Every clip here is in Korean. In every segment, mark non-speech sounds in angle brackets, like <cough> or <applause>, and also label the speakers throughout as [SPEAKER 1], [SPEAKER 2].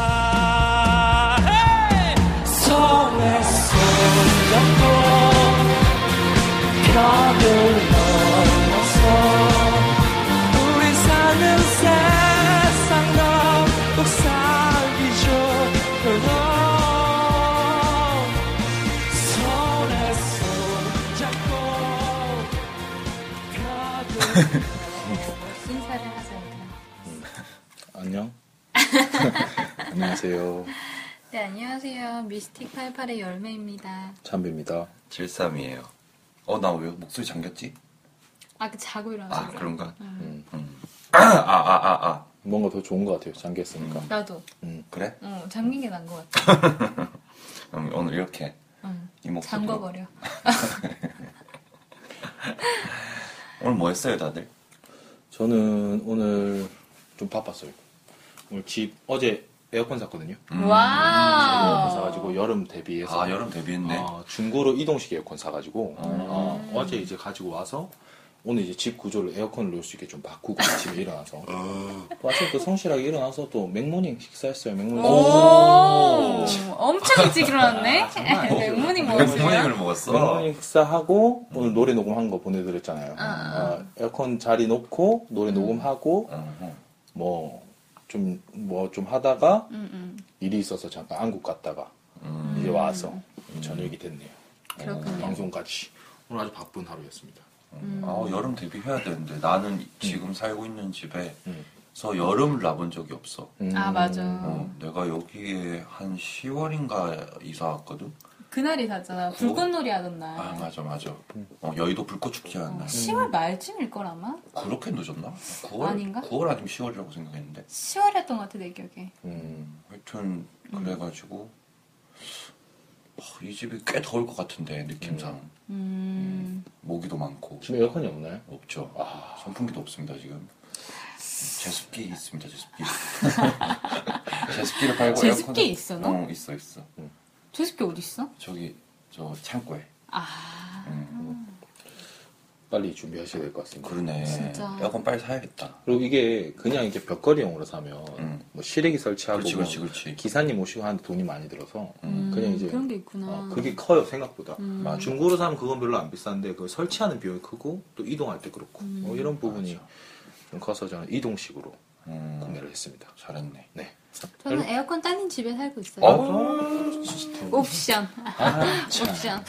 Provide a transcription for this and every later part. [SPEAKER 1] 나서자 섬에 손잡고 벽을 넘어서 우리 사는 세상 너꼭 살기 좋도록 손에 손잡고 벽을
[SPEAKER 2] 인사를 하자니까.
[SPEAKER 3] 안녕. <laughs> 안녕하세요.
[SPEAKER 2] 네, 안녕하세요. 미스틱 88의 열매입니다.
[SPEAKER 3] 잠비입니다.
[SPEAKER 4] 질삼이에요. 어, 나 왜 목소리 잠겼지?
[SPEAKER 2] 아, 그 자고 일어나서.
[SPEAKER 4] 아,
[SPEAKER 2] 그래.
[SPEAKER 4] 그런가?
[SPEAKER 3] 음,
[SPEAKER 4] 음. <clears throat> 아, 아, 아, 아, 아.
[SPEAKER 3] 뭔가 더 좋은 것 같아요. 잠겼으니까.
[SPEAKER 2] 나도.
[SPEAKER 4] 그래?
[SPEAKER 2] 어, 잠긴 게 나은 것 같아.
[SPEAKER 4] 음, 오늘 이렇게
[SPEAKER 2] 응.
[SPEAKER 4] 이 목소리.
[SPEAKER 2] 잠궈버려.
[SPEAKER 4] 오늘 뭐 했어요, 다들?
[SPEAKER 3] 저는 오늘 좀 바빴어요. 오늘 집 어제 에어컨 샀거든요. 에어컨 사가지고
[SPEAKER 2] 와우.
[SPEAKER 3] 여름 대비해서
[SPEAKER 4] 음. 아, 여름 대비했네. 음.
[SPEAKER 3] 어, 중고로 이동식 에어컨 사가지고 어, 어제 이제 가지고 와서 오늘 이제 집 구조를 에어컨을 넣을 수 있게 좀
[SPEAKER 4] <laughs>
[SPEAKER 3] 바꾸고 아침에 일어나서 또 아침에 또 성실하게 일어나서 또 맥모닝 식사했어요. 맥모닝.
[SPEAKER 2] 오, 엄청 일찍 일어났네?
[SPEAKER 3] 아니죠.
[SPEAKER 2] 맥모닝
[SPEAKER 4] 그러니까
[SPEAKER 2] 먹었어요?
[SPEAKER 4] 부모님을 먹었어.
[SPEAKER 3] 맥모닝 식사하고 오늘 노래 녹음한 거 보내드렸잖아요.
[SPEAKER 2] 아, 아.
[SPEAKER 3] 어, 에어컨 자리 놓고 노래 녹음하고
[SPEAKER 4] 어, 어.
[SPEAKER 3] 뭐 좀 뭐 좀 하다가
[SPEAKER 2] 응, 응.
[SPEAKER 3] 일이 있어서 잠깐 한국 갔다가
[SPEAKER 4] 음.
[SPEAKER 3] 이제 와서 저녁이 됐네요.
[SPEAKER 2] 그렇군요.
[SPEAKER 3] 방송까지 오늘 아주 바쁜 하루였습니다.
[SPEAKER 2] 음.
[SPEAKER 4] 아, 여름 대비해야 되는데 나는 지금 살고 있는 집에서
[SPEAKER 3] 음.
[SPEAKER 4] 여름을 나본 적이 없어.
[SPEAKER 2] 아, 맞아.
[SPEAKER 4] 어, 내가 여기에 한 10월인가 이사 왔거든?
[SPEAKER 2] 그날이 샀잖아. 불꽃놀이 하던 날.
[SPEAKER 4] 아, 맞아, 맞아. 어, 여의도 불꽃축제 하는 날.
[SPEAKER 2] 10월 말쯤일 걸 아마?
[SPEAKER 4] 그렇게 늦었나? 9월?
[SPEAKER 2] 아닌가?
[SPEAKER 4] 9월 아니면 10월이라고 생각했는데.
[SPEAKER 2] 10월 했던 것 같아, 내 기억에.
[SPEAKER 3] 음.
[SPEAKER 4] 하여튼 그래가지고 하, 이 집이 꽤 더울 것 같은데 느낌상
[SPEAKER 2] 음.
[SPEAKER 4] 모기도 많고
[SPEAKER 2] 네.
[SPEAKER 3] 지금 에어컨이 없나요?
[SPEAKER 4] 없죠 아, 선풍기도 없습니다 지금 제습기
[SPEAKER 2] <laughs>
[SPEAKER 4] 있습니다 제습기 제습기를 팔고
[SPEAKER 2] 제습기
[SPEAKER 4] 에어컨을-
[SPEAKER 2] 있어, 너?
[SPEAKER 4] 어, 있어 있어
[SPEAKER 2] 조습기 어딨어?
[SPEAKER 4] 저기 저 창고에
[SPEAKER 2] 아.
[SPEAKER 3] 빨리 준비하셔야 될 것 같습니다.
[SPEAKER 4] 그러네
[SPEAKER 2] 진짜.
[SPEAKER 4] 에어컨 빨리 사야겠다
[SPEAKER 3] 그리고 이게 그냥 이렇게 벽걸이용으로 사면
[SPEAKER 4] 음.
[SPEAKER 3] 뭐 실외기 설치하고
[SPEAKER 4] 그렇지
[SPEAKER 3] 뭐
[SPEAKER 4] 그렇지 그렇지
[SPEAKER 3] 기사님 오시고 하는데 돈이 많이 들어서
[SPEAKER 2] 음,
[SPEAKER 3] 그냥 이제
[SPEAKER 2] 그런 게 있구나.
[SPEAKER 3] 어, 그게 커요 생각보다.
[SPEAKER 2] 음.
[SPEAKER 4] 맞아.
[SPEAKER 3] 중고로 사면 그건 별로 안 비싼데 그걸 설치하는 비용이 크고 또 이동할 때 그렇고
[SPEAKER 2] 음.
[SPEAKER 3] 뭐 이런 부분이 좀 커서 저는 이동식으로
[SPEAKER 4] 음,
[SPEAKER 3] 구매를 했습니다.
[SPEAKER 4] 잘했네
[SPEAKER 3] 네.
[SPEAKER 2] 저는 에어컨 딸린 집에 살고 있어요.
[SPEAKER 3] 어?
[SPEAKER 2] 옵션.
[SPEAKER 3] 아, 참.
[SPEAKER 2] 옵션.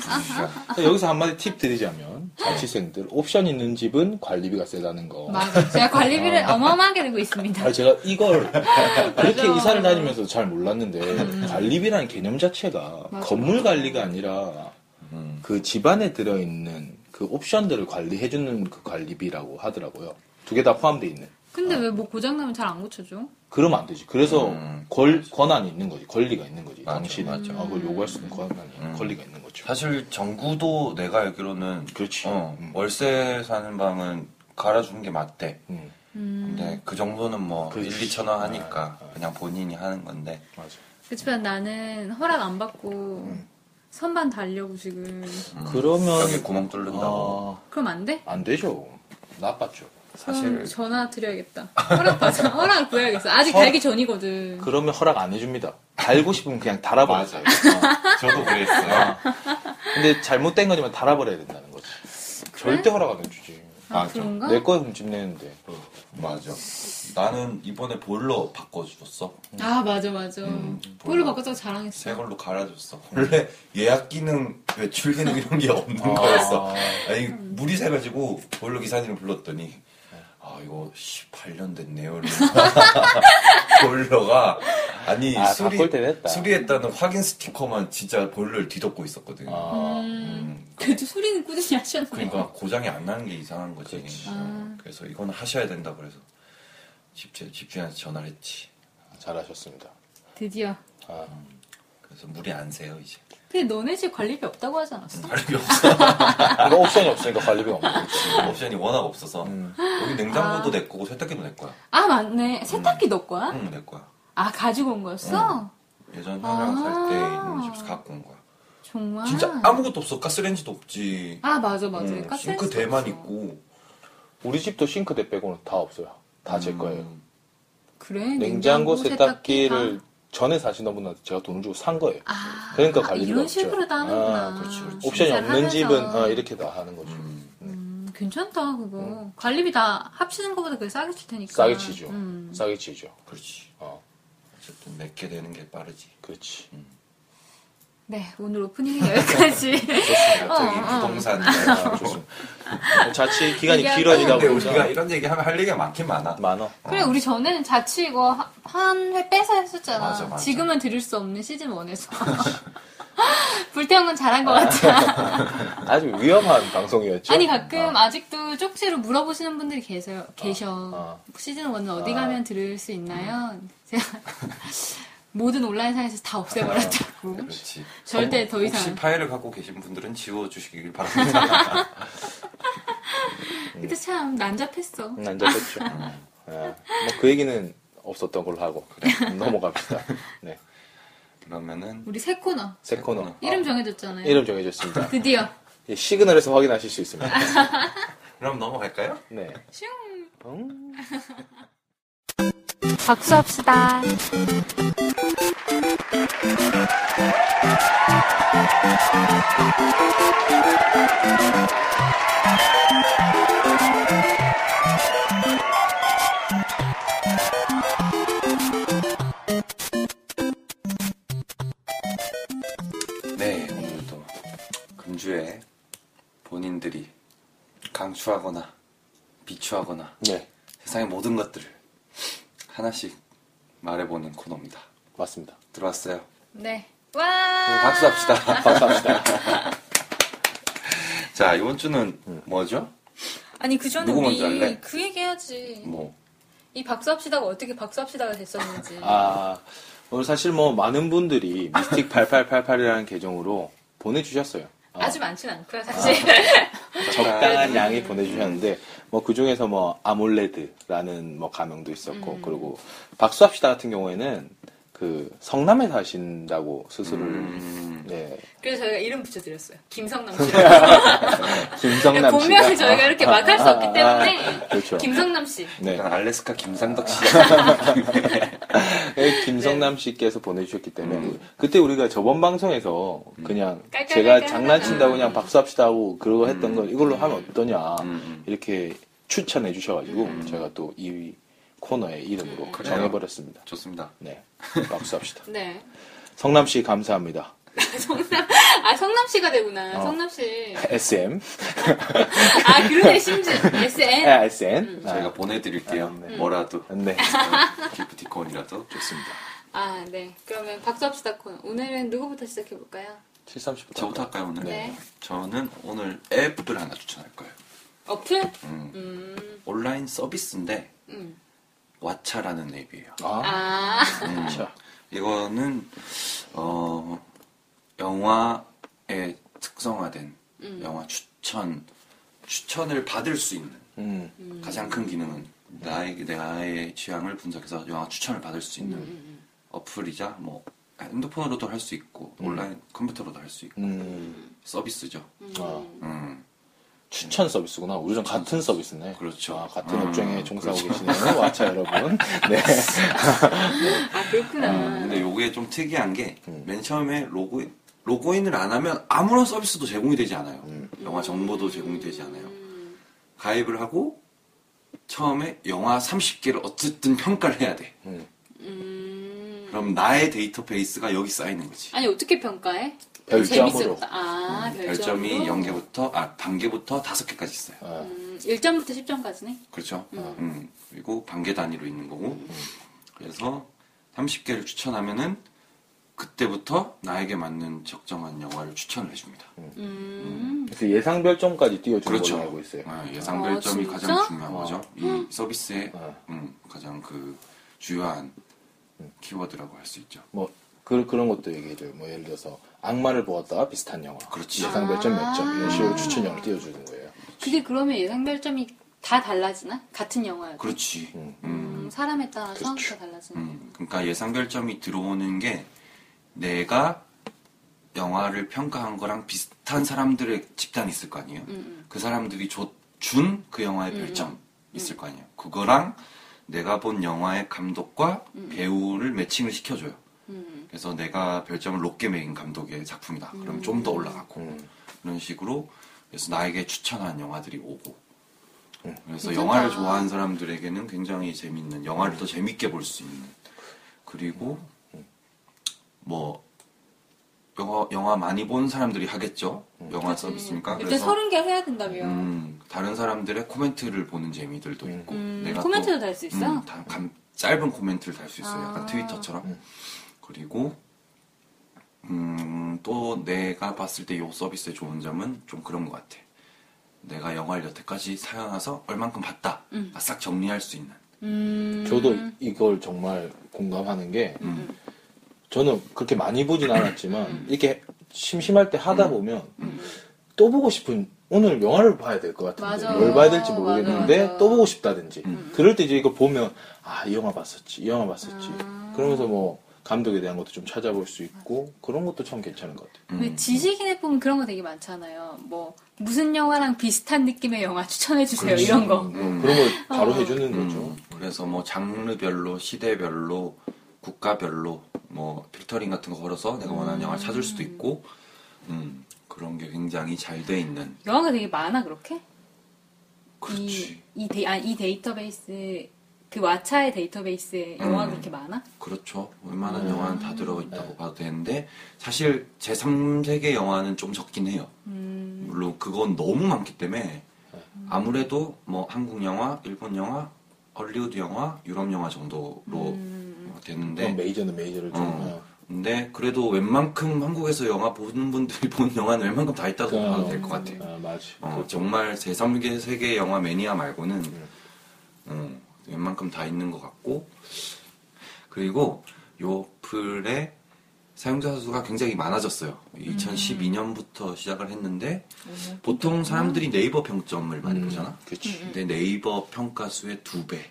[SPEAKER 2] 아,
[SPEAKER 3] 여기서 한마디 팁 드리자면 자취생들 옵션 있는 집은 관리비가 세다는 거.
[SPEAKER 2] 맞아. 제가 관리비를 어마어마하게 내고 있습니다.
[SPEAKER 3] 아, 제가 이걸
[SPEAKER 2] 맞아. 음.
[SPEAKER 3] 그렇게 이사를 다니면서 잘 몰랐는데 관리비라는 개념 자체가
[SPEAKER 2] 맞아.
[SPEAKER 3] 건물 관리가 아니라
[SPEAKER 4] 음,
[SPEAKER 3] 그 집안에 들어있는 그 옵션들을 관리해주는 그 관리비라고 하더라고요. 두 개 다 포함되어 있는.
[SPEAKER 2] 근데 왜 뭐 고장나면 잘 안 고쳐줘?
[SPEAKER 3] 그러면 안 되지. 그래서
[SPEAKER 4] 음.
[SPEAKER 3] 권, 권한이 있는 거지. 권리가 있는 거지.
[SPEAKER 4] 맞아,
[SPEAKER 3] 당신이.
[SPEAKER 4] 맞아.
[SPEAKER 3] 아, 그걸 요구할 수 있는 권한이,
[SPEAKER 4] 음.
[SPEAKER 3] 권리가 있는 거죠.
[SPEAKER 4] 사실 정구도 내가 알기로는
[SPEAKER 3] 그렇지.
[SPEAKER 4] 어,
[SPEAKER 3] 음.
[SPEAKER 4] 월세 사는 방은 갈아주는 게 맞대.
[SPEAKER 3] 음,
[SPEAKER 2] 음.
[SPEAKER 4] 근데 그 네. 정도는 뭐
[SPEAKER 3] 그렇지.
[SPEAKER 4] 1, 2천 원 하니까
[SPEAKER 3] 아, 아.
[SPEAKER 4] 그냥 본인이 하는 건데.
[SPEAKER 3] 맞아.
[SPEAKER 2] 그렇지만 나는 허락 안 받고 선반 달려고 지금.
[SPEAKER 4] 음,
[SPEAKER 3] 그러면-
[SPEAKER 4] 여기 구멍 뚫는다고.
[SPEAKER 3] 아,
[SPEAKER 2] 그럼 안 돼?
[SPEAKER 3] 안 되죠. 나빴죠.
[SPEAKER 2] 그럼
[SPEAKER 4] 사실
[SPEAKER 2] 전화 드려야겠다. 허락
[SPEAKER 4] <laughs>
[SPEAKER 2] 받아. 허락 구해야겠어. 아직 달기 전이거든.
[SPEAKER 3] 그러면 허락 안 해줍니다. 달고 싶으면 그냥 달아버려요. 어.
[SPEAKER 4] 저도 그랬어요.
[SPEAKER 3] 근데 잘못된 거지만 달아버려야 된다는 거지. 절대 허락 안 해주지.
[SPEAKER 2] 아,
[SPEAKER 4] 맞아.
[SPEAKER 2] 그런가?
[SPEAKER 3] 내 거에 흠집 내는데.
[SPEAKER 4] 맞아. 어. 나는 이번에 보일러 바꿔줬어.
[SPEAKER 2] 아, 맞아, 맞아.
[SPEAKER 4] 음,
[SPEAKER 2] 볼을
[SPEAKER 4] 몰라.
[SPEAKER 2] 바꿔서 자랑했어.
[SPEAKER 4] 새 걸로 갈아줬어. 원래 예약 기능, 외출 기능 이런 게 없는 거였어. 아니 물이 새가지고 보일러 기사님을 불렀더니 아 이거 18년 됐네요. 이러면서. <laughs> 보일러가 아니
[SPEAKER 3] 아,
[SPEAKER 4] 수리
[SPEAKER 3] 바꿀 때 됐다.
[SPEAKER 4] 수리했다는 확인 스티커만 진짜 보일러를 뒤덮고 있었거든요.
[SPEAKER 3] 아,
[SPEAKER 4] 음,
[SPEAKER 2] 그래도 소리는 꾸준히 하셨네.
[SPEAKER 4] 그러니까 고장이 안 나는 게 이상한 거지.
[SPEAKER 2] 아.
[SPEAKER 4] 그래서 이건 하셔야 된다 그래서 집주 집주인한테 전화를 했지.
[SPEAKER 3] 잘하셨습니다.
[SPEAKER 2] 드디어.
[SPEAKER 3] 아,
[SPEAKER 4] 그래서 물이 안 새요 이제.
[SPEAKER 2] 근데 너네 집 관리비 없다고 하지 않았어? <laughs>
[SPEAKER 4] 관리비 없어.
[SPEAKER 3] 이거 옵션이 없으니까 관리비가 없는 거지. 음.
[SPEAKER 4] 옵션이 워낙 없어서
[SPEAKER 2] 음.
[SPEAKER 4] 여기 냉장고도 내 거고 세탁기도 내 거야.
[SPEAKER 2] 아 맞네 세탁기 넣을 거야?
[SPEAKER 4] 응, 내 거야.
[SPEAKER 2] 아 가지고 온
[SPEAKER 4] 음.
[SPEAKER 2] 거였어?
[SPEAKER 4] 예전 형이랑
[SPEAKER 2] 아.
[SPEAKER 4] 살 때 이런 집에서 갖고 온 거야.
[SPEAKER 2] 정말?
[SPEAKER 4] 진짜 아무것도 없어. 가스레인지도 없지.
[SPEAKER 2] 아 맞아 맞아
[SPEAKER 3] 음,
[SPEAKER 4] 응,
[SPEAKER 2] 가스레인지
[SPEAKER 4] 싱크 대만
[SPEAKER 2] 없어.
[SPEAKER 4] 있고.
[SPEAKER 2] 음.
[SPEAKER 3] 우리 집도 싱크대 빼고는 다 없어요. 다 제 거예요.
[SPEAKER 4] 음,
[SPEAKER 2] 그래?
[SPEAKER 3] 냉장고, 세탁기를
[SPEAKER 2] 다.
[SPEAKER 3] 전에 사시던 분한테 제가 돈을 주고 산 거예요.
[SPEAKER 2] 아,
[SPEAKER 3] 그러니까
[SPEAKER 2] 아,
[SPEAKER 3] 관리가
[SPEAKER 2] 이런
[SPEAKER 3] 없죠.
[SPEAKER 2] 식으로 따는구나.
[SPEAKER 3] 아,
[SPEAKER 4] 그렇지, 그렇지.
[SPEAKER 3] 옵션이
[SPEAKER 2] 공사를
[SPEAKER 3] 없는
[SPEAKER 2] 하면서.
[SPEAKER 3] 집은 아, 이렇게 다 하는 거죠.
[SPEAKER 4] 음.
[SPEAKER 2] 음, 괜찮다 그거. 관리비 다 합치는 것보다 그게 싸게 칠 테니까.
[SPEAKER 3] 음. 싸게 치죠.
[SPEAKER 2] 음.
[SPEAKER 3] 싸게 치죠.
[SPEAKER 4] 그렇지.
[SPEAKER 3] 어,
[SPEAKER 4] 어쨌든 몇개 되는 게 빠르지.
[SPEAKER 3] 그렇지.
[SPEAKER 2] 음. 네 오늘 오프닝은
[SPEAKER 3] <laughs>
[SPEAKER 2] 여기까지.
[SPEAKER 4] 좋습니다. 저기
[SPEAKER 2] 어, 어.
[SPEAKER 4] 부동산. 뭐 좋습니다.
[SPEAKER 3] 자취 기간이
[SPEAKER 2] 얘기하고.
[SPEAKER 3] 길어지다
[SPEAKER 4] 근데
[SPEAKER 3] 보니까
[SPEAKER 4] 우리가 이런 얘기 하면 할 얘기가 많긴 많아.
[SPEAKER 3] 만원.
[SPEAKER 2] 그래 우리 전에는 자취 이거 하- 한회 빼서 했었잖아.
[SPEAKER 4] 맞아, 맞아.
[SPEAKER 2] 지금은 들을 수 없는 시즌 1에서 <laughs> 불태운 건 잘한 것 같아.
[SPEAKER 3] 아주 위험한 방송이었죠.
[SPEAKER 2] 아니 가끔 아. 직도 쪽지로 물어보시는 분들이 계세요. 계셔.
[SPEAKER 3] 어.
[SPEAKER 2] 시즌 1은 어디
[SPEAKER 3] 아.
[SPEAKER 2] 가면 들을 수 있나요? <laughs> 제가 모든 온라인상에서 다 없애버렸다고.
[SPEAKER 4] 그렇지. 어,
[SPEAKER 2] 절대 더
[SPEAKER 4] 혹시
[SPEAKER 2] 이상.
[SPEAKER 4] 파일을 갖고 계신 분들은 지워주시길 바랍니다.
[SPEAKER 2] <laughs>
[SPEAKER 4] <laughs>
[SPEAKER 2] 근데 참 난잡했어.
[SPEAKER 3] 난잡했죠. 아, 뭐그 얘기는 없었던 걸로 하고 넘어갑시다. 네,
[SPEAKER 4] 그러면은
[SPEAKER 2] 우리 새 코너
[SPEAKER 3] 새 코너
[SPEAKER 2] 이름 정해줬잖아요.
[SPEAKER 3] 이름 정해줬습니다.
[SPEAKER 2] 드디어.
[SPEAKER 3] 예, 시그널에서 확인하실 수 있습니다.
[SPEAKER 4] 그럼 넘어갈까요?
[SPEAKER 3] 네. 응?
[SPEAKER 2] 박수합시다.
[SPEAKER 4] 네, 오늘도 금주에 본인들이 강추하거나 비추하거나
[SPEAKER 3] 네,
[SPEAKER 4] 세상의 모든 것들을 하나씩 말해보는 코너입니다.
[SPEAKER 3] 맞습니다.
[SPEAKER 4] 들어왔어요.
[SPEAKER 2] 네. 와.
[SPEAKER 4] 음, 박수합시다. <laughs>
[SPEAKER 3] 박수합시다.
[SPEAKER 4] 자, 이번 주는 뭐죠?
[SPEAKER 2] 아니 그 전에
[SPEAKER 4] 누구
[SPEAKER 2] 우리
[SPEAKER 4] 먼저 할래?
[SPEAKER 2] 그 얘기해야지.
[SPEAKER 4] 뭐,
[SPEAKER 2] 이 박수합시다가 어떻게 박수합시다가 됐었는지.
[SPEAKER 3] 아, 오늘 사실 뭐 많은 분들이 미스틱 8888이라는 계정으로 보내주셨어요. 아,
[SPEAKER 2] 아주 많진 않고요 사실. <laughs>
[SPEAKER 3] 적당한 양이 보내주셨는데 뭐 그 중에서 뭐 아몰레드라는 뭐 가명도 있었고 그리고 박수합시다 같은 경우에는 그 성남에 사신다고 스스로를
[SPEAKER 4] 음,
[SPEAKER 3] 네
[SPEAKER 2] 그래서 저희가 이름 붙여드렸어요. 김성남 씨라고.
[SPEAKER 3] 김성남 씨가 아,
[SPEAKER 2] 본명을 저희가 이렇게 막 할 수 없기 때문에
[SPEAKER 3] 그렇죠.
[SPEAKER 2] 김성남 씨.
[SPEAKER 3] 네.
[SPEAKER 4] 약간 알래스카 김상덕 씨.
[SPEAKER 3] 네, 김성남 씨께서 보내주셨기 때문에
[SPEAKER 4] 음.
[SPEAKER 3] 그때 우리가 저번 방송에서 그냥
[SPEAKER 2] 깔깔깔깔 음.
[SPEAKER 3] 제가
[SPEAKER 2] 하다가.
[SPEAKER 3] 장난친다고 그냥 박수합시다 하고 그러고 했던 걸 이걸로 하면 어떠냐
[SPEAKER 4] 음.
[SPEAKER 3] 이렇게 추천해 주셔가지고 제가 또 이 코너의 이름으로
[SPEAKER 4] 그래요.
[SPEAKER 3] 정해버렸습니다.
[SPEAKER 4] <laughs> 좋습니다.
[SPEAKER 3] 네, 박수합시다.
[SPEAKER 2] 네.
[SPEAKER 3] 성남 씨 감사합니다.
[SPEAKER 2] 아 성남 씨가 되구나.
[SPEAKER 3] 어.
[SPEAKER 2] 성남 씨.
[SPEAKER 3] SM,
[SPEAKER 2] 아 그러네 심지어 SN.
[SPEAKER 3] 아,
[SPEAKER 2] 음.
[SPEAKER 3] SN.
[SPEAKER 4] 저희가
[SPEAKER 3] 아,
[SPEAKER 4] 보내드릴게요.
[SPEAKER 3] 아, 네.
[SPEAKER 4] 뭐라도.
[SPEAKER 3] 네,
[SPEAKER 4] 음. 기프티콘이라도.
[SPEAKER 3] 좋습니다.
[SPEAKER 2] 아 네. 그러면 박수합시다 코너. 오늘은 누구부터 시작해 볼까요?
[SPEAKER 3] 730부터.
[SPEAKER 4] 저부터 할까요, 오늘?
[SPEAKER 2] 네.
[SPEAKER 4] 저는 오늘 앱을 하나 추천할 거예요.
[SPEAKER 2] 어플?
[SPEAKER 4] 음,
[SPEAKER 2] 음.
[SPEAKER 4] 온라인 서비스인데,
[SPEAKER 2] 음.
[SPEAKER 4] 왓챠라는 앱이에요.
[SPEAKER 3] 아,
[SPEAKER 2] 아.
[SPEAKER 4] 음,
[SPEAKER 3] 자,
[SPEAKER 4] 이거는, 어, 영화에 특성화된 영화 추천, 추천을 받을 수 있는
[SPEAKER 3] 음,
[SPEAKER 4] 가장 큰 기능은 나의, 나의 취향을 분석해서 영화 추천을 받을 수 있는
[SPEAKER 3] 음,
[SPEAKER 4] 어플이자, 뭐, 핸드폰으로도 할 수 있고, 온라인 컴퓨터로도 할 수 있고,
[SPEAKER 3] 음,
[SPEAKER 4] 서비스죠.
[SPEAKER 3] 아.
[SPEAKER 4] 음,
[SPEAKER 3] 추천 서비스구나. 우리랑 같은 서비스네.
[SPEAKER 4] 그렇죠.
[SPEAKER 3] 아, 같은
[SPEAKER 4] 음,
[SPEAKER 3] 업종에 종사하고 계시네요. <laughs> 와차 여러분. 네.
[SPEAKER 2] 아 그렇구나.
[SPEAKER 4] 음, 근데 요게 좀 특이한 게 맨 처음에 로그인 로그인을 안 하면 아무런 서비스도 제공이 되지 않아요. 영화 정보도 제공이 되지 않아요. 가입을 하고 처음에 영화 30개를 어쨌든 평가를 해야 돼.
[SPEAKER 3] 음.
[SPEAKER 2] 음.
[SPEAKER 4] 그럼 나의 데이터베이스가 여기 쌓이는 거지.
[SPEAKER 2] 아니 어떻게 평가해?
[SPEAKER 3] 별점으로.
[SPEAKER 2] 재밌었다. 아 별점으로?
[SPEAKER 4] 음, 별점이 0개부터 아 단계부터 5개까지 있어요.
[SPEAKER 3] 아,
[SPEAKER 2] 음, 1점부터 10점까지네.
[SPEAKER 4] 그렇죠. 음, 그리고 단계 단위로 있는 거고. 그래서 30개를 추천하면은 그때부터 나에게 맞는 적정한 영화를 추천을 해줍니다.
[SPEAKER 2] 음.
[SPEAKER 3] 그래서 예상 별점까지 띄워주는
[SPEAKER 4] 그렇죠.
[SPEAKER 3] 걸로 알고 있어요.
[SPEAKER 4] 아, 예상
[SPEAKER 2] 어,
[SPEAKER 4] 별점이
[SPEAKER 2] 진짜?
[SPEAKER 4] 가장 중요한
[SPEAKER 3] 어.
[SPEAKER 4] 거죠. 이 서비스의
[SPEAKER 3] 어.
[SPEAKER 4] 음, 가장 그 주요한 키워드라고 할 수 있죠.
[SPEAKER 3] 뭐 그, 그런 것도 얘기해줘요. 뭐 예를 들어서 악마를 보았다와 비슷한 영화.
[SPEAKER 4] 그렇지. 아.
[SPEAKER 3] 예상 별점 몇 점. 이런 식으로 추천 영화를 띄워주는 거예요.
[SPEAKER 2] 그게 그러면 예상 별점이 다 달라지나? 같은 영화야.
[SPEAKER 4] 그렇지.
[SPEAKER 3] 음.
[SPEAKER 4] 음,
[SPEAKER 2] 음, 사람에 따라서
[SPEAKER 3] 그렇죠.
[SPEAKER 2] 다 달라지네.
[SPEAKER 4] 음, 그러니까 예상 별점이 들어오는 게 내가 영화를 평가한 거랑 비슷한 사람들의 집단이 있을 거 아니에요.
[SPEAKER 2] 음.
[SPEAKER 4] 그 사람들이 준 그 영화의 별점 있을 거 아니에요. 그거랑 내가 본 영화의 감독과
[SPEAKER 2] 음.
[SPEAKER 4] 배우를 매칭을 시켜줘요. 그래서 내가 별점을 높게 매긴 감독의 작품이다. 그럼 좀 더 올라가고
[SPEAKER 3] 음.
[SPEAKER 4] 그런 식으로 그래서 나에게 추천한 영화들이 오고 그래서
[SPEAKER 2] 괜찮다.
[SPEAKER 4] 영화를 좋아하는 사람들에게는 굉장히 재밌는 영화를 더 재밌게 볼 수 있는 그리고 뭐 영화, 영화 많이 본 사람들이 하겠죠. 영화 서비스니까
[SPEAKER 2] 일단 서른 개 해야 된다며.
[SPEAKER 4] 음, 다른 사람들의 코멘트를 보는 재미들도 있고 네,
[SPEAKER 2] 음,
[SPEAKER 4] 내가
[SPEAKER 2] 코멘트도
[SPEAKER 4] 또,
[SPEAKER 2] 달수 있어?
[SPEAKER 4] 음, 다- 감- 짧은 코멘트를 달 수 있어요 약간
[SPEAKER 2] 아.
[SPEAKER 4] 트위터처럼
[SPEAKER 3] 음.
[SPEAKER 4] 그리고 음, 또 내가 봤을 때 이 서비스의 좋은 점은 좀 그런 것 같아 내가 영화를 여태까지 사용해서 얼만큼 봤다 아,
[SPEAKER 2] 음.
[SPEAKER 4] 싹 정리할 수 있는
[SPEAKER 2] 음.
[SPEAKER 3] 저도 이걸 정말 공감하는 게
[SPEAKER 4] 음.
[SPEAKER 3] 저는 그렇게 많이 보진
[SPEAKER 2] 음.
[SPEAKER 3] 않았지만 이렇게 심심할 때 하다 보면 또 보고 싶은 오늘 영화를 봐야 될 것 같은데
[SPEAKER 2] 맞아.
[SPEAKER 3] 뭘 봐야 될지
[SPEAKER 2] 맞아, 음.
[SPEAKER 3] 모르겠는데
[SPEAKER 2] 맞아.
[SPEAKER 3] 또 보고 싶다든지 그럴 때 이제 이거 보면 아 이 영화 봤었지 이 영화 봤었지
[SPEAKER 2] 아.
[SPEAKER 3] 그러면서 뭐 감독에 대한 것도 좀 찾아볼 수 있고 그런 것도 참 괜찮은 것 같아요.
[SPEAKER 4] 음.
[SPEAKER 2] 왜 지식인의 보면 그런 거 되게 많잖아요. 뭐 무슨 영화랑 비슷한 느낌의 영화 추천해 주세요 이런 거. 어.
[SPEAKER 3] 음, 그런 걸 바로 해주는 거죠.
[SPEAKER 4] 음, 그래서 뭐 장르별로 시대별로 국가별로 뭐 필터링 같은 거 걸어서 내가 원하는 영화를 찾을 수도 있고 음, 그런 게 굉장히 잘 돼 있는
[SPEAKER 2] 영화가 되게 많아 그렇게?
[SPEAKER 4] 그렇지
[SPEAKER 2] 이, 이, 데이, 아, 이 데이터베이스 그 왓챠의 데이터베이스에 영화가
[SPEAKER 4] 음.
[SPEAKER 2] 그렇게 많아?
[SPEAKER 4] 그렇죠 웬만한
[SPEAKER 3] 네.
[SPEAKER 4] 영화는 다 들어있다고 봐도 되는데 사실 제3세계 영화는 좀 적긴 해요
[SPEAKER 2] 음.
[SPEAKER 4] 물론 그건 너무 많기 때문에
[SPEAKER 3] 네.
[SPEAKER 4] 아무래도 뭐 한국 영화 일본 영화 헐리우드 영화 유럽 영화 정도로 어,
[SPEAKER 3] 음. 그런
[SPEAKER 4] 되는데
[SPEAKER 3] 메이저는 메이저를 좀
[SPEAKER 4] 어.
[SPEAKER 3] 어.
[SPEAKER 4] 근데 그래도 웬만큼 한국에서 영화 보는 분들이 <laughs> 보는 영화는 웬만큼 다 있다고
[SPEAKER 3] 그럼.
[SPEAKER 4] 봐도 될 것 같아요.
[SPEAKER 3] 아, 맞아.
[SPEAKER 4] 어,
[SPEAKER 3] 그렇죠. 네.
[SPEAKER 4] 정말 제3계 세계 영화 매니아 말고는 어, 웬만큼 다 있는 것 같고 그리고 요 어플의 사용자 수가 굉장히 많아졌어요.
[SPEAKER 3] 음.
[SPEAKER 4] 2012년부터 시작을 했는데 보통 사람들이 네이버 평점을 많이 보잖아.
[SPEAKER 3] 음. 그치.
[SPEAKER 4] 근데 네이버 평가 수의 두 배의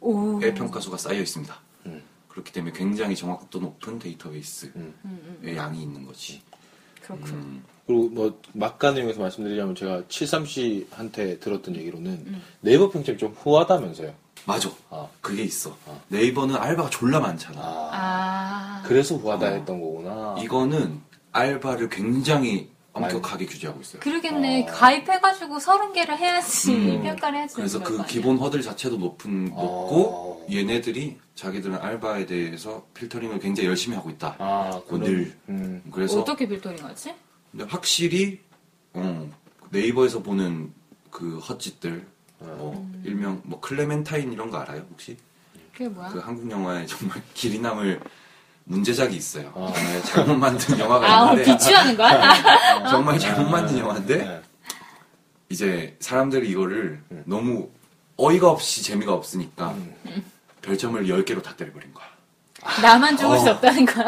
[SPEAKER 2] 오.
[SPEAKER 4] 평가 수가 쌓여 있습니다.
[SPEAKER 3] 음.
[SPEAKER 4] 그렇기 때문에 굉장히 정확도 높은 데이터베이스의
[SPEAKER 3] 음.
[SPEAKER 4] 양이 있는 거지.
[SPEAKER 2] 그렇군.
[SPEAKER 4] 음.
[SPEAKER 3] 그리고 뭐 막간 내용에서 말씀드리자면 제가 73씨한테 들었던 얘기로는 네이버 평점이 좀 후하다면서요.
[SPEAKER 4] 맞아.
[SPEAKER 3] 아.
[SPEAKER 4] 그게 있어.
[SPEAKER 3] 아.
[SPEAKER 4] 네이버는 알바가 졸라 많잖아.
[SPEAKER 3] 아,
[SPEAKER 2] 아.
[SPEAKER 3] 그래서 후하다
[SPEAKER 4] 어.
[SPEAKER 3] 했던 거구나.
[SPEAKER 4] 이거는 알바를 굉장히 엄격하게 규제하고 있어요.
[SPEAKER 2] 그러겠네.
[SPEAKER 3] 어.
[SPEAKER 2] 가입해가지고 서른 개를 해야지
[SPEAKER 4] 음.
[SPEAKER 2] 평가를 해야지.
[SPEAKER 4] 그래서
[SPEAKER 2] 되는
[SPEAKER 4] 그
[SPEAKER 2] 거 아니야? 어.
[SPEAKER 4] 기본 허들 자체도 높은
[SPEAKER 3] 아.
[SPEAKER 4] 높고 얘네들이 자기들은 알바에 대해서 필터링을 굉장히 열심히 하고 있다.
[SPEAKER 3] 아, 그럼.
[SPEAKER 4] 늘.
[SPEAKER 3] 음.
[SPEAKER 4] 그래서
[SPEAKER 2] 어떻게 빌더링 하지?
[SPEAKER 4] 근데 확실히 어, 네이버에서 보는 그 헛짓들 뭐
[SPEAKER 2] 음.
[SPEAKER 4] 일명 뭐 클레멘타인 이런 거 알아요 혹시?
[SPEAKER 2] 그게 뭐야?
[SPEAKER 4] 그 한국 영화에 <laughs> 정말 길이 남을 문제작이 있어요.
[SPEAKER 3] 아.
[SPEAKER 4] 정말 잘못
[SPEAKER 2] <laughs>
[SPEAKER 4] 만든 영화가
[SPEAKER 2] 아,
[SPEAKER 4] 있는데
[SPEAKER 2] 비추하는
[SPEAKER 4] <laughs>
[SPEAKER 2] 거야?
[SPEAKER 4] 정말 잘못 만든 영화인데
[SPEAKER 3] 네.
[SPEAKER 4] 이제 사람들이 이거를
[SPEAKER 3] 음.
[SPEAKER 4] 너무 어이가 없이 재미가 없으니까
[SPEAKER 3] 음.
[SPEAKER 4] 별점을 10개로 다 때려버린 거야.
[SPEAKER 2] 나만 죽을 수
[SPEAKER 4] 어.
[SPEAKER 2] 없다는 거야?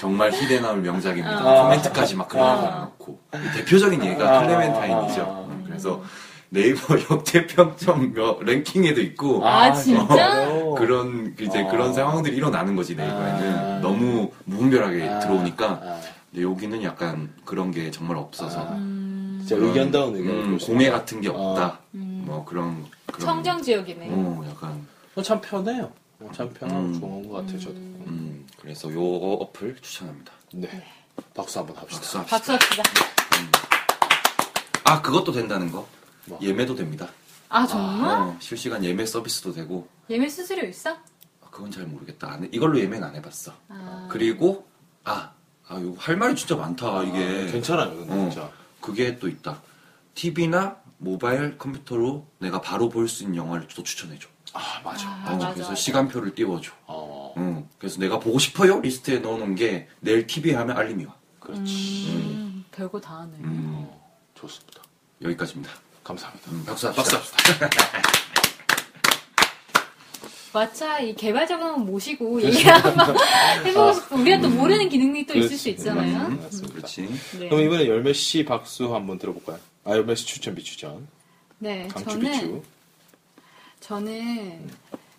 [SPEAKER 4] 정말 희대 남을 명작입니다.
[SPEAKER 3] 아.
[SPEAKER 4] 코멘트까지 막 그런 거 넣고 대표적인 예가
[SPEAKER 3] 아.
[SPEAKER 4] 클레멘타인이죠.
[SPEAKER 3] 아.
[SPEAKER 4] 음, 그래서 네이버 <laughs> 역대 평점 몇- 랭킹에도 있고
[SPEAKER 2] 아, 진짜?
[SPEAKER 3] 진짜로?
[SPEAKER 4] 그런 이제
[SPEAKER 3] 아.
[SPEAKER 4] 그런 상황들이 일어나는 거지 네이버에는
[SPEAKER 3] 아.
[SPEAKER 4] 너무 무분별하게
[SPEAKER 3] 아,
[SPEAKER 4] 들어오니까
[SPEAKER 3] 아,
[SPEAKER 4] 근데 여기는 약간 그런 게 정말 없어서
[SPEAKER 3] 아.
[SPEAKER 2] 음,
[SPEAKER 3] 진짜
[SPEAKER 4] 그런,
[SPEAKER 3] 의견다운 의견.
[SPEAKER 4] 음, 공예 같은 게 없다.
[SPEAKER 3] 아.
[SPEAKER 4] 뭐 그런 그런
[SPEAKER 2] 청정 지역이네.
[SPEAKER 4] 어, 약간
[SPEAKER 3] 어, 참 편해요. 어, 참 편하고
[SPEAKER 4] 음.
[SPEAKER 3] 좋은 것 같아요, 저도.
[SPEAKER 4] 음, 그래서 요 어플 추천합니다.
[SPEAKER 3] 네. 박수 한번 합시다.
[SPEAKER 4] 박수합시다.
[SPEAKER 2] 박수 합시다.
[SPEAKER 4] 아 그것도 된다는 거.
[SPEAKER 3] 뭐?
[SPEAKER 4] 예매도 됩니다.
[SPEAKER 2] 아, 정말?
[SPEAKER 4] 어, 실시간 예매 서비스도 되고
[SPEAKER 2] 예매 수수료 있어?
[SPEAKER 4] 아, 그건 잘 모르겠다. 안 해- 이걸로 예매는 안 해봤어.
[SPEAKER 2] 아.
[SPEAKER 4] 그리고 아, 아 이거 할 말이 진짜 많다 이게.
[SPEAKER 3] 아, 괜찮아요, 근데
[SPEAKER 4] 어,
[SPEAKER 3] 진짜.
[SPEAKER 4] 그게 또 있다. TV나 모바일 컴퓨터로 내가 바로 볼 수 있는 영화를 또 추천해줘.
[SPEAKER 3] 아, 맞아.
[SPEAKER 2] 아,
[SPEAKER 4] 어,
[SPEAKER 2] 맞아,
[SPEAKER 4] 그래서
[SPEAKER 2] 맞아.
[SPEAKER 4] 시간표를 띄워줘.
[SPEAKER 3] 어,
[SPEAKER 4] 응. 그래서 내가 보고 싶어요 리스트에 넣어놓은 게 내일 TV에 하면 알림이 와.
[SPEAKER 3] 그렇지.
[SPEAKER 2] 음, 별거 다 하네.
[SPEAKER 4] 음,
[SPEAKER 3] 어, 좋습니다.
[SPEAKER 4] 여기까지입니다.
[SPEAKER 3] 감사합니다.
[SPEAKER 4] 음, 박수 합시다.
[SPEAKER 3] 박수 합시다.
[SPEAKER 2] 마차 이 개발자분 모시고 얘기 한번 해보고 싶어. 우리가 또 모르는 기능이 또 있을 수 있잖아요.
[SPEAKER 4] 음,
[SPEAKER 3] 맞습니다.
[SPEAKER 4] 그렇지.
[SPEAKER 2] 네.
[SPEAKER 3] 그럼 이번에 열매 씨 박수 한번 들어볼까요? 아 열매 씨 추천 비추전
[SPEAKER 2] 네,
[SPEAKER 3] 강추
[SPEAKER 2] 저는
[SPEAKER 3] 비추.
[SPEAKER 2] 저는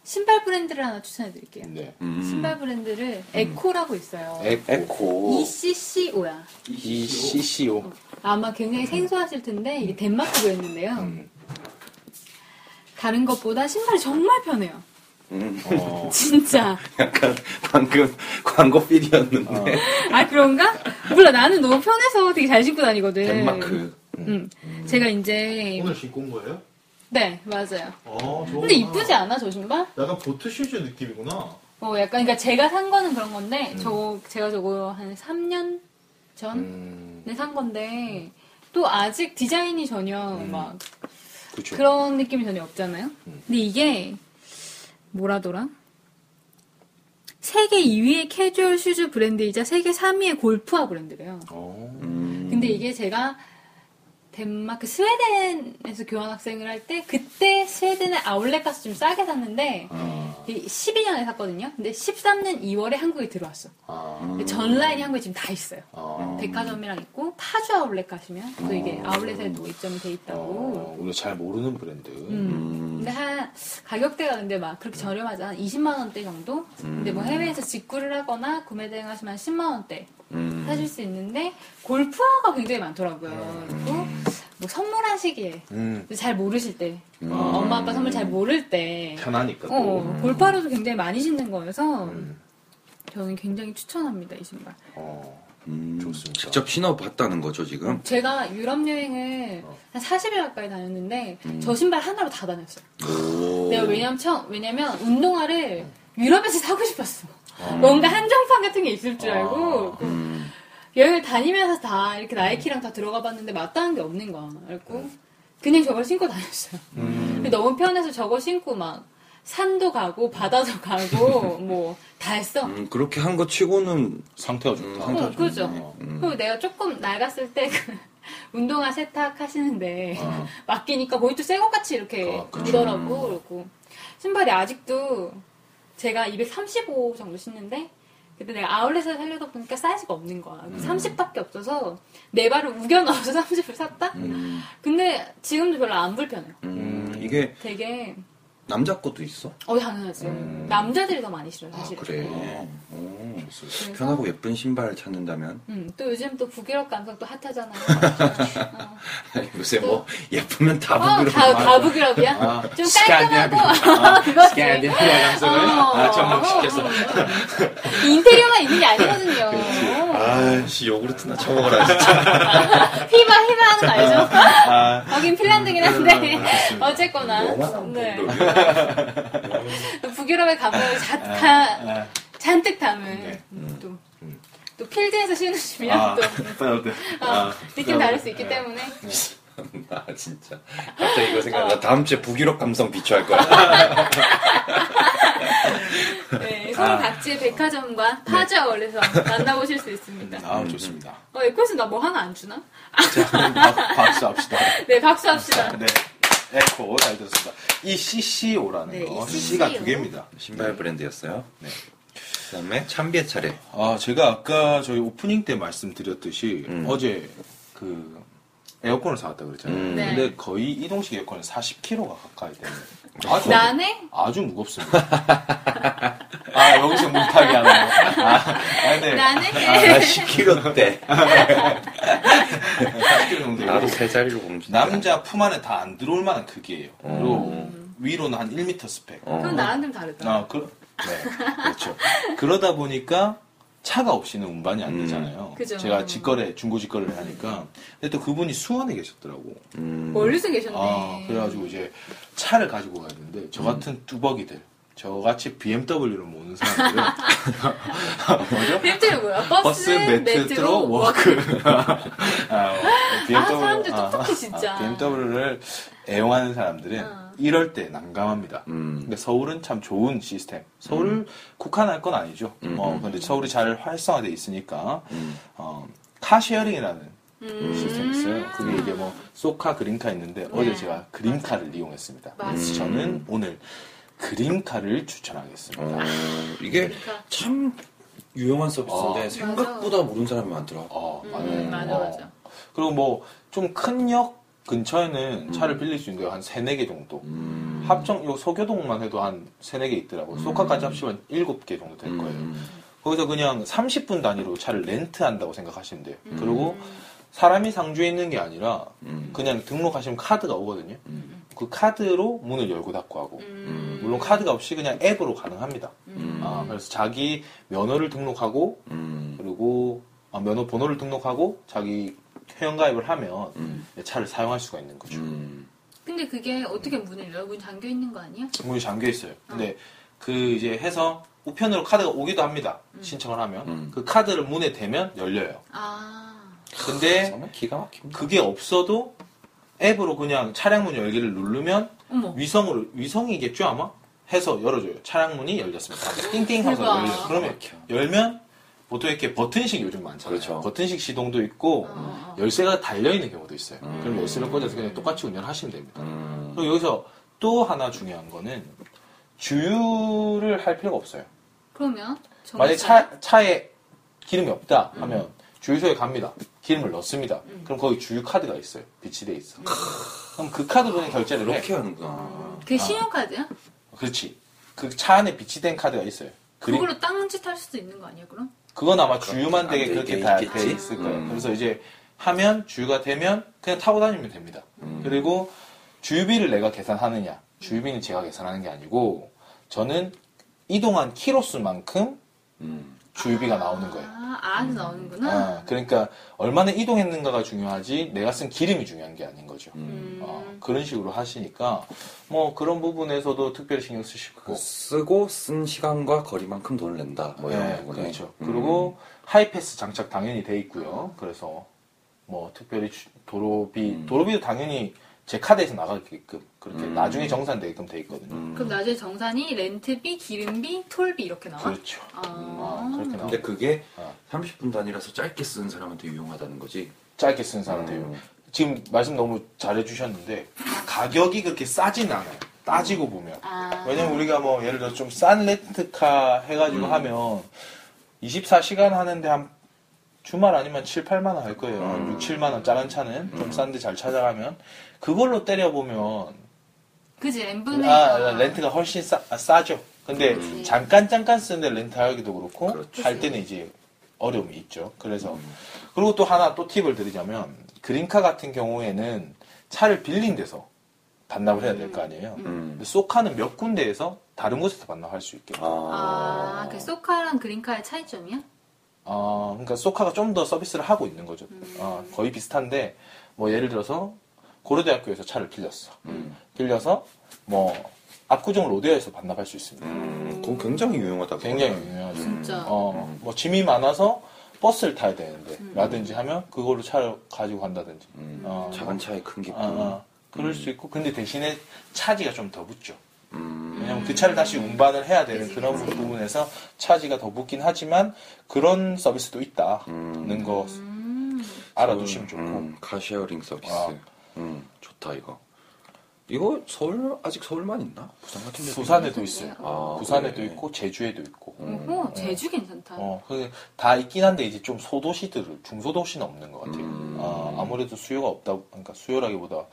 [SPEAKER 2] 신발 브랜드를 하나 추천해 드릴게요.
[SPEAKER 3] 네.
[SPEAKER 4] 음.
[SPEAKER 2] 신발 브랜드를 에코라고 있어요. E
[SPEAKER 3] 에코
[SPEAKER 2] ECCO야.
[SPEAKER 3] E C C O.
[SPEAKER 2] 아마 굉장히 생소하실 텐데
[SPEAKER 4] 음.
[SPEAKER 2] 이게 덴마크였는데요.
[SPEAKER 3] 음.
[SPEAKER 2] 다른 것보다 신발이 정말 편해요. <laughs>
[SPEAKER 4] 음,
[SPEAKER 3] 어,
[SPEAKER 2] 진짜.
[SPEAKER 4] 약간 방금 광고 필이었는데
[SPEAKER 2] 아, 그런가? 몰라, 나는 너무 편해서 되게 잘 신고 다니거든.
[SPEAKER 4] 덴마크
[SPEAKER 2] 음. 제가 이제.
[SPEAKER 3] 어.
[SPEAKER 5] 오늘 <laughs> 신고 온 거예요?
[SPEAKER 2] 네, 맞아요.
[SPEAKER 5] 아,
[SPEAKER 2] 근데 이쁘지 않아, 저 신발?
[SPEAKER 5] 약간 보트 슈즈 느낌이구나.
[SPEAKER 2] 어, 약간, 그러니까 제가 산 거는 그런 건데,
[SPEAKER 4] 음.
[SPEAKER 2] 저, 제가 저거 한 3년 전에 네,
[SPEAKER 3] 음,
[SPEAKER 2] 산 건데, 또 아직 디자인이 전혀
[SPEAKER 4] 음.
[SPEAKER 2] 막
[SPEAKER 3] 그쵸. 음.
[SPEAKER 2] 그런 느낌이 전혀 없잖아요? 근데 이게, 뭐라더라? 세계 2위의 캐주얼 슈즈 브랜드이자 세계 3위의 골프화 브랜드래요.
[SPEAKER 3] 어,
[SPEAKER 4] 음.
[SPEAKER 2] 근데 이게 제가 덴마크 스웨덴에서 교환학생을 할 때 그때 스웨덴의 아울렛 가서 좀 싸게 샀는데
[SPEAKER 4] 아,
[SPEAKER 2] 12년에 샀거든요. 근데 13년 2월에 한국에 들어왔어.
[SPEAKER 3] 아,
[SPEAKER 2] 근데 전라인이 한국에 지금 다 있어요.
[SPEAKER 3] 아,
[SPEAKER 2] 백화점이랑 있고 파주 아울렛 가시면 또 이게 아울렛에 또 입점이 돼 있다고.
[SPEAKER 3] 어, 우리가 잘 모르는 브랜드.
[SPEAKER 2] 음. 근데 한 가격대가 근데 막 그렇게 저렴하지 않아 20만 원대 정도? 근데 뭐 해외에서 직구를 하거나 구매 대행하시면 한 10만 원대
[SPEAKER 4] 음.
[SPEAKER 2] 사실 수 있는데 골프화가 굉장히 많더라고요. 그리고 뭐 선물하시기에
[SPEAKER 3] 음,
[SPEAKER 2] 잘 모르실 때 엄마 아빠 선물 잘 모를 때
[SPEAKER 5] 네. 편하니까. 또.
[SPEAKER 2] 어, 골파로도 굉장히 많이 신는 거여서
[SPEAKER 3] 음.
[SPEAKER 2] 저는 굉장히 추천합니다 이 신발.
[SPEAKER 3] 어,
[SPEAKER 4] 음.
[SPEAKER 3] 좋습니다.
[SPEAKER 4] 직접 신어봤다는 거죠 지금?
[SPEAKER 2] 제가 유럽 여행을 한 40일 가까이 다녔는데 저 신발 하나로 다 다녔어요.
[SPEAKER 4] 오.
[SPEAKER 2] 내가 네, 왜냐면 처 왜냐면 운동화를 유럽에서 사고 싶었어. 뭔가 한정판 같은 게 있을 줄 알고 그
[SPEAKER 4] 음.
[SPEAKER 2] 여행을 다니면서 다 이렇게 나이키랑 다 들어가 봤는데 마땅한 게 없는 거야. 그래고 그냥 저걸 신고 다녔어요. 근데 너무 편해서 저거 신고 막 산도 가고 바다도 가고 뭐 다 했어.
[SPEAKER 4] 음, 그렇게 한 거 치고는
[SPEAKER 5] 음,
[SPEAKER 3] 상태가 좋다.
[SPEAKER 2] 어,
[SPEAKER 4] 음,
[SPEAKER 2] 그죠.
[SPEAKER 3] 어.
[SPEAKER 2] 그리고 내가 조금 낡았을 때 그 <laughs> 운동화 세탁 하시는데
[SPEAKER 4] 어.
[SPEAKER 2] <laughs> 맡기니까 거의 또 새 것 같이 이렇게
[SPEAKER 3] 아,
[SPEAKER 4] 그렇죠.
[SPEAKER 3] 그쵸.
[SPEAKER 2] 보더라고.
[SPEAKER 4] 음.
[SPEAKER 2] 그리고 신발이 아직도 제가 235 정도 신는데 그때 내가 아울렛에서 살려다 보니까 사이즈가 없는 거야.
[SPEAKER 4] 음.
[SPEAKER 2] 30밖에 없어서 내 발을 우겨 넣어서 <laughs> 30을 샀다? 근데 지금도 별로 안 불편해요.
[SPEAKER 4] 음, 이게
[SPEAKER 2] 되게
[SPEAKER 4] 남자 것도 있어?
[SPEAKER 2] 어 당연하지. 남자들이 더 많이 싫어
[SPEAKER 4] 음. 아
[SPEAKER 2] 사실.
[SPEAKER 4] 그래. 오.
[SPEAKER 3] 좋습니다.
[SPEAKER 4] 어, 편하고 예쁜 신발 찾는다면 <laughs>
[SPEAKER 2] 음, 또 요즘 또 북유럽 감성 또 핫하잖아요. 어.
[SPEAKER 4] 요새 뭐 예쁘면 다
[SPEAKER 2] 어,
[SPEAKER 4] 부끄러워.
[SPEAKER 2] 다, 다 북유럽이야? 좀 <laughs> 깔끔하고, 그거지. 어,
[SPEAKER 5] 네,
[SPEAKER 2] 아, 접목시켜서. 인테리어만 있는 게 아니거든요.
[SPEAKER 5] 아씨 요구르트나 처먹어라. 진짜.
[SPEAKER 2] 피바, 히바 하는 거 <laughs> 알죠? 거긴 핀란드긴 한데, 어쨌거나. 네. 북유럽의 감성을 잔 잔뜩 담은, 또, 또 필드에서 신으시면 또,
[SPEAKER 3] 아, 네.
[SPEAKER 2] 어, 느낌 다를 수 있기 때문에.
[SPEAKER 4] 아 <laughs> 진짜. 갑자기 이거
[SPEAKER 2] 어.
[SPEAKER 4] 생각나. 다음 주에 북유럽 감성
[SPEAKER 2] <laughs>
[SPEAKER 4] 비추할 거야.
[SPEAKER 2] 네, 서울 각지의 백화점과 파주 <laughs> 아울렛에서 만나보실 수 있습니다.
[SPEAKER 3] 아,
[SPEAKER 5] 음,
[SPEAKER 3] 좋습니다. <laughs>
[SPEAKER 2] 어, 에코에서 나 뭐 하나 안 주나?
[SPEAKER 3] 자, 그럼 박, 박수합시다.
[SPEAKER 2] 네, 박수합시다.
[SPEAKER 3] 네. 에코, 잘 들었습니다. 이 CCO라는
[SPEAKER 2] 네,
[SPEAKER 3] 거,
[SPEAKER 2] 이
[SPEAKER 3] C가
[SPEAKER 2] CCO.
[SPEAKER 3] 두 개입니다.
[SPEAKER 4] 신발 브랜드였어요. 네. 그다음에 참비의 차례.
[SPEAKER 3] 아, 제가 아까 저희 오프닝 때 말씀드렸듯이 어제 그 에어컨을 사왔다 그랬잖아요.
[SPEAKER 4] 음.
[SPEAKER 2] 네.
[SPEAKER 3] 근데 거의 이동식 에어컨이 40kg가 가까이 되는. 아주,
[SPEAKER 2] 나네?
[SPEAKER 3] 아주 무겁습니다. <laughs> 아, 여기서 물타기 하나요? 아, 아, 네.
[SPEAKER 2] 나네?
[SPEAKER 4] 10kg대.
[SPEAKER 3] 40kg 정도.
[SPEAKER 4] 나도
[SPEAKER 3] 되고
[SPEAKER 4] 세 자리로 공주.
[SPEAKER 3] 남자 품 안에 다 안 들어올 만한 크기예요. 그리고 위로는 한 1m 스펙.
[SPEAKER 2] 그건 나랑 좀 다르다.
[SPEAKER 3] 아, 그, 네, 그렇죠. 그러다 보니까 차가 없이는 운반이 안 되잖아요.
[SPEAKER 2] 그죠.
[SPEAKER 3] 제가 직거래, 중고 직거래를 하니까. 근데 또 그분이 수원에 계셨더라고.
[SPEAKER 2] 멀리서 뭐 계셨네.
[SPEAKER 3] 아, 그래가지고 이제 차를 가지고 가는데 저 같은 뚜벅이들, 저같이 BMW를 모는 사람들은
[SPEAKER 2] 뱀들이 뭐야? 버스,
[SPEAKER 3] 버스, 메트로, 워크. <laughs> 아, 어, BMW,
[SPEAKER 2] 사람들 똑똑해,
[SPEAKER 3] 아,
[SPEAKER 2] 진짜.
[SPEAKER 3] BMW를 애용하는 사람들은
[SPEAKER 2] 어.
[SPEAKER 3] 이럴 때 난감합니다.
[SPEAKER 4] 음.
[SPEAKER 3] 근데 서울은 참 좋은 시스템. 서울을 국한할 건 아니죠. 어, 근데 서울이 잘 활성화돼 있으니까 어, 카쉐어링이라는
[SPEAKER 2] 음.
[SPEAKER 3] 시스템이 있어요. 그게 이게 뭐 소카 그린카 있는데 어제 제가 그린카를 이용했습니다.
[SPEAKER 2] 네. 맞아요.
[SPEAKER 3] 그래서 저는 오늘 그린카를 추천하겠습니다.
[SPEAKER 4] 어, 이게
[SPEAKER 2] 그러니까.
[SPEAKER 4] 참 유용한 서비스인데
[SPEAKER 3] 아.
[SPEAKER 4] 생각보다 모르는 사람이 많더라.
[SPEAKER 3] 어,
[SPEAKER 2] 음, 맞아,
[SPEAKER 3] 어.
[SPEAKER 2] 맞아.
[SPEAKER 3] 그리고 뭐 좀 큰 역 근처에는 차를 빌릴 수 있는 데가 한 세네 개 정도.
[SPEAKER 4] 음.
[SPEAKER 3] 합정 요 서교동만 해도 한 세네 개 있더라고요. 소카까지 합치면 일곱 개 정도 될
[SPEAKER 4] 음.
[SPEAKER 3] 거예요. 거기서 그냥 30분 단위로 차를 렌트한다고 생각하시면 돼요.
[SPEAKER 4] 음.
[SPEAKER 3] 그리고 사람이 상주에 있는 게 아니라
[SPEAKER 4] 음.
[SPEAKER 3] 그냥 등록하시면 카드가 오거든요. 그 카드로 문을 열고 닫고 하고
[SPEAKER 2] 음,
[SPEAKER 3] 물론 카드가 없이 그냥 앱으로 가능합니다.
[SPEAKER 4] 음.
[SPEAKER 3] 아, 그래서 자기 면허를 등록하고
[SPEAKER 4] 음.
[SPEAKER 3] 그리고 아, 면허 번호를 등록하고 자기 회원가입을 하면
[SPEAKER 4] 음.
[SPEAKER 3] 차를 사용할 수가 있는 거죠.
[SPEAKER 4] 음.
[SPEAKER 2] 근데 그게 어떻게 문을 열어? 문 잠겨 있는 거 아니야?
[SPEAKER 3] 문이 잠겨 있어요. 근데 그 이제 해서 우편으로 카드가 오기도 합니다. 신청을 하면
[SPEAKER 4] 음.
[SPEAKER 3] 그 카드를 문에 대면 열려요.
[SPEAKER 2] 아.
[SPEAKER 4] <laughs>
[SPEAKER 3] 근데
[SPEAKER 4] 정말 기가 막힙니다.
[SPEAKER 3] 그게 없어도 앱으로 그냥 차량 문 열기를 누르면
[SPEAKER 2] 어머.
[SPEAKER 3] 위성으로 위성이겠죠 아마 해서 열어줘요. 차량 문이 열렸습니다. 하면서 띵띵 하면서
[SPEAKER 2] 대박.
[SPEAKER 3] 열려요. 그러면 열면 보통 이렇게 버튼식 요즘 많잖아요.
[SPEAKER 4] 아, 그렇죠.
[SPEAKER 3] 버튼식 시동도 있고
[SPEAKER 2] 어.
[SPEAKER 3] 열쇠가 달려 있는 경우도 있어요.
[SPEAKER 4] 음.
[SPEAKER 3] 그럼 열쇠를 꽂아서 그냥 똑같이 운전하시면 됩니다.
[SPEAKER 4] 음.
[SPEAKER 3] 그리고 여기서 또 하나 중요한 거는 주유를 할 필요가 없어요.
[SPEAKER 2] 그러면
[SPEAKER 3] 만약
[SPEAKER 2] 정했어요?
[SPEAKER 3] 차, 차에 기름이 없다 하면 주유소에 갑니다. 기름을 넣습니다. 그럼 거기 주유 카드가 있어요. 비치돼 있어. 그럼 그 카드 로에 결제를 해.
[SPEAKER 4] 이렇게 하는구나.
[SPEAKER 2] 어,
[SPEAKER 3] 아.
[SPEAKER 2] 그게 신용카드야?
[SPEAKER 3] 그렇지. 그 차 안에 비치된 카드가 있어요. 그리,
[SPEAKER 2] 그걸로 땅짓 할 수도 있는 거 아니야 그럼?
[SPEAKER 3] 그건 아마 주유만 되게
[SPEAKER 4] 안
[SPEAKER 3] 그렇게
[SPEAKER 4] 되게
[SPEAKER 3] 다
[SPEAKER 4] 있겠지.
[SPEAKER 3] 돼 있을 거예요.
[SPEAKER 4] 음.
[SPEAKER 3] 그래서 이제 하면 주유가 되면 그냥 타고 다니면 됩니다.
[SPEAKER 4] 음.
[SPEAKER 3] 그리고 주유비를 내가 계산하느냐. 주유비는 제가 계산하는 게 아니고 저는 이동한 키로수만큼
[SPEAKER 4] 음.
[SPEAKER 3] 주유비가 나오는 거예요.
[SPEAKER 2] 아, 아도 나오는구나.
[SPEAKER 3] 아, 그러니까 얼마나 이동했는가가 중요하지 내가 쓴 기름이 중요한 게 아닌 거죠.
[SPEAKER 2] 음.
[SPEAKER 3] 어, 그런 식으로 하시니까 뭐 그런 부분에서도 특별히 신경 쓰시고
[SPEAKER 4] 그 쓰고 쓴 시간과 거리만큼 돈을 낸다. 뭐 이런
[SPEAKER 3] 네,
[SPEAKER 4] 거네.
[SPEAKER 3] 그렇죠.
[SPEAKER 4] 음.
[SPEAKER 3] 그리고 하이패스 장착 당연히 돼 있고요. 그래서 뭐 특별히 주- 도로비
[SPEAKER 4] 음.
[SPEAKER 3] 도로비도 당연히 제 카드에서 나가게끔 그렇게
[SPEAKER 4] 음.
[SPEAKER 3] 나중에 정산되게끔 돼 있거든요.
[SPEAKER 4] 음.
[SPEAKER 2] 그럼 나중에 정산이 렌트비, 기름비, 톨비 이렇게 나와?
[SPEAKER 3] 그렇죠.
[SPEAKER 2] 아,
[SPEAKER 3] 아, 그렇게 나와.
[SPEAKER 4] 근데 그게
[SPEAKER 3] 어.
[SPEAKER 4] 30분 단위라서 짧게 쓰는 사람한테 유용하다는 거지.
[SPEAKER 3] 짧게 쓰는 사람들요.
[SPEAKER 4] 음.
[SPEAKER 3] 지금 말씀 너무 잘해주셨는데 가격이 그렇게 싸진 않아요. 따지고 보면.
[SPEAKER 2] 아.
[SPEAKER 3] 왜냐면 우리가 뭐 예를 들어 좀 싼 렌트카 해가지고 하면 24시간 하는데 한 주말 아니면 7, 8만 원 할 거예요.
[SPEAKER 4] 음.
[SPEAKER 3] 6, 7만 원 작은 차는 좀 싼데 잘 찾아가면 그걸로 때려보면
[SPEAKER 2] 그지 엠분의
[SPEAKER 3] 아, 렌트가 훨씬 싸, 아, 싸죠. 근데
[SPEAKER 2] 그렇지.
[SPEAKER 3] 잠깐 잠깐 쓰는데 렌트하기도 그렇고
[SPEAKER 4] 그렇죠.
[SPEAKER 3] 할 때는 이제 어려움이 있죠. 그래서 그리고 또 하나 또 팁을 드리자면 그린카 같은 경우에는 차를 빌린 데서 반납을 해야 될 거 아니에요.
[SPEAKER 4] 음.
[SPEAKER 3] 근데 소카는 몇 군데에서 다른 곳에서 반납할 수 있게. 아,
[SPEAKER 2] 아, 그 소카랑 그린카의 차이점이야?
[SPEAKER 3] 그러니까 소카가 좀 더 서비스를 하고 있는 거죠. 아, 거의 비슷한데 뭐 예를 들어서 고려대학교에서 차를 빌렸어.
[SPEAKER 4] 음.
[SPEAKER 3] 빌려서 뭐 압구정 로데오에서 반납할 수 있습니다.
[SPEAKER 4] 음, 그건 굉장히 유용하다.
[SPEAKER 3] 굉장히
[SPEAKER 4] 그거는.
[SPEAKER 3] 유명하죠.
[SPEAKER 2] 진짜.
[SPEAKER 3] 어, 뭐 짐이 많아서 버스를 타야 되는데 라든지 하면 그걸로 차를 가지고 간다든지.
[SPEAKER 4] 음,
[SPEAKER 3] 어,
[SPEAKER 4] 작은 차의 큰 기쁨.
[SPEAKER 3] 아, 아, 그럴 수 있고 근데 대신에 차지가 좀 더 붙죠.
[SPEAKER 4] 음.
[SPEAKER 3] 왜냐면 그 차를 다시 운반을 해야 되는 그런 부분에서 차지가 더 붙긴 하지만 그런 서비스도 있다는
[SPEAKER 4] 음.
[SPEAKER 3] 거
[SPEAKER 2] 음.
[SPEAKER 3] 알아두시면 좋고
[SPEAKER 4] 음, 카쉐어링 서비스.
[SPEAKER 3] 아.
[SPEAKER 4] 음, 좋다 이거. 이거 서울 아직 서울만 있나? 부산 같은 데
[SPEAKER 3] 부산에도 있어요. 네. 음.
[SPEAKER 4] 아,
[SPEAKER 3] 부산에도
[SPEAKER 4] 그래. 음.
[SPEAKER 3] 있고 제주에도 있고
[SPEAKER 2] 오호, 제주 괜찮다.
[SPEAKER 3] 어, 그게 다 있긴 한데 이제 좀 소도시들 중소도시는 없는 것 같아요.
[SPEAKER 4] 음.
[SPEAKER 3] 아, 아무래도 수요가 없다 그러니까 수요라기보다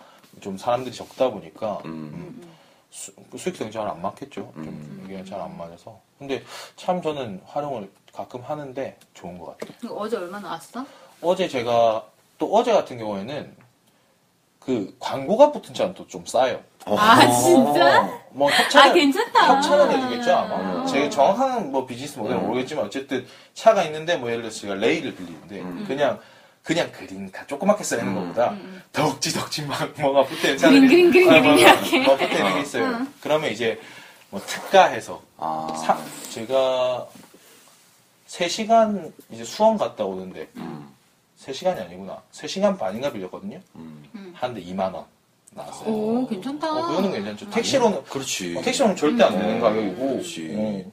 [SPEAKER 3] 좀 사람들이 적다 보니까
[SPEAKER 4] 음.
[SPEAKER 3] 수, 그 수익성이 잘 안 맞겠죠.
[SPEAKER 2] 음.
[SPEAKER 3] 좀 이게 잘 안 맞아서. 근데 참 저는 활용을 가끔 하는데 좋은 것 같아요.
[SPEAKER 2] 이거 어제 얼마 나왔어?
[SPEAKER 3] 어제 제가 또 어제 같은 경우에는 그 광고가 붙은 차는 또 좀 싸요.
[SPEAKER 4] 어.
[SPEAKER 2] 아, 진짜?
[SPEAKER 3] 뭐
[SPEAKER 2] 아,
[SPEAKER 3] 협찬은
[SPEAKER 2] 괜찮다.
[SPEAKER 3] 협찬은 해주겠죠 아마.
[SPEAKER 2] 아. 음.
[SPEAKER 3] 제 정확한 뭐 비즈니스 모델은 모르겠지만 어쨌든 차가 있는데 뭐 예를 들어서 제가 레이를 빌리는데
[SPEAKER 2] 음.
[SPEAKER 3] 그냥 그냥 그린카 조그맣게 써 있는 것보다 덕지 덕지 막 <laughs> 뭐가 붙어 있는 차들이
[SPEAKER 2] 음. 그린, 그린, 그린,
[SPEAKER 3] 아, 뭐,
[SPEAKER 2] 그린 이렇게. 음.
[SPEAKER 3] 뭐 붙어 있는 게 있어요. 그러면 이제 뭐 특가해서
[SPEAKER 4] 아.
[SPEAKER 3] 사- 제가 3시간 이제 수원 갔다 오는데
[SPEAKER 4] 음.
[SPEAKER 3] 3시간이 아니구나. 3시간 반인가 빌렸거든요.
[SPEAKER 4] 음.
[SPEAKER 3] 하는데 2만 원 나왔어요.
[SPEAKER 2] 오, 괜찮다.
[SPEAKER 3] 어, 그거는 괜찮죠. 택시로는
[SPEAKER 4] 그렇지.
[SPEAKER 3] 어, 택시로는 절대 안 되는
[SPEAKER 4] 아, 예. 음,
[SPEAKER 3] 가격이고.
[SPEAKER 4] 그렇지.
[SPEAKER 3] 음.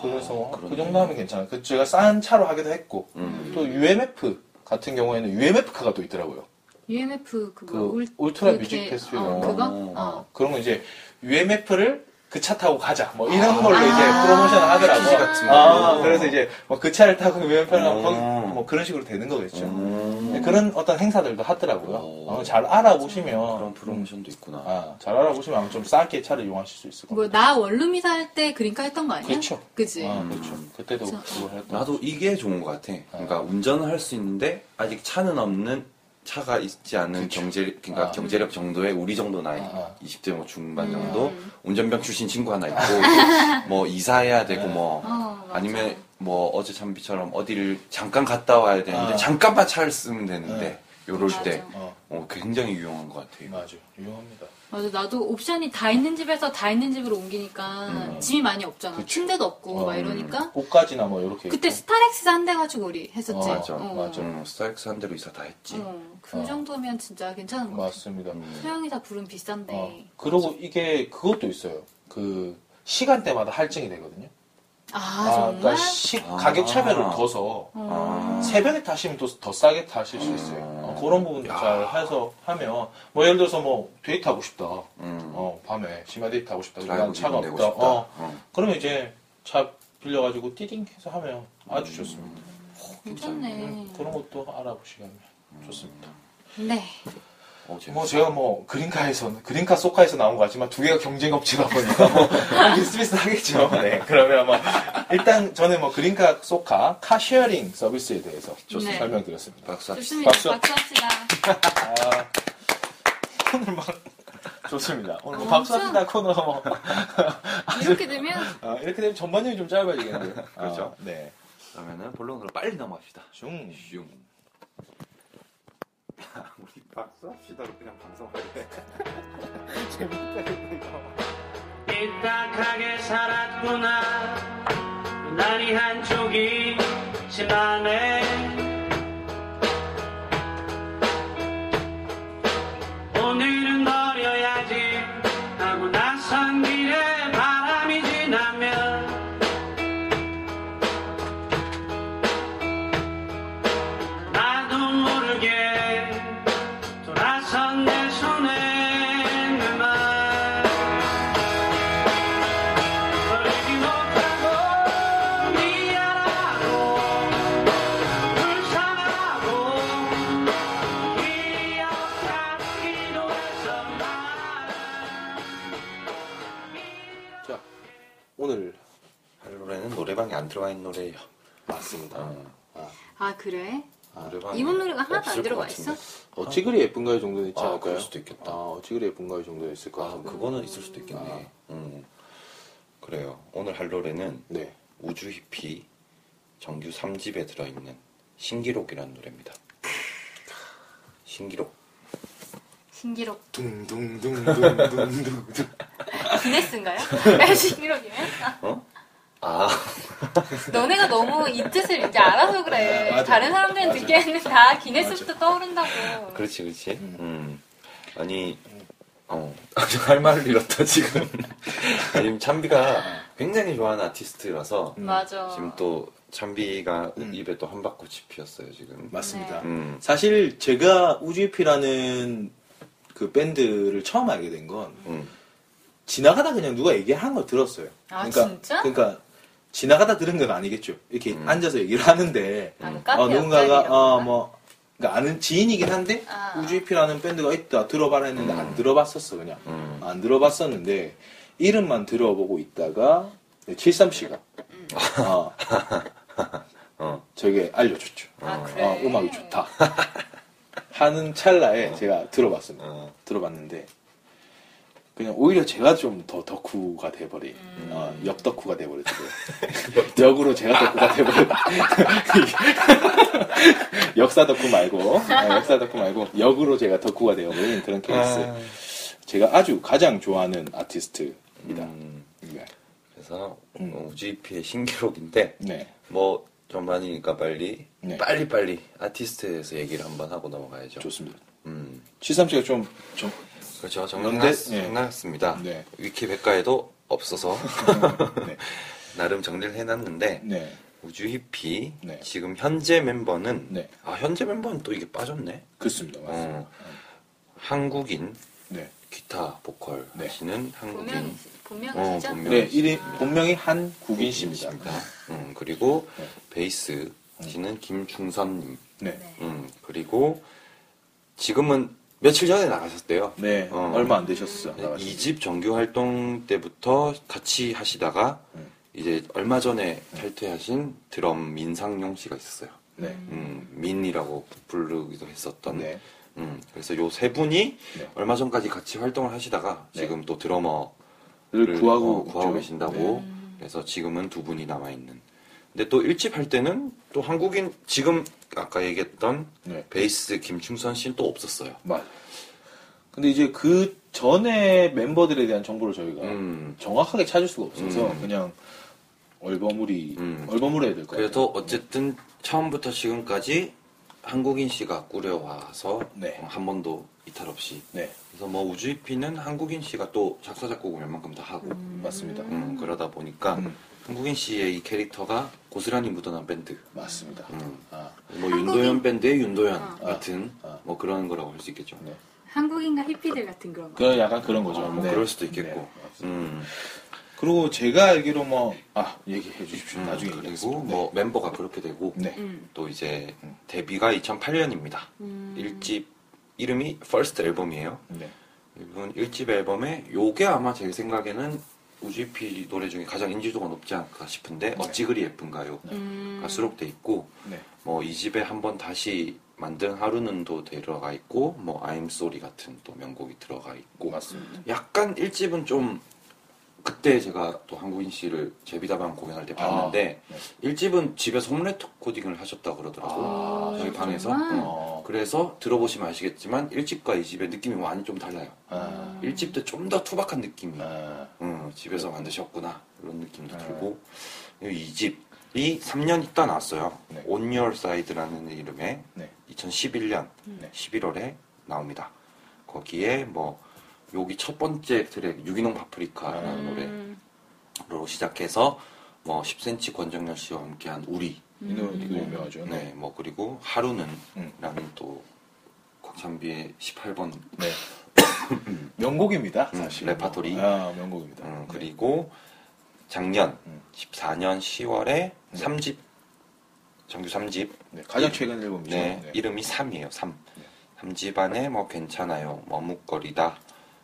[SPEAKER 3] 그래서
[SPEAKER 4] 아,
[SPEAKER 3] 그
[SPEAKER 4] 그러네.
[SPEAKER 3] 정도 하면 괜찮아요. 그 제가 싼 차로 하기도 했고
[SPEAKER 4] 음.
[SPEAKER 3] 또 UMF 같은 경우에는 UMF 카가 또 있더라고요.
[SPEAKER 2] UMF E 그거
[SPEAKER 3] 그
[SPEAKER 2] 울-
[SPEAKER 3] 울트라
[SPEAKER 2] 그
[SPEAKER 3] 뮤직
[SPEAKER 2] 게-
[SPEAKER 3] 페스티벌.
[SPEAKER 2] 어, 그거?
[SPEAKER 4] 어.
[SPEAKER 2] 어.
[SPEAKER 3] 그런 거 이제 UMF를 그 차 타고 가자 뭐 이런 걸로
[SPEAKER 2] 아.
[SPEAKER 3] 이제 프로모션을
[SPEAKER 4] 패키지
[SPEAKER 3] 하더라고요.
[SPEAKER 4] 같은
[SPEAKER 3] 아,
[SPEAKER 4] 거.
[SPEAKER 3] 그래서 이제 뭐 그 차를 타고
[SPEAKER 4] 음.
[SPEAKER 3] 유명편을 뭐 그런 식으로 되는 거겠죠.
[SPEAKER 4] 음.
[SPEAKER 3] 네, 그런 어떤 행사들도 하더라고요.
[SPEAKER 4] 음.
[SPEAKER 3] 어, 잘 알아보시면
[SPEAKER 4] 그런 프로모션도 있구나.
[SPEAKER 3] 아, 잘 알아보시면 아마 좀 싸게 차를 이용하실 수 있을 것 같아요.
[SPEAKER 2] 뭐, 나 원룸이 살 때 그린카 했던 거 아니야?
[SPEAKER 3] 그렇죠.
[SPEAKER 2] 그지?
[SPEAKER 3] 아, 그렇죠. 그때도
[SPEAKER 2] 그쵸.
[SPEAKER 3] 그걸 했던.
[SPEAKER 4] 나도 이게 좋은 것 같아. 그러니까 운전을 할 수 있는데 아직 차는 없는 차가 있지 않은 경제 그러니까
[SPEAKER 3] 아.
[SPEAKER 4] 경제력 정도의 우리 정도 나이
[SPEAKER 3] 아.
[SPEAKER 4] 20대 뭐 중반 정도
[SPEAKER 2] 음.
[SPEAKER 4] 운전병 출신 친구 하나
[SPEAKER 3] 아.
[SPEAKER 4] 있고 뭐 이사해야 되고 뭐
[SPEAKER 3] 네.
[SPEAKER 2] 어, 맞아.
[SPEAKER 4] 아니면 뭐 어제 참비처럼 어디를 잠깐 갔다 와야 되는데
[SPEAKER 3] 아. 네.
[SPEAKER 4] 잠깐만 차를 쓰면 되는데 요럴
[SPEAKER 2] 맞아.
[SPEAKER 4] 때
[SPEAKER 3] 어,
[SPEAKER 4] 어, 굉장히 유용한 것 같아요.
[SPEAKER 3] 맞아. 유용합니다.
[SPEAKER 2] 맞아 나도 옵션이 다 있는 집에서 다 있는 집으로 옮기니까 짐이 많이 없잖아
[SPEAKER 3] 음. 그치.
[SPEAKER 2] 침대도 없고
[SPEAKER 3] 어,
[SPEAKER 2] 막
[SPEAKER 3] 음.
[SPEAKER 2] 이러니까
[SPEAKER 3] 꽃까지나 뭐 이렇게.
[SPEAKER 2] 그때
[SPEAKER 3] 있고.
[SPEAKER 2] 스타렉스 한 대 가지고 우리 했었지
[SPEAKER 3] 어,
[SPEAKER 4] 맞아,
[SPEAKER 2] 어.
[SPEAKER 3] 맞아.
[SPEAKER 4] 음, 스타렉스 한 대로 이사 다 했지.
[SPEAKER 2] 어, 그
[SPEAKER 3] 어.
[SPEAKER 2] 정도면 진짜 괜찮은 것 같아
[SPEAKER 3] 맞습니다.
[SPEAKER 2] 소영이사 부른 비싼데
[SPEAKER 3] 어, 그리고 이게 그것도 있어요. 그 시간대마다 할증이 되거든요.
[SPEAKER 2] 아,
[SPEAKER 3] 그러니까
[SPEAKER 2] 정말 어,
[SPEAKER 3] 시,
[SPEAKER 4] 아.
[SPEAKER 3] 가격 차별을 둬서
[SPEAKER 4] 아.
[SPEAKER 3] 새벽에 타시면 또 더 싸게 타실 수 있어요.
[SPEAKER 4] 음.
[SPEAKER 3] 어, 그런 부분도 잘 해서 하면 뭐 예를 들어서 뭐 데이트 하고 싶다.
[SPEAKER 4] 음,
[SPEAKER 3] 어, 밤에 심야 데이트 하고 싶다.
[SPEAKER 4] 드라이브
[SPEAKER 3] 난 차가
[SPEAKER 4] 기분 내고
[SPEAKER 3] 없다.
[SPEAKER 4] 싶다.
[SPEAKER 3] 어,
[SPEAKER 4] 어.
[SPEAKER 3] 그러면 이제 차 빌려가지고 띠딩 해서 하면 아주
[SPEAKER 4] 음.
[SPEAKER 3] 좋습니다.
[SPEAKER 2] 괜찮네
[SPEAKER 3] 음, 그런 것도 알아보시면 좋습니다.
[SPEAKER 2] 네
[SPEAKER 4] 어, 재밌어.
[SPEAKER 3] 뭐 제가 뭐 그린카에서 그린카 소카에서 나온 거 같지만 두 개가 경쟁 업체다 보니까 뭐 <laughs> 비슷비슷 하겠죠. 네. 그러면 뭐 일단 저는 뭐 그린카 소카 카쉐어링 서비스에 대해서
[SPEAKER 2] 좋습니다. 네.
[SPEAKER 3] 설명드렸습니다.
[SPEAKER 4] 박수
[SPEAKER 2] 좋습니다
[SPEAKER 4] 합시다.
[SPEAKER 3] 박수.
[SPEAKER 2] 박수합시다
[SPEAKER 3] 아, 오늘 막 좋습니다. 오늘 뭐
[SPEAKER 2] 아,
[SPEAKER 3] 박수합시다 코너 뭐
[SPEAKER 2] 이렇게 되면
[SPEAKER 3] 아, 이렇게 되면 전반전이 좀 짧아지겠는데요.
[SPEAKER 4] 그렇죠.
[SPEAKER 3] 아, 네.
[SPEAKER 4] 그러면은 본론으로 빨리 넘어갑시다.
[SPEAKER 3] 슝.
[SPEAKER 4] 슝.
[SPEAKER 5] 우리 박수 합시다. 그냥 방송할래.
[SPEAKER 1] 삐딱하게 살았구나 유난히 한쪽이 심하네 오늘은 어려야지 하고 나선 길에 바람이 지나면 나도 모르게 돌아선 내 손에 그만 버리지 못하고 미안하고 불쌍하고 기억하기도 했었나
[SPEAKER 3] 자 오늘
[SPEAKER 4] 할 아, 노래는 노래방에 안 들어가 있는 노래예요. 맞습니다.
[SPEAKER 3] 어,
[SPEAKER 2] 아 그래
[SPEAKER 3] 아,
[SPEAKER 4] 노래방
[SPEAKER 2] 이번 노래가 하나도 안 들어가 있어
[SPEAKER 3] 어찌 그리 예쁜가요 정도 있지
[SPEAKER 4] 아,
[SPEAKER 3] 않을까요?
[SPEAKER 4] 그럴 수도 있겠다.
[SPEAKER 3] 아, 어찌 그리 예쁜가요 정도 있을 것
[SPEAKER 4] 아,
[SPEAKER 3] 같은데.
[SPEAKER 4] 그거는 있을 수도 있겠네.
[SPEAKER 5] 아.
[SPEAKER 4] 음. 그래요. 오늘 할 노래는
[SPEAKER 3] 네.
[SPEAKER 4] 우주 히피 정규 3집에 들어있는 신기록이라는 노래입니다. 신기록.
[SPEAKER 2] 신기록
[SPEAKER 3] 둥둥둥둥둥둥둥.
[SPEAKER 2] 기네스인가요 신기록이면
[SPEAKER 4] 어? 아, <laughs>
[SPEAKER 2] 너네가 너무 이 뜻을 이제 알아서 그래.
[SPEAKER 3] 맞아.
[SPEAKER 2] 다른 사람들은
[SPEAKER 3] 맞아.
[SPEAKER 2] 듣기에는 다 기네스부터 떠오른다고.
[SPEAKER 4] 그렇지, 그렇지. 음. 아니, 어, <laughs> 할 말을 잃었다, 지금. <laughs> 아니, 지금 참비가 굉장히 좋아하는 아티스트라서
[SPEAKER 2] 맞아.
[SPEAKER 4] 지금 또 참비가
[SPEAKER 3] 음.
[SPEAKER 4] 입에 또 한 바퀴 피었어요, 지금.
[SPEAKER 3] 맞습니다.
[SPEAKER 2] 네.
[SPEAKER 4] 음.
[SPEAKER 3] 사실 제가 우주이피라는 그 밴드를 처음 알게 된 건
[SPEAKER 4] 음.
[SPEAKER 3] 지나가다 그냥 누가 얘기하는 걸 들었어요.
[SPEAKER 2] 아,
[SPEAKER 3] 그러니까,
[SPEAKER 2] 진짜?
[SPEAKER 3] 그러니까 지나가다 들은 건 아니겠죠. 이렇게
[SPEAKER 4] 음.
[SPEAKER 3] 앉아서 얘기를 하는데
[SPEAKER 2] 아,
[SPEAKER 3] 어,
[SPEAKER 2] 카페
[SPEAKER 3] 누군가가
[SPEAKER 2] 옆자리라고
[SPEAKER 3] 어,
[SPEAKER 2] 하나?
[SPEAKER 3] 뭐 그러니까 아는 지인이긴 한데
[SPEAKER 2] 아.
[SPEAKER 3] 우주이피라는 밴드가 있다 들어봐라 했는데 안 들어봤었어 그냥
[SPEAKER 4] 음.
[SPEAKER 3] 안 들어봤었는데 이름만 들어보고 있다가 73씨가
[SPEAKER 4] 음. <laughs> 어.
[SPEAKER 3] 저게 알려줬죠.
[SPEAKER 2] 아, 그래.
[SPEAKER 3] 아, 음악이 좋다. <laughs> 하는 찰나에 제가 들어봤습니다.
[SPEAKER 4] 어.
[SPEAKER 3] 들어봤는데, 그냥 오히려 제가 좀 더 덕후가 돼버린, 어, 옆 덕후가 돼버렸어요. <laughs> 역으로 제가 덕후가 돼버린. <laughs> 역사 덕후 말고, 아, 역사 덕후 말고, 역으로 제가 덕후가 되어버린 그런 케이스. 제가 아주 가장 좋아하는 아티스트입니다.
[SPEAKER 4] 음,
[SPEAKER 3] 네.
[SPEAKER 4] 그래서
[SPEAKER 3] 음.
[SPEAKER 4] UGP의 신기록인데
[SPEAKER 3] 네.
[SPEAKER 4] 뭐 전반이니까 빨리
[SPEAKER 3] 네.
[SPEAKER 4] 빨리 빨리 아티스트에서 얘기를 한번 하고 넘어가야죠.
[SPEAKER 3] 좋습니다.
[SPEAKER 4] 음,
[SPEAKER 3] 치삼 씨가 좀, 좀,
[SPEAKER 4] 그렇죠.
[SPEAKER 3] 근데, 네.
[SPEAKER 4] 정리했습니다.
[SPEAKER 3] 네.
[SPEAKER 4] 위키 백과에도 없어서
[SPEAKER 3] 네.
[SPEAKER 4] <laughs> 나름 정리를 해놨는데
[SPEAKER 3] 네.
[SPEAKER 4] 우주 히피
[SPEAKER 3] 네.
[SPEAKER 4] 지금 현재 멤버는
[SPEAKER 3] 네.
[SPEAKER 4] 아 현재 멤버는 또 이게 빠졌네.
[SPEAKER 3] 그렇습니다. 맞습니다.
[SPEAKER 4] 어, 한국인
[SPEAKER 3] 네.
[SPEAKER 4] 기타 보컬
[SPEAKER 3] 네.
[SPEAKER 2] 보면,
[SPEAKER 4] 하시는 한국인
[SPEAKER 2] 보면 진짜.
[SPEAKER 4] 어, 보면.
[SPEAKER 3] 네, 이름 본명이 한국인 씨입니다.
[SPEAKER 4] 음, 그리고
[SPEAKER 3] 네.
[SPEAKER 4] 베이스 씨는 김중선님.
[SPEAKER 3] 네.
[SPEAKER 4] 음, 그리고 지금은 며칠 전에 나가셨대요.
[SPEAKER 3] 네,
[SPEAKER 4] 어.
[SPEAKER 3] 얼마 안 되셨어요. 네, 나가신
[SPEAKER 4] 2집 정규 활동 때부터 같이 하시다가
[SPEAKER 3] 음. 네.
[SPEAKER 4] 이제 얼마 전에 탈퇴하신 드럼 민상용 씨가 있었어요.
[SPEAKER 3] 지. 네.
[SPEAKER 4] 음, 민이라고 부르기도 했었던.
[SPEAKER 3] 네.
[SPEAKER 4] 음, 그래서 요 세 분이
[SPEAKER 3] 네.
[SPEAKER 4] 얼마 전까지 같이 활동을 하시다가
[SPEAKER 3] 네.
[SPEAKER 4] 지금 또 드러머를
[SPEAKER 3] 를 구하고
[SPEAKER 4] 어, 구하고
[SPEAKER 3] 있죠.
[SPEAKER 4] 계신다고.
[SPEAKER 3] 네.
[SPEAKER 4] 그래서 지금은 두 분이 남아 있는. 근데 또 일집 할 때는 또 한국인 지금 아까 얘기했던
[SPEAKER 3] 네.
[SPEAKER 4] 베이스 김충선 씨는 또 없었어요.
[SPEAKER 3] 맞. 근데 이제 그 전에 멤버들에 대한 정보를 저희가
[SPEAKER 4] 음.
[SPEAKER 3] 정확하게 찾을 수가 없어서
[SPEAKER 4] 음.
[SPEAKER 3] 그냥 얼버무리
[SPEAKER 4] 음.
[SPEAKER 3] 얼버무려야 될 것 같아요.
[SPEAKER 4] 그래서 어쨌든 처음부터 지금까지 한국인 씨가 꾸려와서
[SPEAKER 3] 네.
[SPEAKER 4] 어, 한 번도 이탈 없이
[SPEAKER 3] 네
[SPEAKER 4] 그래서 뭐 우주이피는 한국인 씨가 또 작사 작곡을 웬만큼 다 하고
[SPEAKER 3] 맞습니다.
[SPEAKER 4] 음, 그러다 보니까
[SPEAKER 3] 음.
[SPEAKER 4] 한국인 씨의 이 캐릭터가 고스란히 묻어난 밴드
[SPEAKER 3] 맞습니다.
[SPEAKER 4] 음.
[SPEAKER 3] 아
[SPEAKER 4] 뭐 윤도현 밴드의 윤도현
[SPEAKER 2] 어.
[SPEAKER 4] 같은
[SPEAKER 3] 아.
[SPEAKER 4] 뭐 그런 거라고 할 수 있겠죠
[SPEAKER 3] 네.
[SPEAKER 2] 한국인과 히피들 같은 그런 거.
[SPEAKER 3] 그 약간 그런 거죠.
[SPEAKER 4] 어, 뭐
[SPEAKER 3] 네.
[SPEAKER 4] 그럴 수도
[SPEAKER 3] 네.
[SPEAKER 4] 있겠고
[SPEAKER 3] 맞습니다.
[SPEAKER 4] 음,
[SPEAKER 3] 그리고 제가 알기로 뭐 아 얘기해 주십시오.
[SPEAKER 4] 음,
[SPEAKER 3] 나중에
[SPEAKER 4] 그리고
[SPEAKER 3] 얘기하겠습니다.
[SPEAKER 4] 뭐 멤버가 그렇게 되고
[SPEAKER 3] 네. 네.
[SPEAKER 2] 음.
[SPEAKER 4] 또 이제 데뷔가 2008년입니다
[SPEAKER 2] 음.
[SPEAKER 4] 일집 이름이 퍼스트 앨범이에요
[SPEAKER 3] 네.
[SPEAKER 4] 이번 1집 앨범에 요게 아마 제 생각에는 우지피 노래 중에 가장 인지도가 높지 않을까 싶은데 어찌 그리 예쁜가요?
[SPEAKER 2] 음.
[SPEAKER 4] 가 수록돼 있고
[SPEAKER 3] 네.
[SPEAKER 4] 뭐 이 집에 한번 다시 만든 하루는도 들어가 있고 뭐 I'm Sorry 같은 또 명곡이 들어가 있고
[SPEAKER 3] 맞습니다.
[SPEAKER 4] 약간 1집은 좀 그때 제가 또 한국인 씨를 제비다방 공연할 때 봤는데
[SPEAKER 3] 네.
[SPEAKER 2] 아.
[SPEAKER 4] 일 1집은 집에서 홈레트 코딩을 하셨다 그러더라고
[SPEAKER 2] 아,
[SPEAKER 4] 저희 방에서
[SPEAKER 2] 정말?
[SPEAKER 4] 응.
[SPEAKER 3] 어.
[SPEAKER 4] 그래서 들어보시면 아시겠지만 1집과 2집의 느낌이 많이 좀 달라요
[SPEAKER 2] 음.
[SPEAKER 3] 아.
[SPEAKER 4] 일집 때 좀 더 투박한 느낌이
[SPEAKER 3] 아.
[SPEAKER 4] 음, 집에서 만드셨구나 이런 느낌도
[SPEAKER 3] 네.
[SPEAKER 4] 들고 이집이 3년 있다 나왔어요
[SPEAKER 3] 네.
[SPEAKER 4] On Your Side라는 이름의
[SPEAKER 3] 네.
[SPEAKER 4] 2011년
[SPEAKER 3] 네.
[SPEAKER 4] 11월에 나옵니다 거기에 뭐 여기 첫 번째 트랙 유기농 파프리카라는
[SPEAKER 2] 음.
[SPEAKER 4] 노래로 시작해서 뭐 10cm 권정열 씨와 함께한 우리
[SPEAKER 3] 이 노래 되게 유명하죠.
[SPEAKER 4] 네, 뭐 그리고 하루는
[SPEAKER 3] 음.
[SPEAKER 4] 라는 또 곽찬비의 18번
[SPEAKER 3] 네. <coughs> 명곡입니다. 사실.
[SPEAKER 4] 음, 레파토리.
[SPEAKER 3] 아, 명곡입니다.
[SPEAKER 4] 음, 그리고 작년
[SPEAKER 3] 음.
[SPEAKER 4] 14년 10월에
[SPEAKER 3] 네.
[SPEAKER 4] 삼 3집 정규 3집
[SPEAKER 3] 네, 가장 최근 앨범이죠.
[SPEAKER 4] 네,
[SPEAKER 3] 네.
[SPEAKER 4] 이름이 3이에요 3
[SPEAKER 3] 네.
[SPEAKER 4] 3집 안에 뭐 괜찮아요 머뭇거리다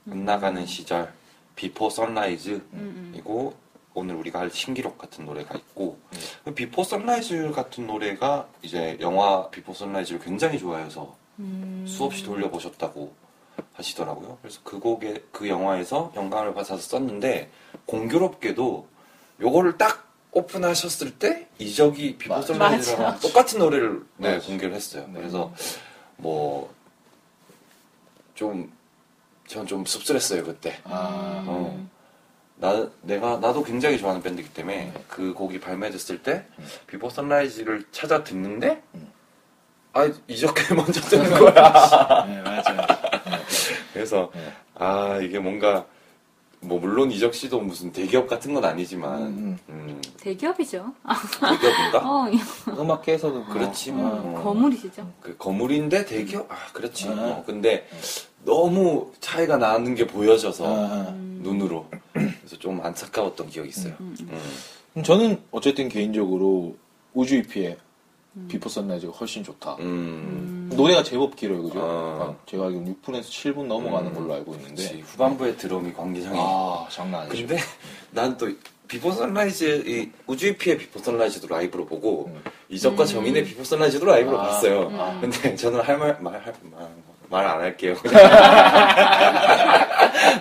[SPEAKER 4] 끝나가는 시절 비포 선라이즈
[SPEAKER 2] 음.
[SPEAKER 4] 그리고 오늘 우리가 할 신기록 같은 노래가 있고
[SPEAKER 3] 네.
[SPEAKER 4] 그 비포 선라이즈 같은 노래가 이제 영화 비포 선라이즈를 굉장히 좋아해서
[SPEAKER 2] 음.
[SPEAKER 4] 수없이 돌려보셨다고 하시더라고요. 그래서 그 곡에 그 영화에서 영감을 받아서 썼는데 공교롭게도 요거를 딱 오픈하셨을 때 이적이 비보
[SPEAKER 3] 맞아.
[SPEAKER 4] 선라이즈랑
[SPEAKER 2] 맞아.
[SPEAKER 4] 똑같은 노래를 네,
[SPEAKER 3] 맞아.
[SPEAKER 4] 공개를 했어요.
[SPEAKER 3] 네.
[SPEAKER 4] 그래서 뭐 좀, 전 좀 씁쓸했어요, 그때. <laughs>
[SPEAKER 3] 아,
[SPEAKER 4] 어. 나, 내가, 나도 굉장히 좋아하는 밴드이기 때문에
[SPEAKER 3] 네.
[SPEAKER 4] 그 곡이 발매됐을 때
[SPEAKER 3] 음.
[SPEAKER 4] 비보 선라이즈를 찾아 듣는데
[SPEAKER 3] 음.
[SPEAKER 4] 아, 이적이 <laughs> 먼저 뜨는 거야.
[SPEAKER 3] <laughs> 네, 맞아요.
[SPEAKER 4] 그래서
[SPEAKER 3] 네.
[SPEAKER 4] 아 이게 뭔가 뭐 물론 이적 씨도 무슨 대기업 같은 건 아니지만
[SPEAKER 3] 음,
[SPEAKER 4] 음,
[SPEAKER 2] 대기업이죠.
[SPEAKER 4] 대기업인가?
[SPEAKER 2] 어, 이-
[SPEAKER 3] 음악계에서도 뭐-
[SPEAKER 4] 그렇지 뭐
[SPEAKER 2] 음,
[SPEAKER 4] 어,
[SPEAKER 2] 거물이시죠.
[SPEAKER 4] 그 거물인데 대기업 아 그렇지
[SPEAKER 3] 아.
[SPEAKER 4] 뭐 근데 너무 차이가 나는 게 보여져서
[SPEAKER 3] 아,
[SPEAKER 2] 음.
[SPEAKER 4] 눈으로 그래서 좀 안타까웠던 기억이 있어요.
[SPEAKER 2] 음, 음.
[SPEAKER 4] 음.
[SPEAKER 3] 아. 저는 어쨌든 개인적으로 우주 EP의 비포 선라이즈가 훨씬 좋다.
[SPEAKER 4] 음.
[SPEAKER 3] 노래가 제법 길어요, 그죠?
[SPEAKER 4] 아.
[SPEAKER 3] 아, 제가 알기로 6분에서 7분 넘어가는
[SPEAKER 4] 음.
[SPEAKER 3] 걸로 알고
[SPEAKER 4] 그치.
[SPEAKER 3] 있는데.
[SPEAKER 4] 후반부에 드럼이 광기장이
[SPEAKER 3] 아, 장난
[SPEAKER 4] <laughs>
[SPEAKER 3] 아니죠.
[SPEAKER 4] 근데 난 또 비포 선라이즈 이 우주이피의 비포 선라이즈도 라이브로 보고
[SPEAKER 3] 음.
[SPEAKER 4] 이적과 정인의 비포 선라이즈도 라이브로
[SPEAKER 3] 아,
[SPEAKER 4] 봤어요.
[SPEAKER 3] 아.
[SPEAKER 2] 음.
[SPEAKER 4] 근데 저는 할 말 말 말 안 <laughs> 할게요.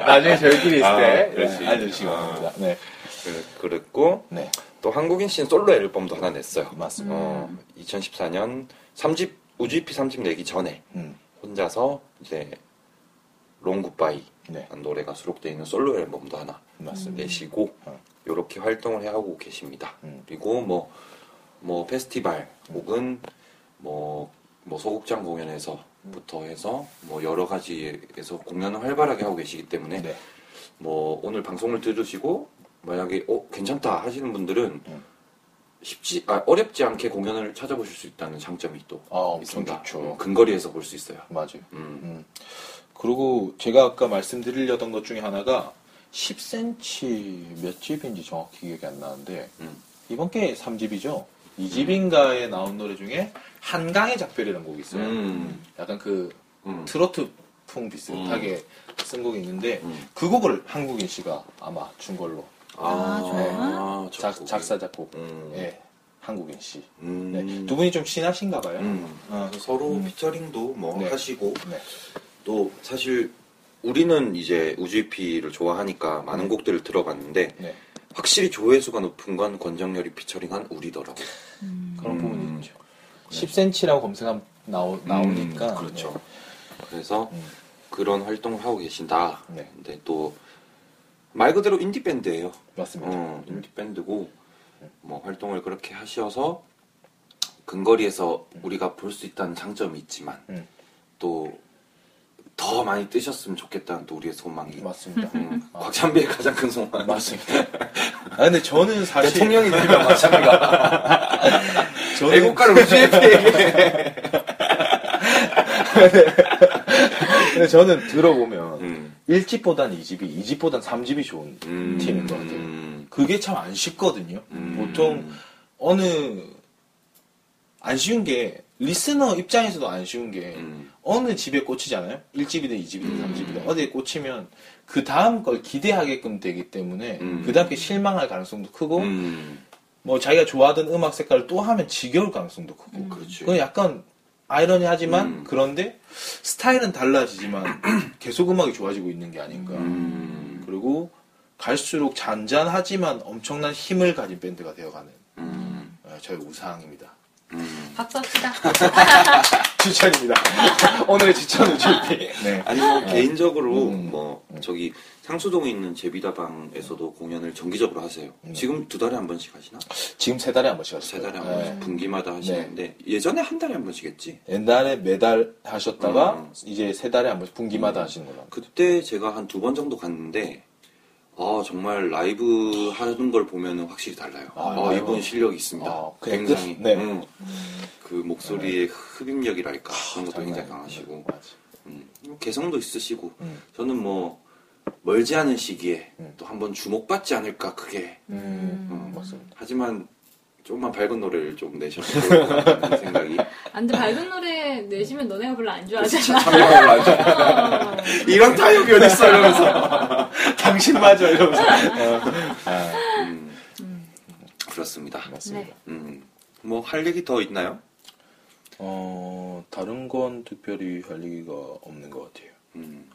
[SPEAKER 3] 나중에 저희끼리 있을
[SPEAKER 4] 아,
[SPEAKER 3] 때
[SPEAKER 4] 그렇지.
[SPEAKER 3] 네, 알려주시기
[SPEAKER 4] 아.
[SPEAKER 3] 바랍니다. 네.
[SPEAKER 4] 그- 그랬고
[SPEAKER 3] 네.
[SPEAKER 4] 또 한국인 씨는 솔로 앨범도 하나 냈어요.
[SPEAKER 3] 맞습니다.
[SPEAKER 4] 어, 2014년 3집 우주이피 3집 내기 전에
[SPEAKER 3] 음.
[SPEAKER 4] 혼자서 이제 롱 굿바이
[SPEAKER 3] 네.
[SPEAKER 4] 라 노래가 수록되어 있는 솔로 앨범도 하나
[SPEAKER 3] 맞습니다.
[SPEAKER 4] 내시고
[SPEAKER 3] 어.
[SPEAKER 4] 이렇게 활동을 해오고 계십니다.
[SPEAKER 3] 음.
[SPEAKER 4] 그리고 뭐, 뭐 페스티벌 혹은 뭐, 뭐 소극장 공연에서부터 해서 뭐 여러 가지에서 공연을 활발하게 하고 계시기 때문에
[SPEAKER 3] 네.
[SPEAKER 4] 뭐 오늘 방송을 들으시고 만약에 어 괜찮다 하시는 분들은
[SPEAKER 3] 음.
[SPEAKER 4] 쉽지 아, 어렵지 않게 공연을 찾아보실 수 있다는 장점이 또
[SPEAKER 3] 아, 엄청
[SPEAKER 4] 있습니다.
[SPEAKER 3] 좋죠.
[SPEAKER 4] 음, 근거리에서 볼 수 있어요.
[SPEAKER 3] 맞아요.
[SPEAKER 4] 음.
[SPEAKER 3] 음. 그리고 제가 아까 말씀드리려던 것 중에 하나가 10cm 몇 집인지 정확히 기억이 안 나는데
[SPEAKER 4] 음.
[SPEAKER 3] 이번 게 3집이죠. 2집인가에 나온 노래 중에 한강의 작별이라는 곡이 있어요.
[SPEAKER 4] 음.
[SPEAKER 3] 약간 그
[SPEAKER 4] 음.
[SPEAKER 3] 트로트풍 비슷하게 쓴 곡이 있는데
[SPEAKER 4] 음.
[SPEAKER 3] 그 곡을 한국인 씨가 아마 준 걸로
[SPEAKER 2] 아, 정말?
[SPEAKER 4] 아,
[SPEAKER 3] 작,
[SPEAKER 4] 작곡이.
[SPEAKER 3] 작사 작곡
[SPEAKER 4] 음.
[SPEAKER 3] 예 한국인 씨.
[SPEAKER 4] 음.
[SPEAKER 3] 네, 두 분이 좀 친하신가 봐요.
[SPEAKER 4] 음.
[SPEAKER 3] 어,
[SPEAKER 4] 서로 피처링도 뭐
[SPEAKER 3] 네.
[SPEAKER 4] 하시고
[SPEAKER 3] 네.
[SPEAKER 4] 또 사실 우리는 이제 우주이피를 좋아하니까 많은 곡들을 들어봤는데
[SPEAKER 3] 네.
[SPEAKER 4] 확실히 조회수가 높은 건 권정열이 피처링한 우리더라고.
[SPEAKER 3] 그런
[SPEAKER 4] 음.
[SPEAKER 3] 부분이 음, 있죠. 10cm라고 검색하면 나오, 나오니까.
[SPEAKER 4] 그렇죠.
[SPEAKER 3] 네.
[SPEAKER 4] 그래서
[SPEAKER 3] 음.
[SPEAKER 4] 그런 활동을 하고 계신다.
[SPEAKER 3] 네.
[SPEAKER 4] 근데 또 말 그대로 인디 밴드예요.
[SPEAKER 3] 맞습니다. 음,
[SPEAKER 4] 어, 인디 밴드고
[SPEAKER 3] 네.
[SPEAKER 4] 뭐 활동을 그렇게 하셔서 근거리에서 우리가 볼 수 있다는 장점이 있지만
[SPEAKER 3] 음.
[SPEAKER 4] 또 더 많이 뜨셨으면 좋겠다는 또 우리의 소망이.
[SPEAKER 3] 맞습니다. 아.
[SPEAKER 4] 음, 곽찬배의 가장 큰 소망.
[SPEAKER 3] 맞습니다. 아, 근데 저는 사실.
[SPEAKER 4] 대통령이 되면
[SPEAKER 3] <laughs>
[SPEAKER 4] 곽찬배가
[SPEAKER 3] 저는- <laughs>
[SPEAKER 4] 애국가를 우주에게
[SPEAKER 3] 근데 저는 들어보면
[SPEAKER 4] 음.
[SPEAKER 3] 1집보단 2집이, 2집보단 3집이 좋은
[SPEAKER 4] 음.
[SPEAKER 3] 팀인 것 같아요.
[SPEAKER 4] 음.
[SPEAKER 3] 그게 참 안 쉽거든요.
[SPEAKER 4] 음.
[SPEAKER 3] 보통 어느, 안 쉬운 게, 리스너 입장에서도 안 쉬운 게,
[SPEAKER 4] 음.
[SPEAKER 3] 어느 집에 꽂히잖아요? 1집이든 2집이든
[SPEAKER 4] 음.
[SPEAKER 3] 3집이든 어디에 꽂히면 그 다음 걸 기대하게끔 되기 때문에
[SPEAKER 4] 음.
[SPEAKER 3] 그 다음에 실망할 가능성도 크고
[SPEAKER 4] 음.
[SPEAKER 3] 뭐 자기가 좋아하던 음악 색깔을 또 하면 지겨울 가능성도 크고
[SPEAKER 4] 그렇지.
[SPEAKER 3] 그건 약간 아이러니하지만
[SPEAKER 4] 음.
[SPEAKER 3] 그런데 스타일은 달라지지만 <clears throat> 계속 음악이 좋아지고 있는 게 아닌가
[SPEAKER 4] 음.
[SPEAKER 3] 그리고 갈수록 잔잔하지만 엄청난 힘을 가진 밴드가 되어가는
[SPEAKER 4] 음.
[SPEAKER 3] 어, 저의 우상입니다 <laughs>
[SPEAKER 4] 음.
[SPEAKER 2] 박수 합시다.
[SPEAKER 3] 추천입니다 <laughs> 오늘의 추천 우주피 네.
[SPEAKER 4] 아니 뭐 개인적으로
[SPEAKER 3] 음.
[SPEAKER 4] 뭐 저기 상수동에 있는 제비다방에서도 공연을 정기적으로 하세요.
[SPEAKER 3] 네.
[SPEAKER 4] 지금 두 달에 한 번씩 하시나?
[SPEAKER 3] 지금 세 달에 한 번씩 하죠
[SPEAKER 4] 세 달에 한 번씩 분기마다
[SPEAKER 3] 네.
[SPEAKER 4] 하시는데 예전에 한 달에 한 번씩 했지.
[SPEAKER 3] 옛날에 매달 하셨다가
[SPEAKER 4] 음.
[SPEAKER 3] 이제 세 달에 한 번씩 분기마다 하시는 거라.
[SPEAKER 4] 그때 제가 한 두 번 정도 갔는데 아 정말 라이브 하는 걸 보면은 확실히 달라요.
[SPEAKER 3] 아,
[SPEAKER 4] 아,
[SPEAKER 3] 라이브.
[SPEAKER 4] 이분 실력이 있습니다.
[SPEAKER 3] 아, 그냥
[SPEAKER 4] 굉장히
[SPEAKER 3] 끝? 네.
[SPEAKER 4] 음. 그 목소리의 흡입력이랄까
[SPEAKER 3] 아,
[SPEAKER 4] 그런 것도 굉장히 강하시고 음, 개성도 있으시고
[SPEAKER 3] 음.
[SPEAKER 4] 저는 뭐 멀지 않은 시기에
[SPEAKER 3] 음.
[SPEAKER 4] 또 한번 주목받지 않을까 그게
[SPEAKER 3] 음,
[SPEAKER 2] 음.
[SPEAKER 4] <laughs>
[SPEAKER 3] 맞습니다.
[SPEAKER 4] 하지만 조금만 밝은 노래를 좀 내셨을 거라는 생각이
[SPEAKER 2] 안 돼, 밝은 노래 내시면 너네가 별로 안 좋아하잖아. 어.
[SPEAKER 4] 이런 타협이 어딨어 이러면서
[SPEAKER 3] 당신 맞아 이러면서.
[SPEAKER 4] 음, 그렇습니다
[SPEAKER 2] 네.
[SPEAKER 3] 맞습니다.
[SPEAKER 4] 음, 뭐 할 얘기 더 있나요?
[SPEAKER 3] <laughs> 어 다른 건 특별히 할 얘기가 없는 것 같아요.
[SPEAKER 4] 음,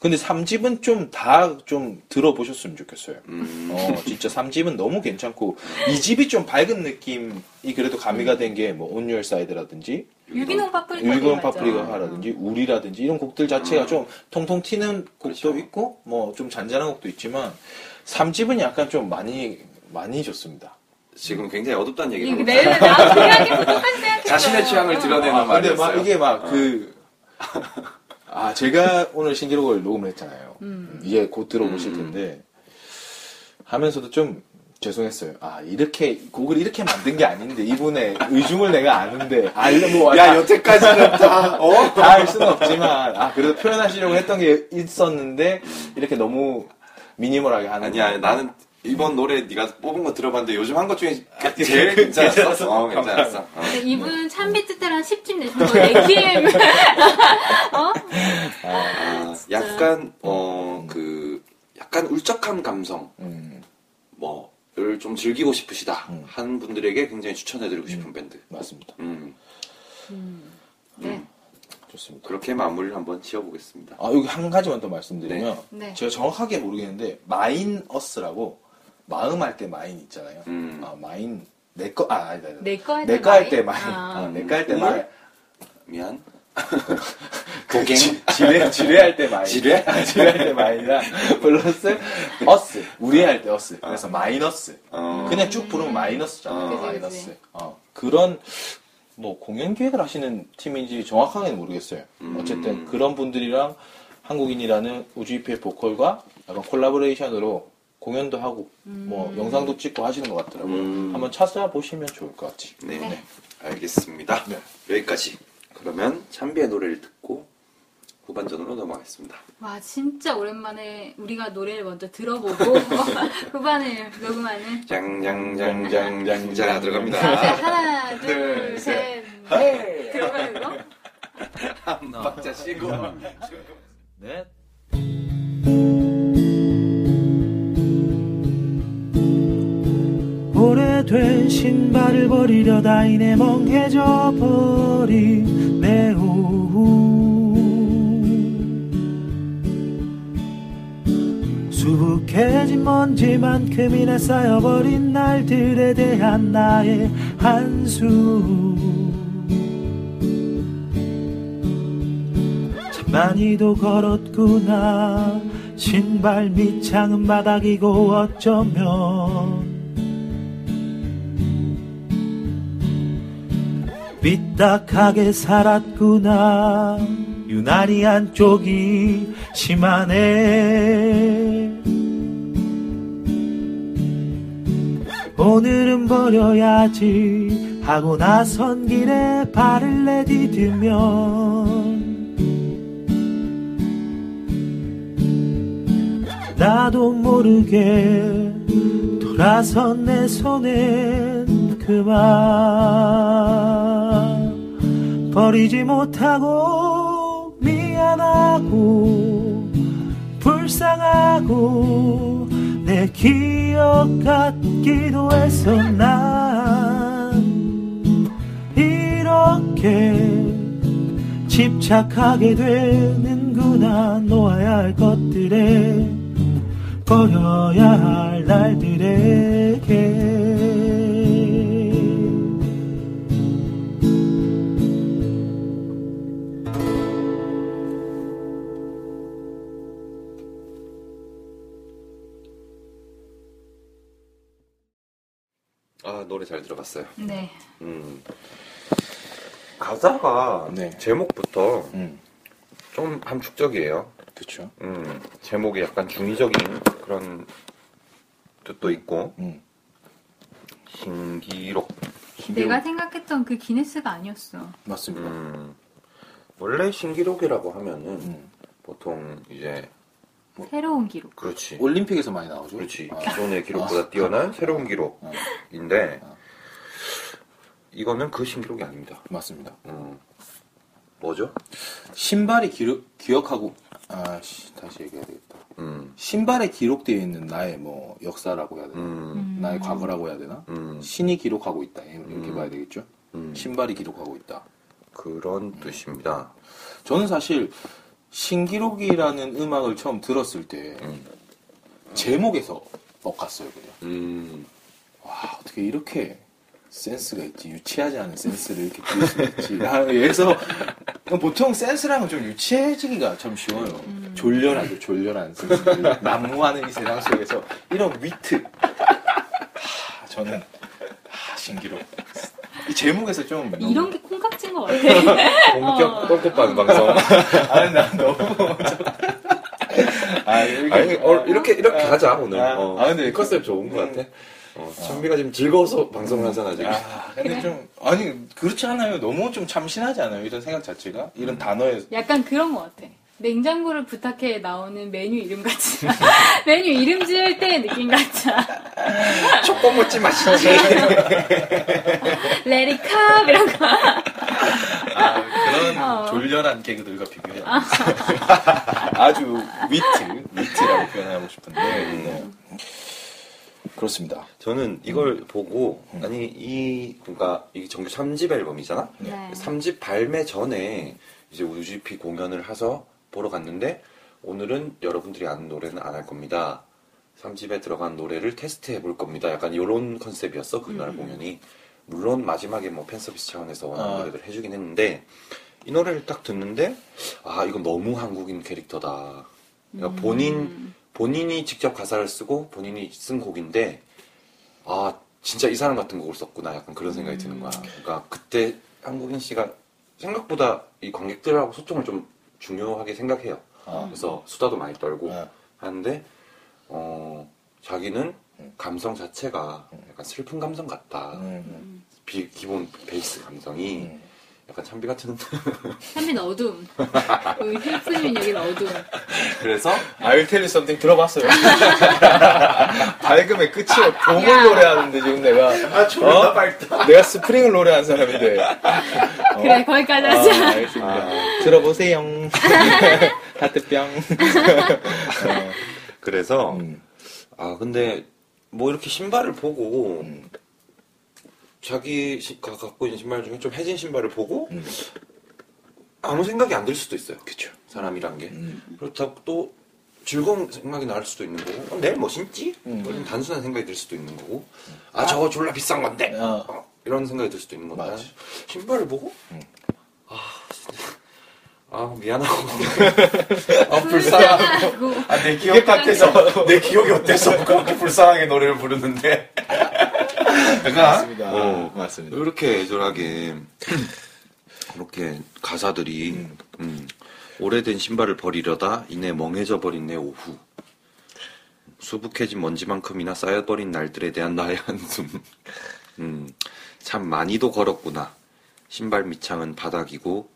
[SPEAKER 3] 근데 삼집은 좀 다 좀 들어보셨으면 좋겠어요.
[SPEAKER 4] 음,
[SPEAKER 3] 어 진짜 삼집은 너무 괜찮고 이집이좀 밝은 느낌이 그래도 가미가
[SPEAKER 4] 음.
[SPEAKER 3] 된 게 뭐 온유얼 사이드라든지
[SPEAKER 2] 유기농 파프리카.
[SPEAKER 3] 일본
[SPEAKER 2] 맞죠?
[SPEAKER 3] 파프리카라든지 우리라든지 이런 곡들 자체가
[SPEAKER 4] 음.
[SPEAKER 3] 좀 통통 튀는 곡도
[SPEAKER 4] 그렇죠.
[SPEAKER 3] 있고 뭐 좀 잔잔한 곡도 있지만 삼집은 약간 좀 많이 많이 좋습니다.
[SPEAKER 4] 지금 굉장히 어둡다는
[SPEAKER 2] 음. 이거
[SPEAKER 4] 얘기를
[SPEAKER 2] 내일 아. 나랑 생각이 똑같이 생각해.
[SPEAKER 4] 자신의 취향을 드러내는
[SPEAKER 3] 아, 근데
[SPEAKER 4] 말이었어요
[SPEAKER 3] 막 이게 막 그 아, 제가 오늘 신기록을 녹음을 했잖아요.
[SPEAKER 2] 음.
[SPEAKER 3] 이제 곧 들어보실
[SPEAKER 4] 음.
[SPEAKER 3] 텐데 하면서도 좀 죄송했어요. 아 이렇게 곡을 이렇게 만든 게 아닌데 이분의 의중을 내가 아는데 알뭐
[SPEAKER 4] 야 여태까지는 다 어?
[SPEAKER 3] 다 할 수는 없지만 아 그래도 표현하시려고 했던 게 있었는데 이렇게 너무 미니멀하게 하는
[SPEAKER 4] 아니야 나는 이번 노래 네가 뽑은 거 들어봤는데 요즘 한 것 중에
[SPEAKER 3] 아, <laughs>
[SPEAKER 4] 제일 괜찮았어 어 괜찮았어 어.
[SPEAKER 2] 근데 네, 이분 참비뜻대로 한 10집 내신 거 내키엠. <laughs> 어?
[SPEAKER 4] 아, 약간 어 그 약간 울적한 감성
[SPEAKER 3] 음,
[SPEAKER 4] 뭐를 좀 즐기고 싶으시다
[SPEAKER 3] 음.
[SPEAKER 4] 하는 분들에게 굉장히 추천해드리고 싶은 밴드.
[SPEAKER 3] 맞습니다
[SPEAKER 4] 음
[SPEAKER 2] 음. 네.
[SPEAKER 3] 좋습니다
[SPEAKER 4] 그렇게 마무리를 한번 지어보겠습니다.
[SPEAKER 3] 아 여기 한 가지만 더 말씀드리면
[SPEAKER 2] 네.
[SPEAKER 3] 제가 정확하게 모르겠는데 마인 어스라고 마음 할 때 마인 있잖아요
[SPEAKER 4] 음.
[SPEAKER 3] 아 마인 내 거 아 아니다 아니다.
[SPEAKER 2] 내거 할 때.
[SPEAKER 3] 내거 할 때
[SPEAKER 2] 많이?
[SPEAKER 3] 마인
[SPEAKER 2] 아.
[SPEAKER 3] 아, 내거 할 때
[SPEAKER 4] 우물?
[SPEAKER 3] 마인
[SPEAKER 4] 미안. 고갱
[SPEAKER 3] 지- 지뢰 지뢰할 때 마인
[SPEAKER 4] 지뢰?
[SPEAKER 3] <laughs> 아, 지뢰할 때 마인이라 <laughs> 플러스 어스 우리할 때 어스 음. 그래서 마이너스
[SPEAKER 4] 어.
[SPEAKER 3] 그냥 쭉 부르면 마이너스잖아
[SPEAKER 4] 어,
[SPEAKER 3] 요
[SPEAKER 4] 그치,
[SPEAKER 3] 마이너스 어, 그런 뭐 공연 계획을 하시는 팀인지 정확하게는 모르겠어요
[SPEAKER 4] 음.
[SPEAKER 3] 어쨌든 그런 분들이랑 한국인이라는 우주이피의 보컬과 약간 콜라보레이션으로 공연도 하고 뭐 영상도 찍고 하시는 것 같더라고요
[SPEAKER 4] 음.
[SPEAKER 3] 한번 찾아보시면 좋을 것 같아요
[SPEAKER 4] 네,
[SPEAKER 2] 네.
[SPEAKER 4] 알겠습니다.
[SPEAKER 3] 네.
[SPEAKER 4] 여기까지. 그러면 참비의 노래를 듣고 후반전으로 넘어가겠습니다.
[SPEAKER 2] 와, 진짜 오랜만에 우리가 노래를 먼저 들어보고 <laughs> 후반을 녹음하는.
[SPEAKER 4] 짱짱짱짱짱 자
[SPEAKER 2] 자,
[SPEAKER 4] 들어갑니다.
[SPEAKER 2] 하나, 둘, 셋, 넷. 들어가는 거?
[SPEAKER 4] 한 박자 쉬고.
[SPEAKER 3] 네.
[SPEAKER 1] 오늘도
[SPEAKER 6] 오래된 신발을 버리려다 이내 멍해져 버린 내 오후 수북해진 먼지만큼이나 쌓여버린 날들에 대한 나의 한숨 참 많이도 걸었구나 신발 밑창은 바닥이고 어쩌면 삐딱하게 살았구나 유난히 한쪽이 심하네 오늘은 버려야지 하고 나선 길에 발을 내디디면 나도 모르게 돌아선 내그 손엔 그만 버리지 못하고 미안하고 불쌍하고 내 기억 같기도 해서 난 이렇게 집착하게 되는구나 놓아야 할 것들에 버려야 할 날들에게
[SPEAKER 4] 아 노래 잘 들어봤어요.
[SPEAKER 2] 네.
[SPEAKER 4] 음.
[SPEAKER 5] 가사가
[SPEAKER 3] 네.
[SPEAKER 4] 제목부터
[SPEAKER 3] 음,
[SPEAKER 4] 좀 함축적이에요.
[SPEAKER 3] 그쵸.
[SPEAKER 4] 음, 제목이 약간 중의적인 그런 뜻도 있고
[SPEAKER 3] 음.
[SPEAKER 4] 신기록. 네.
[SPEAKER 2] 내가 생각했던 그 기네스가 아니었어.
[SPEAKER 3] 맞습니다.
[SPEAKER 4] 음, 원래 신기록이라고 하면은
[SPEAKER 3] 음.
[SPEAKER 4] 보통 이제
[SPEAKER 2] 새로운 기록.
[SPEAKER 4] 그렇지.
[SPEAKER 3] 올림픽에서 많이 나오죠.
[SPEAKER 4] 그렇지.
[SPEAKER 3] 아,
[SPEAKER 4] 기존의 기록보다 뛰어난 새로운 기록인데
[SPEAKER 3] 어.
[SPEAKER 4] 이거는 그 신기록이 아닙니다.
[SPEAKER 3] 맞습니다.
[SPEAKER 4] 음, 뭐죠?
[SPEAKER 3] 신발이 기록, 기억하고, 아, 씨, 다시 얘기해야 되겠다.
[SPEAKER 4] 음,
[SPEAKER 3] 신발에 기록되어 있는 나의 뭐, 역사라고 해야 되나?
[SPEAKER 4] 음,
[SPEAKER 3] 나의 과거라고 해야 되나?
[SPEAKER 4] 음,
[SPEAKER 3] 신이 기록하고 있다. 이렇게
[SPEAKER 4] 음.
[SPEAKER 3] 봐야 되겠죠?
[SPEAKER 4] 음.
[SPEAKER 3] 신발이 기록하고 있다.
[SPEAKER 4] 그런 뜻입니다.
[SPEAKER 3] 저는 사실 신기록이라는 음악을 처음 들었을 때
[SPEAKER 4] 음.
[SPEAKER 3] 제목에서 엇갔어요 그냥
[SPEAKER 4] 음,
[SPEAKER 3] 와 어떻게 이렇게 센스가 있지 유치하지 않은 센스를 이렇게 부릴 수 있지 아, 그래서 보통 센스랑은 좀 유치해지기가 참 쉬워요 졸렬하죠 졸렬한
[SPEAKER 4] <laughs>
[SPEAKER 3] 센스 난무하는 이 세상 속에서 이런 위트 하, 저는 하, 신기록 이 제목에서 좀 너무-
[SPEAKER 2] 이런 게 콩깍지인 것 같아. 어.
[SPEAKER 4] 본격 뻘떡반 방송.
[SPEAKER 3] 아니 나 너무 아 이렇게
[SPEAKER 4] 아니, 어, 이렇게, 이렇게 하자, 오늘.
[SPEAKER 3] 아,
[SPEAKER 4] 어,
[SPEAKER 3] 아, 근데
[SPEAKER 4] 컨셉 좋은 것 같아. 어, 선비가 지금 즐거워서 방송을 하잖아, 지금.
[SPEAKER 3] 아, 근데 좀 아니 그렇지 않아요. 너무 좀 참신하지 않아요? 이런 생각 자체가 이런 단어에
[SPEAKER 2] 약간 그런 것 같아. 냉장고를 부탁해 나오는 메뉴 이름 같이. <laughs> 메뉴 이름 지을 때 느낌 같아.
[SPEAKER 4] 초코 먹지 마시지.
[SPEAKER 2] 레리캅 이런 거.
[SPEAKER 3] 아, 그런
[SPEAKER 4] 아,
[SPEAKER 2] 어.
[SPEAKER 3] 졸렬한 개그들과 비교해 아주 위트 위트라고 표현하고 싶은데 네. 그렇습니다.
[SPEAKER 4] 저는 이걸 보고,
[SPEAKER 3] 음.
[SPEAKER 4] 아니, 이, 그러니까, 이게 정규 3집 앨범이잖아?
[SPEAKER 2] 네.
[SPEAKER 4] 3집 발매 전에 이제 UGP 공연을 해서 보러 갔는데, 오늘은 여러분들이 아는 노래는 안 할 겁니다. 3집에 들어간 노래를 테스트해 볼 겁니다. 약간 이런 컨셉이었어, 그날 공연이. 물론 마지막에 뭐 팬서비스 차원에서 원하는
[SPEAKER 3] 아.
[SPEAKER 4] 노래들 해주긴 했는데, 이 노래를 딱 듣는데, 아, 이건 너무 한국인 캐릭터다. 그러니까 본인, 본인이 직접 가사를 쓰고 본인이 쓴 곡인데, 아, 진짜 이 사람 같은 곡을 썼구나. 약간 그런 생각이 드는
[SPEAKER 3] 음.
[SPEAKER 4] 거야. 그러니까 그때 한국인 씨가 생각보다 이 관객들하고 소통을 좀 중요하게 생각해요.
[SPEAKER 3] 아,
[SPEAKER 4] 그래서 수다도 많이 떨고
[SPEAKER 3] 네.
[SPEAKER 4] 하는데, 어, 자기는 감성 자체가 약간 슬픈 감성 같다.
[SPEAKER 3] 음,
[SPEAKER 4] 비- 기본 베이스 감성이
[SPEAKER 3] 음.
[SPEAKER 4] 약간 참비 같은.
[SPEAKER 2] 삼민 어둠. 여기 힐프님 여기는 어둠.
[SPEAKER 4] <laughs> 그래서
[SPEAKER 3] I'll tell you something 들어봤어요. <laughs> 밝음의 끝이요. 봄을 노래하는데 지금 내가 아,
[SPEAKER 4] 어?
[SPEAKER 3] 졸다 밝다. 내가 스프링을 노래하는 사람인데
[SPEAKER 2] 그래 거기까지 하자.
[SPEAKER 3] 알겠습니다. <laughs> 들어보세요. 하트병.
[SPEAKER 4] 그래서
[SPEAKER 3] 음.
[SPEAKER 4] 아 근데 뭐 이렇게 신발을 보고
[SPEAKER 3] 음.
[SPEAKER 4] 자기 시- 가- 갖고 있는 신발 중에 좀 해진 신발을 보고
[SPEAKER 3] 음.
[SPEAKER 4] 아무 생각이 안 들 수도 있어요.
[SPEAKER 3] 그쵸.
[SPEAKER 4] 사람이란 게
[SPEAKER 3] 음.
[SPEAKER 4] 그렇다고 또 즐거운 생각이 날 수도 있는 거고 어, 내일 뭐 신지?
[SPEAKER 3] 음.
[SPEAKER 4] 이런 단순한 생각이 들 수도 있는 거고 아 저거 졸라 비싼 건데
[SPEAKER 3] 어.
[SPEAKER 4] 어, 이런 생각이 들 수도 있는 건데
[SPEAKER 3] 맞아.
[SPEAKER 4] 신발을 보고
[SPEAKER 3] 음.
[SPEAKER 4] 아 진짜 아
[SPEAKER 3] <laughs>
[SPEAKER 4] 미안하고
[SPEAKER 2] 아, 불쌍하고.
[SPEAKER 4] 아, 내 기억
[SPEAKER 3] 어.
[SPEAKER 4] 같아서 <laughs> 내 기억이 어때서 그렇게 불쌍하게 노래를 부르는데 약간
[SPEAKER 3] 맞습니다.
[SPEAKER 4] 어.
[SPEAKER 3] 맞습니다.
[SPEAKER 4] 이렇게 애절하게 그렇게 가사들이 음, 오래된 신발을 버리려다 이내 멍해져 버린 내 오후 수북해진 먼지만큼이나 쌓여버린 날들에 대한 나의 한숨 음, 참 많이도 걸었구나 신발 밑창은 바닥이고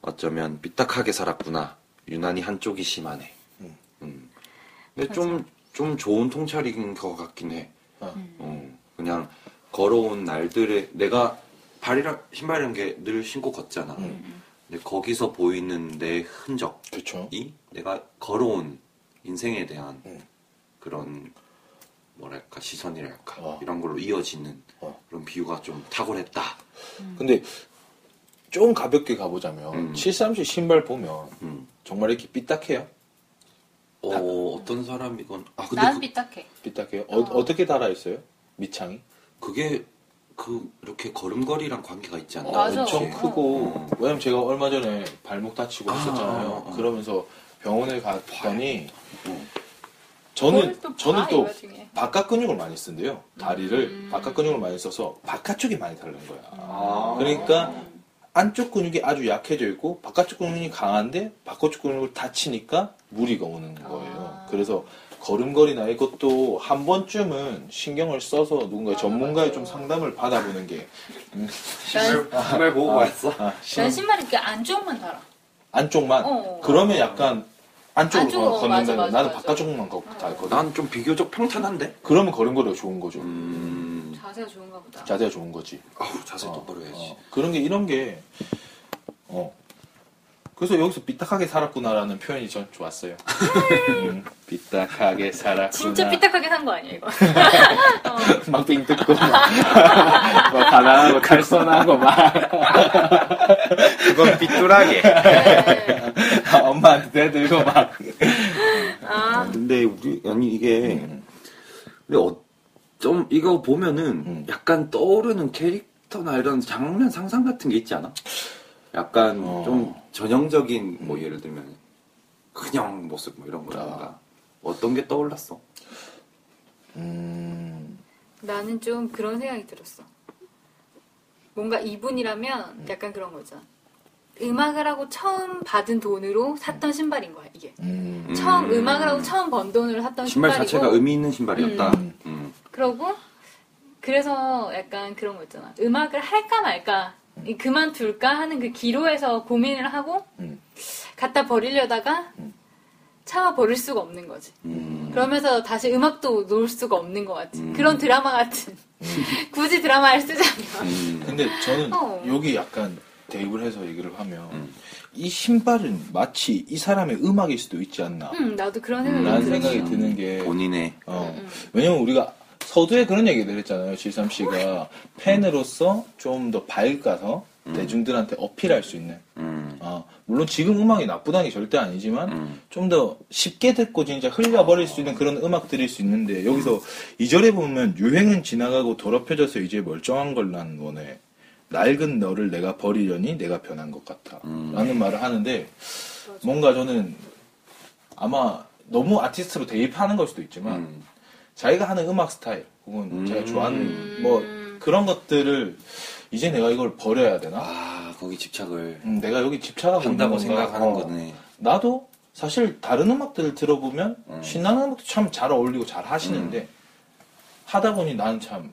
[SPEAKER 4] 어쩌면 삐딱하게 살았구나 유난히 한쪽이 심하네 음. 근데 좀, 좀 좋은 통찰인 것 같긴 해
[SPEAKER 3] 어.
[SPEAKER 4] 어, 그냥 걸어온 날들의 내가 발이랑 신발이란 게 늘 신고 걷잖아. 근데 거기서 보이는 내 흔적이
[SPEAKER 3] 그쵸.
[SPEAKER 4] 내가 걸어온 인생에 대한
[SPEAKER 3] 음.
[SPEAKER 4] 그런 뭐랄까 시선이랄까
[SPEAKER 3] 어.
[SPEAKER 4] 이런 걸로 이어지는
[SPEAKER 3] 어.
[SPEAKER 4] 그런 비유가 좀 탁월했다.
[SPEAKER 3] 근데 좀 가볍게 가보자면
[SPEAKER 4] 음.
[SPEAKER 3] 730 신발 보면
[SPEAKER 4] 음.
[SPEAKER 3] 정말 이렇게 삐딱해요?
[SPEAKER 4] 어, 어떤 사람이건 아 근데
[SPEAKER 2] 난
[SPEAKER 4] 그,
[SPEAKER 2] 삐딱해.
[SPEAKER 3] 삐딱해요? 어, 어떻게 달아 있어요? 밑창이?
[SPEAKER 4] 그게 그 이렇게 걸음걸이랑 관계가 있지 않나?
[SPEAKER 2] 어, 맞아.
[SPEAKER 3] 엄청
[SPEAKER 4] 그치?
[SPEAKER 3] 크고
[SPEAKER 4] 어.
[SPEAKER 3] 왜냐면 제가 얼마 전에 발목 다치고
[SPEAKER 4] 아,
[SPEAKER 3] 했었잖아요.
[SPEAKER 4] 어, 어.
[SPEAKER 3] 그러면서 병원에 갔더니
[SPEAKER 4] 어.
[SPEAKER 3] 저는
[SPEAKER 2] 어. 뭘또
[SPEAKER 3] 저는
[SPEAKER 2] 봐,
[SPEAKER 3] 또
[SPEAKER 2] 이거 중에.
[SPEAKER 3] 바깥 근육을 많이 쓴대요.
[SPEAKER 2] 음.
[SPEAKER 3] 다리를 바깥 근육을 많이 써서 바깥쪽이 많이 다른 거야.
[SPEAKER 2] 아.
[SPEAKER 3] 그러니까 안쪽 근육이 아주 약해져 있고 바깥쪽 근육이 강한데 바깥쪽 근육을 다치니까 무리가 오는 거예요.
[SPEAKER 2] 아.
[SPEAKER 3] 그래서 걸음걸이나 이것도 한 번쯤은 신경을 써서 누군가
[SPEAKER 2] 아,
[SPEAKER 3] 전문가의 좀 상담을 받아보는 게
[SPEAKER 2] 난,
[SPEAKER 4] 신발 보고 왔어.
[SPEAKER 3] 아,
[SPEAKER 2] 난 신발 이렇게 안쪽만 달아.
[SPEAKER 3] 안쪽만
[SPEAKER 2] 어.
[SPEAKER 3] 그러면 약간 안쪽으로
[SPEAKER 2] 안쪽으로, 맞아,
[SPEAKER 3] 걷는다.
[SPEAKER 2] 맞아,
[SPEAKER 3] 나는
[SPEAKER 2] 맞아.
[SPEAKER 3] 바깥쪽만 걷고 다 했거든.
[SPEAKER 4] 난 좀 비교적 평탄한데.
[SPEAKER 3] 그러면 걸음걸이가 좋은 거죠.
[SPEAKER 4] 음.
[SPEAKER 2] 자세가 좋은가 보다.
[SPEAKER 3] 자세가 좋은 거지.
[SPEAKER 4] 아우 자세 똑바로 해야지.
[SPEAKER 3] 어, 그런 게 이런 게 어. 그래서 여기서 삐딱하게 살았구나라는 표현이 전 좋았어요. 음, 삐딱하게 살았구나.
[SPEAKER 2] 진짜 삐딱하게 산 거 아니야,
[SPEAKER 4] <laughs>
[SPEAKER 2] 이거?
[SPEAKER 3] 막빙 <laughs> 뜯고 막 가난하고 갈선하고 막
[SPEAKER 4] 그건 삐뚤하게.
[SPEAKER 2] 네.
[SPEAKER 3] <laughs> 엄마한테 대들고 막
[SPEAKER 2] 아,
[SPEAKER 4] 근데 우리 아니 이게 근데 어좀 이거 보면은
[SPEAKER 3] 음.
[SPEAKER 4] 약간 떠오르는 캐릭터나 이런 장면 상상 같은 게 있지 않아? 약간
[SPEAKER 3] 어.
[SPEAKER 4] 좀 전형적인 뭐 예를 들면 그냥 모습 뭐 이런 거라든가
[SPEAKER 3] 아.
[SPEAKER 4] 어떤 게 떠올랐어?
[SPEAKER 3] 음,
[SPEAKER 2] 나는 좀 그런 생각이 들었어. 뭔가
[SPEAKER 4] 음.
[SPEAKER 2] 이분이라면 약간 그런 거잖아. 음악을 하고 처음 받은 돈으로 샀던 신발인 거야, 이게.
[SPEAKER 3] 음,
[SPEAKER 2] 처음 음악을 하고 처음 번 돈으로 샀던
[SPEAKER 4] 신발
[SPEAKER 2] 신발이고
[SPEAKER 4] 자체가 의미 있는 신발이었다.
[SPEAKER 3] 음.
[SPEAKER 4] 음.
[SPEAKER 2] 그러고 그래서 약간 그런 거 있잖아 음악을 할까 말까 이 그만둘까 하는 그 기로에서 고민을 하고
[SPEAKER 3] 음.
[SPEAKER 2] 갖다 버리려다가 참아 버릴 수가 없는 거지
[SPEAKER 4] 음.
[SPEAKER 2] 그러면서 다시 음악도 놓을 수가 없는 것 같은
[SPEAKER 3] 음.
[SPEAKER 2] 그런 드라마 같은 <laughs> 굳이 드라마를 쓰자면
[SPEAKER 4] 음.
[SPEAKER 3] 근데 저는
[SPEAKER 2] 어.
[SPEAKER 3] 여기 약간 대입을 해서 얘기를 하면
[SPEAKER 4] 음.
[SPEAKER 3] 이 신발은 마치 이 사람의 음악일 수도 있지 않나
[SPEAKER 2] 음, 나도 그런
[SPEAKER 3] 라는
[SPEAKER 2] 생각이 들었어
[SPEAKER 3] 생각이 드는 게
[SPEAKER 4] 음. 본인의
[SPEAKER 3] 어, 왜냐면 우리가 서두에 그런 얘기를 했잖아요. 73 씨가 팬으로서 좀 더 밝아서 대중들한테 어필할 수 있는.
[SPEAKER 4] 음.
[SPEAKER 3] 어, 물론 지금 음악이 나쁘다는 게 절대 아니지만
[SPEAKER 4] 음.
[SPEAKER 3] 좀 더 쉽게 듣고 진짜 흘려버릴 수 있는 그런 음악들일 수 있는데 여기서 이절에 보면 유행은 지나가고 더럽혀져서 이제 멀쩡한 걸 난 원해. 낡은 너를 내가 버리려니 내가 변한 것 같아.
[SPEAKER 4] 음.
[SPEAKER 3] 라는 말을 하는데 뭔가 저는 아마 너무 아티스트로 대입하는 걸 수도 있지만
[SPEAKER 4] 음.
[SPEAKER 3] 자기가 하는 음악 스타일 혹은
[SPEAKER 4] 음.
[SPEAKER 3] 제가 좋아하는 뭐 그런 것들을 이제 내가 이걸 버려야 되나?
[SPEAKER 4] 아 거기 집착을
[SPEAKER 3] 음, 내가 여기 집착하고 있는
[SPEAKER 4] 한다고
[SPEAKER 3] 건가?
[SPEAKER 4] 생각하는
[SPEAKER 3] 어.
[SPEAKER 4] 거네.
[SPEAKER 3] 나도 사실 다른 음악들을 들어보면
[SPEAKER 4] 음.
[SPEAKER 3] 신나는 음악도 참 잘 어울리고 잘 하시는데 하다 보니 난 참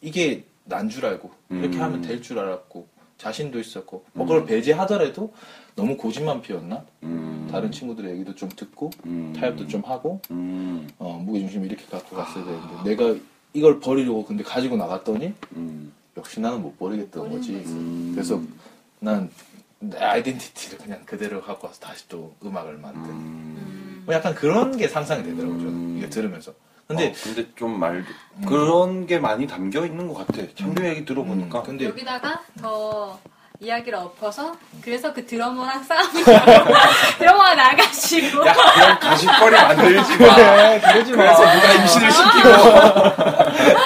[SPEAKER 3] 이게 난 줄 알고 이렇게
[SPEAKER 4] 음.
[SPEAKER 3] 하면 될 줄 알았고 자신도 있었고 뭐 그걸 배제하더라도 너무 고집만 피웠나?
[SPEAKER 4] 음.
[SPEAKER 3] 다른 친구들의 얘기도 좀 듣고
[SPEAKER 4] 음.
[SPEAKER 3] 타협도 좀 하고
[SPEAKER 4] 음.
[SPEAKER 3] 어, 무게중심 이렇게 갖고
[SPEAKER 4] 아.
[SPEAKER 3] 갔어야 되는데 내가 이걸 버리려고 근데 가지고 나갔더니
[SPEAKER 4] 음.
[SPEAKER 3] 역시 나는 못 버리겠던
[SPEAKER 2] 못 버리는
[SPEAKER 3] 거지. 음.
[SPEAKER 4] 거지.
[SPEAKER 3] 그래서 난 내 아이덴티티를 그냥 그대로 갖고 와서 다시 또 음악을 만든.
[SPEAKER 4] 음.
[SPEAKER 3] 뭐 약간 그런 게 상상이 되더라고요. 저는
[SPEAKER 4] 음.
[SPEAKER 3] 이게 들으면서. 근데 음.
[SPEAKER 4] 어, 근데 좀 말, 그런 게 많이 담겨 있는 것 같아. 창규 얘기 들어보니까.
[SPEAKER 3] 음, 근데
[SPEAKER 2] 여기다가 더 이야기를 엎어서 그래서 그 드러머랑 싸우고 <laughs> 드러머가
[SPEAKER 3] <laughs>
[SPEAKER 2] 나가시고
[SPEAKER 4] 야, 그런 가십거리 만들지 마.
[SPEAKER 3] 그러지 마.
[SPEAKER 4] 어. 그래서 누가 임신을 시키고.
[SPEAKER 3] <laughs>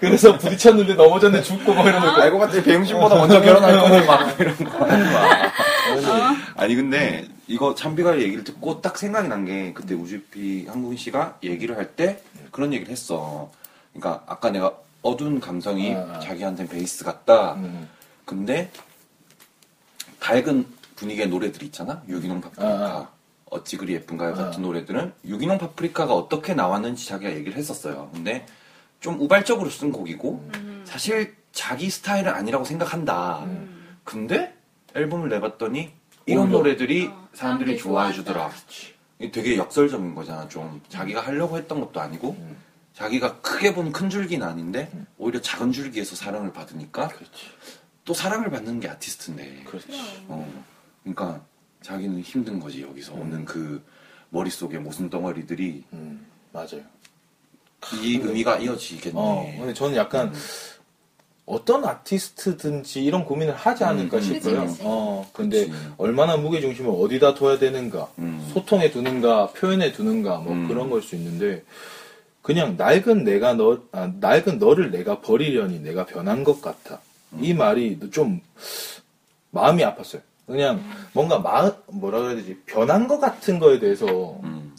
[SPEAKER 3] 그래서 부딪혔는데 넘어졌는데 죽고 막
[SPEAKER 4] <laughs>
[SPEAKER 3] 이러는
[SPEAKER 4] 알고 봤더니 배용신보다
[SPEAKER 3] 음.
[SPEAKER 4] 먼저 결혼할 거니 막 이런 거 하지 마. 아니 근데 이거 참비가 얘기를 듣고 딱 생각이 난 게 그때 우주피 한국인 씨가 얘기를 할 때 그런 얘기를 했어. 그러니까 아까 내가 어두운 감성이
[SPEAKER 3] 아, 아.
[SPEAKER 4] 자기한테 베이스 같다.
[SPEAKER 3] 음.
[SPEAKER 4] 근데 밝은 분위기의 노래들이 있잖아. 유기농 파프리카,
[SPEAKER 3] 아, 아.
[SPEAKER 4] 어찌 그리 예쁜가요 같은
[SPEAKER 3] 아.
[SPEAKER 4] 노래들은 유기농 파프리카가 어떻게 나왔는지 자기가 얘기를 했었어요. 근데 좀 우발적으로 쓴 곡이고
[SPEAKER 2] 음.
[SPEAKER 4] 사실 자기 스타일은 아니라고 생각한다.
[SPEAKER 3] 음.
[SPEAKER 4] 근데 앨범을 내봤더니 이런
[SPEAKER 3] 오히려.
[SPEAKER 4] 노래들이
[SPEAKER 2] 어,
[SPEAKER 4] 사람들이
[SPEAKER 2] 사람들이
[SPEAKER 4] 좋아해
[SPEAKER 2] 좋아한다.
[SPEAKER 4] 주더라.
[SPEAKER 3] 음,
[SPEAKER 4] 이게 되게 역설적인 거잖아. 좀 자기가 하려고 했던 것도 아니고
[SPEAKER 3] 음.
[SPEAKER 4] 자기가 크게 본 큰 줄기는 아닌데 오히려 작은 줄기에서 사랑을 받으니까
[SPEAKER 3] 그렇지.
[SPEAKER 4] 또 사랑을 받는 게 아티스트인데.
[SPEAKER 3] 그렇지.
[SPEAKER 4] 어, 그러니까 자기는 힘든 거지 여기서 오는 그 머릿속의 모순 덩어리들이
[SPEAKER 3] 음, 맞아요.
[SPEAKER 4] 이 의미가
[SPEAKER 3] 아, 어,
[SPEAKER 4] 이어지겠네.
[SPEAKER 3] 근데 저는 약간 어떤 아티스트든지 이런 고민을 하지 않을까
[SPEAKER 4] 음, 음.
[SPEAKER 3] 싶어요.
[SPEAKER 2] 그치, 그치.
[SPEAKER 3] 어, 근데
[SPEAKER 4] 그치.
[SPEAKER 3] 얼마나 무게중심을 어디다 둬야 되는가,
[SPEAKER 4] 음.
[SPEAKER 3] 소통에 두는가, 표현에 두는가, 뭐
[SPEAKER 4] 음.
[SPEAKER 3] 그런 걸 수 있는데, 그냥 낡은 내가 너, 아, 낡은 너를 내가 버리려니 내가 변한 것 같아.
[SPEAKER 4] 음.
[SPEAKER 3] 이 말이 좀 마음이 아팠어요. 그냥 뭔가 마, 뭐라 그래야 되지, 변한 것 같은 거에 대해서
[SPEAKER 4] 음,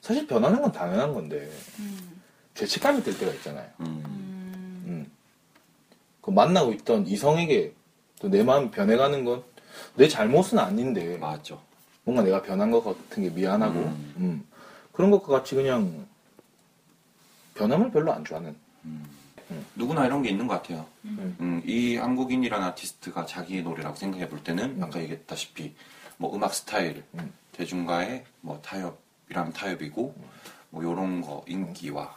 [SPEAKER 3] 사실 변하는 건 당연한 건데, 죄책감이 들 때가 있잖아요.
[SPEAKER 4] 음,
[SPEAKER 3] 음. 그 만나고 있던 이성에게 또 내 마음이 변해가는 건 내 잘못은 아닌데
[SPEAKER 4] 맞죠.
[SPEAKER 3] 뭔가 내가 변한 것 같은 게 미안하고
[SPEAKER 4] 음.
[SPEAKER 3] 음. 그런 것과 같이 그냥 변함을 별로 안 좋아하는
[SPEAKER 4] 누구나 이런 게 있는 것 같아요. 음, 이 한국인이라는 아티스트가 자기의 노래라고 생각해 볼 때는
[SPEAKER 3] 음.
[SPEAKER 4] 아까 얘기했다시피 뭐 음악 스타일,
[SPEAKER 3] 음.
[SPEAKER 4] 대중과의 뭐 타협이라면 타협이고 뭐 요런 거 인기와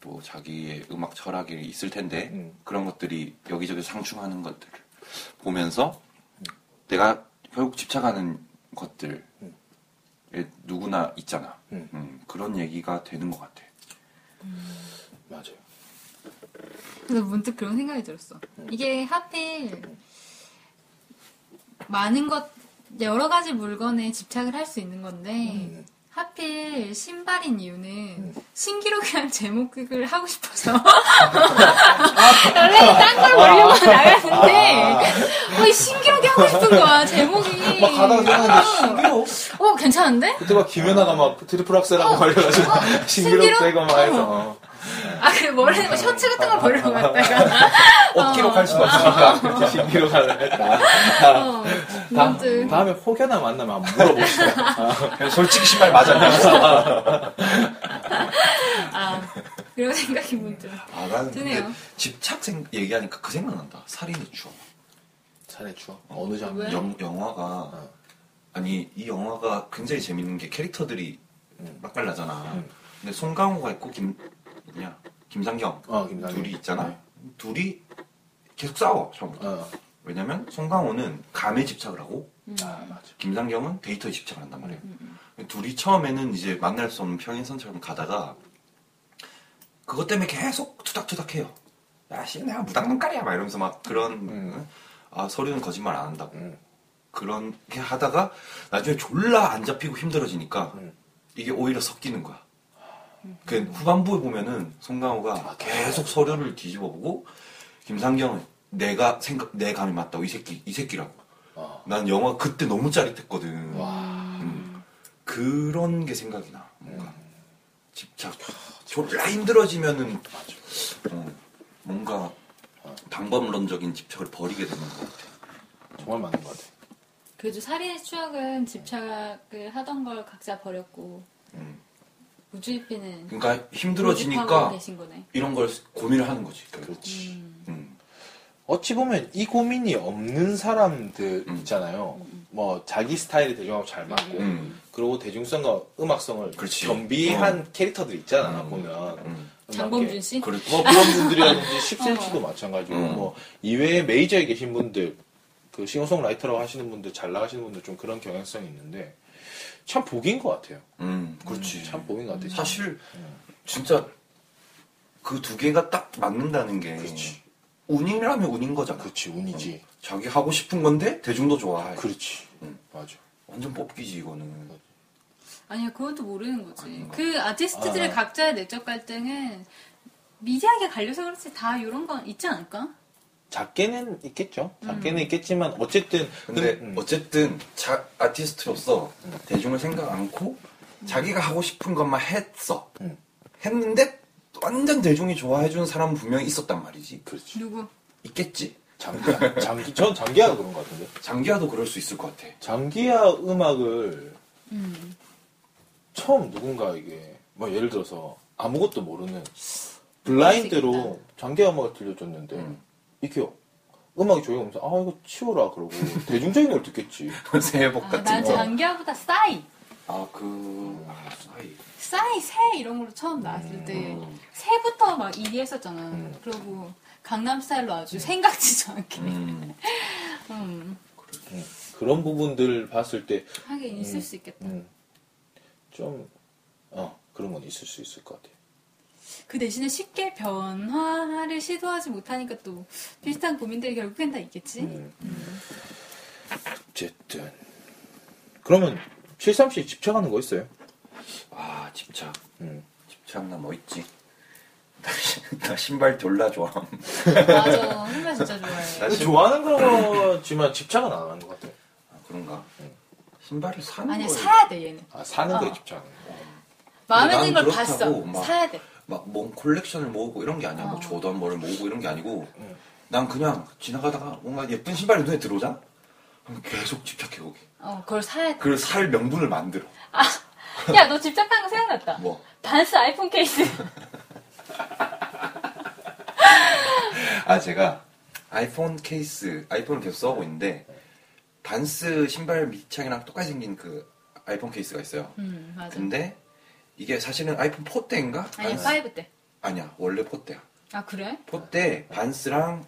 [SPEAKER 4] 또 자기의 음악 철학이 있을 텐데
[SPEAKER 3] 음.
[SPEAKER 4] 그런 것들이 여기저기 상충하는 것들을 보면서 내가 결국 집착하는 것들에 누구나 있잖아.
[SPEAKER 3] 음.
[SPEAKER 4] 음, 그런 얘기가 되는 것 같아.
[SPEAKER 3] 맞아요.
[SPEAKER 2] 그래서 문득 그런 생각이 들었어. 이게 하필 많은 것, 여러 가지 물건에 집착을 할 수 있는 건데,
[SPEAKER 3] 음.
[SPEAKER 2] 하필 신발인 이유는 신기록이란 제목을 하고
[SPEAKER 3] <laughs>
[SPEAKER 2] 싶어서. 원래 딴걸
[SPEAKER 3] 아.
[SPEAKER 2] 올려고 나갔는데, 어, 이 신기록이 하고 싶은 거야, 제목이.
[SPEAKER 3] 막 가다가 생각하는데 신기록
[SPEAKER 2] 어, 괜찮은데?
[SPEAKER 3] 그때 막 김연아가 막 트리플 악셀하고 걸려가지고 <laughs> 신기록
[SPEAKER 2] 신기록?
[SPEAKER 3] 되고 막 해서 어.
[SPEAKER 2] 아, 그래, 뭐래, 뭐 셔츠 같은 걸 보려고
[SPEAKER 3] <laughs>
[SPEAKER 2] 갔다가.
[SPEAKER 4] 억지로 갈 어, 수는
[SPEAKER 3] 아.
[SPEAKER 4] 없으니까.
[SPEAKER 3] 그렇게 신기록 하려 했다.
[SPEAKER 2] 어,
[SPEAKER 3] 다,
[SPEAKER 2] 문득.
[SPEAKER 3] 다음에 혹여나 만나면 한번 <laughs> 물어봅시다.
[SPEAKER 4] 그냥 솔직히 신발 맞았냐고.
[SPEAKER 2] 아, 그런 생각이 문득.
[SPEAKER 4] 아, 나는
[SPEAKER 2] 드네요.
[SPEAKER 4] 근데 집착 생, 얘기하니까 그 생각난다. 살인의 추억.
[SPEAKER 3] 잘해 추워. 어느 장면?
[SPEAKER 2] 왜?
[SPEAKER 4] 영, 영화가, 아니, 이 영화가 굉장히 재밌는 게 캐릭터들이 맛깔나잖아.
[SPEAKER 3] 음.
[SPEAKER 4] 근데 송강호가 있고, 김, 뭐냐, 김상경.
[SPEAKER 3] 어, 김상경.
[SPEAKER 4] 둘이 있잖아. 둘이 계속 싸워, 처음부터.
[SPEAKER 3] 어.
[SPEAKER 4] 왜냐면 송강호는 감에 집착을 하고,
[SPEAKER 3] 아, 맞아.
[SPEAKER 4] 음. 김상경은 데이터에 집착을 한단 말이에요.
[SPEAKER 3] 음,
[SPEAKER 4] 둘이 처음에는 이제 만날 수 없는 평행선처럼 가다가 그것 때문에 계속 투닥투닥해요. 야, 씨, 내가 무당눈깔이야. 막 이러면서 막 그런, 아, 서류는 거짓말 안 한다고.
[SPEAKER 3] 음.
[SPEAKER 4] 그렇게 하다가 나중에 졸라 안 잡히고 힘들어지니까
[SPEAKER 3] 음.
[SPEAKER 4] 이게 오히려 섞이는 거야. 그 후반부에 보면은
[SPEAKER 3] 아,
[SPEAKER 4] 송강호가 계속 서류를 뒤집어 보고 김상경은 내가 생각, 내 감이 맞다고 이 새끼, 이 새끼라고.
[SPEAKER 3] 어.
[SPEAKER 4] 난 영화 그때 너무 짜릿했거든.
[SPEAKER 3] 와.
[SPEAKER 4] 그런 게 생각이 나. 뭔가
[SPEAKER 3] 음. 아,
[SPEAKER 4] 집착. 졸라 힘들어지면은 어, 뭔가
[SPEAKER 3] 어.
[SPEAKER 4] 방법론적인 집착을 버리게 되는 것 같아.
[SPEAKER 3] 정말 많은 것 같아.
[SPEAKER 2] 그래도 살인의 추억은 집착을 하던 걸 각자 버렸고
[SPEAKER 4] 음.
[SPEAKER 2] 우주이피는
[SPEAKER 3] 음.
[SPEAKER 4] 그러니까
[SPEAKER 2] 고집하고
[SPEAKER 4] 힘들어지니까 음,
[SPEAKER 2] 계신 거네.
[SPEAKER 4] 이런 걸 고민을 하는 거지. 그렇지.
[SPEAKER 2] 음.
[SPEAKER 3] 어찌 보면 이 고민이 없는 사람들
[SPEAKER 4] 음.
[SPEAKER 3] 있잖아요. 뭐 자기 스타일이 대중하고 잘 맞고,
[SPEAKER 4] 음.
[SPEAKER 3] 그리고 대중성과 음악성을
[SPEAKER 4] 그렇지. 어.
[SPEAKER 3] 겸비한 캐릭터들 있잖아
[SPEAKER 4] 음.
[SPEAKER 3] 보면.
[SPEAKER 4] 음.
[SPEAKER 2] 장범준 씨? 어.
[SPEAKER 4] 그렇지.
[SPEAKER 3] 뭐 그런 분들이라든지 10cm도 마찬가지고,
[SPEAKER 4] 음.
[SPEAKER 3] 뭐 이외에 메이저에 계신 분들, 그 싱어송라이터라고 하시는 분들, 잘 나가시는 분들 좀 그런 경향성이 있는데 참 복인 것 같아요.
[SPEAKER 4] 음, 그렇지.
[SPEAKER 3] 참 음. 복인 것 같아요.
[SPEAKER 4] 사실 진짜 그 두 개가 딱 맞는다는 게
[SPEAKER 3] 그렇지.
[SPEAKER 4] 운이라면 운인 거잖아.
[SPEAKER 3] 그렇지 운이지.
[SPEAKER 4] 자기 하고 싶은 건데 대중도 음. 좋아해.
[SPEAKER 3] 그렇지.
[SPEAKER 4] 음.
[SPEAKER 3] 맞아.
[SPEAKER 4] 완전 뽑기지 이거는.
[SPEAKER 2] 아니야, 그건 또 모르는 거지.
[SPEAKER 4] 아닌가? 네.
[SPEAKER 2] 그 아티스트들의
[SPEAKER 3] 아.
[SPEAKER 2] 각자의 내적 갈등은 미세하게 갈려서 그렇지 다 이런 건 있지 않을까?
[SPEAKER 3] 작게는 있겠죠.
[SPEAKER 2] 음.
[SPEAKER 3] 작게는 있겠지만 어쨌든
[SPEAKER 4] 근데
[SPEAKER 3] 음,
[SPEAKER 4] 어쨌든 자, 아티스트로서 대중을 생각 않고 자기가 하고 싶은 것만 했어.
[SPEAKER 3] 음.
[SPEAKER 4] 했는데 완전 대중이 좋아해 주는 사람은 분명히 있었단 말이지.
[SPEAKER 3] 그렇지.
[SPEAKER 2] 누구?
[SPEAKER 4] 있겠지.
[SPEAKER 3] 장기야. 장기 전 장기야가 그런 것 같은데.
[SPEAKER 4] 장기하도 그럴 수 있을 것 같아. <laughs>
[SPEAKER 3] 장기야 음악을
[SPEAKER 2] 음.
[SPEAKER 3] 처음 누군가에게 뭐 예를 들어서 아무것도 모르는
[SPEAKER 2] 그럴 수
[SPEAKER 3] 블라인드로 장기야 음악을 들려줬는데
[SPEAKER 4] 음.
[SPEAKER 3] 이렇게 음악이 조용하면서 아 이거 치워라 <laughs> 그러고 대중적인 걸 듣겠지.
[SPEAKER 4] 새해 복
[SPEAKER 2] 아,
[SPEAKER 4] 같은
[SPEAKER 2] 난
[SPEAKER 4] 거.
[SPEAKER 2] 장기하보다 싸이.
[SPEAKER 4] 아, 그, 아, 사이.
[SPEAKER 2] 싸이, 새 이런 걸로 처음 나왔을 때
[SPEAKER 4] 음.
[SPEAKER 2] 새부터 막 1위 했었잖아.
[SPEAKER 3] 음.
[SPEAKER 2] 그러고 강남 스타일로 아주 생각지도 않게.
[SPEAKER 4] 음.
[SPEAKER 2] 음.
[SPEAKER 3] 음, 그런 부분들 봤을 때
[SPEAKER 2] 하긴 있을
[SPEAKER 3] 음.
[SPEAKER 2] 수 있겠다.
[SPEAKER 3] 음, 좀 어, 그런 건 있을 수 있을 것 같아요.
[SPEAKER 2] 그 대신에 쉽게 변화를 시도하지 못하니까 또 비슷한 고민들이 결국엔 다 있겠지.
[SPEAKER 4] 네.
[SPEAKER 3] 음. 어쨌든 그러면 73씨 집착하는 거 있어요?
[SPEAKER 4] 아, 집착.
[SPEAKER 3] 음.
[SPEAKER 4] 집착나 뭐 있지? 나, 시- 나 신발 졸라 좋아함.
[SPEAKER 2] 맞아. 훌마 진짜 좋아해.
[SPEAKER 4] 나 신-
[SPEAKER 3] 좋아하는 거지만 집착은 안 하는 것 같아요.
[SPEAKER 4] 아, 그런가? 신발을 사는
[SPEAKER 2] 아니야,
[SPEAKER 4] 거에
[SPEAKER 2] 사야 돼, 얘는.
[SPEAKER 3] 아, 사는
[SPEAKER 2] 어.
[SPEAKER 3] 거에 집착하는 거.
[SPEAKER 2] 마음에
[SPEAKER 4] 난
[SPEAKER 2] 드는 걸
[SPEAKER 4] 그렇다고
[SPEAKER 2] 봤어.
[SPEAKER 4] 막-
[SPEAKER 2] 사야 돼.
[SPEAKER 4] 막뭔 콜렉션을 모으고 이런 게 아니야.
[SPEAKER 2] 어.
[SPEAKER 4] 뭐 조던 뭐를 모으고 이런 게 아니고
[SPEAKER 2] 네.
[SPEAKER 4] 난 그냥 지나가다가 뭔가 예쁜 신발이 눈에 들어오잖아? 그럼 계속 집착해 거기.
[SPEAKER 2] 어, 그걸 사야 돼. 아,
[SPEAKER 4] 그걸 살 명분을 만들어.
[SPEAKER 2] 야, 너 집착한 거 생각났다.
[SPEAKER 4] 뭐.
[SPEAKER 2] 반스 아이폰
[SPEAKER 4] <laughs>
[SPEAKER 2] 케이스.
[SPEAKER 4] 아 제가 아이폰 케이스 아이폰을 계속 써오고 있는데 단스 신발 밑창이랑 똑같이 생긴 그 아이폰 케이스가 있어요.
[SPEAKER 2] 음, 맞아.
[SPEAKER 4] 근데 이게 사실은 아이폰 4 때인가?
[SPEAKER 2] 아니야,
[SPEAKER 4] 반스-
[SPEAKER 2] 파이브 때.
[SPEAKER 4] 아니야 원래 4 때야.
[SPEAKER 2] 아, 그래?
[SPEAKER 4] 4때 반스랑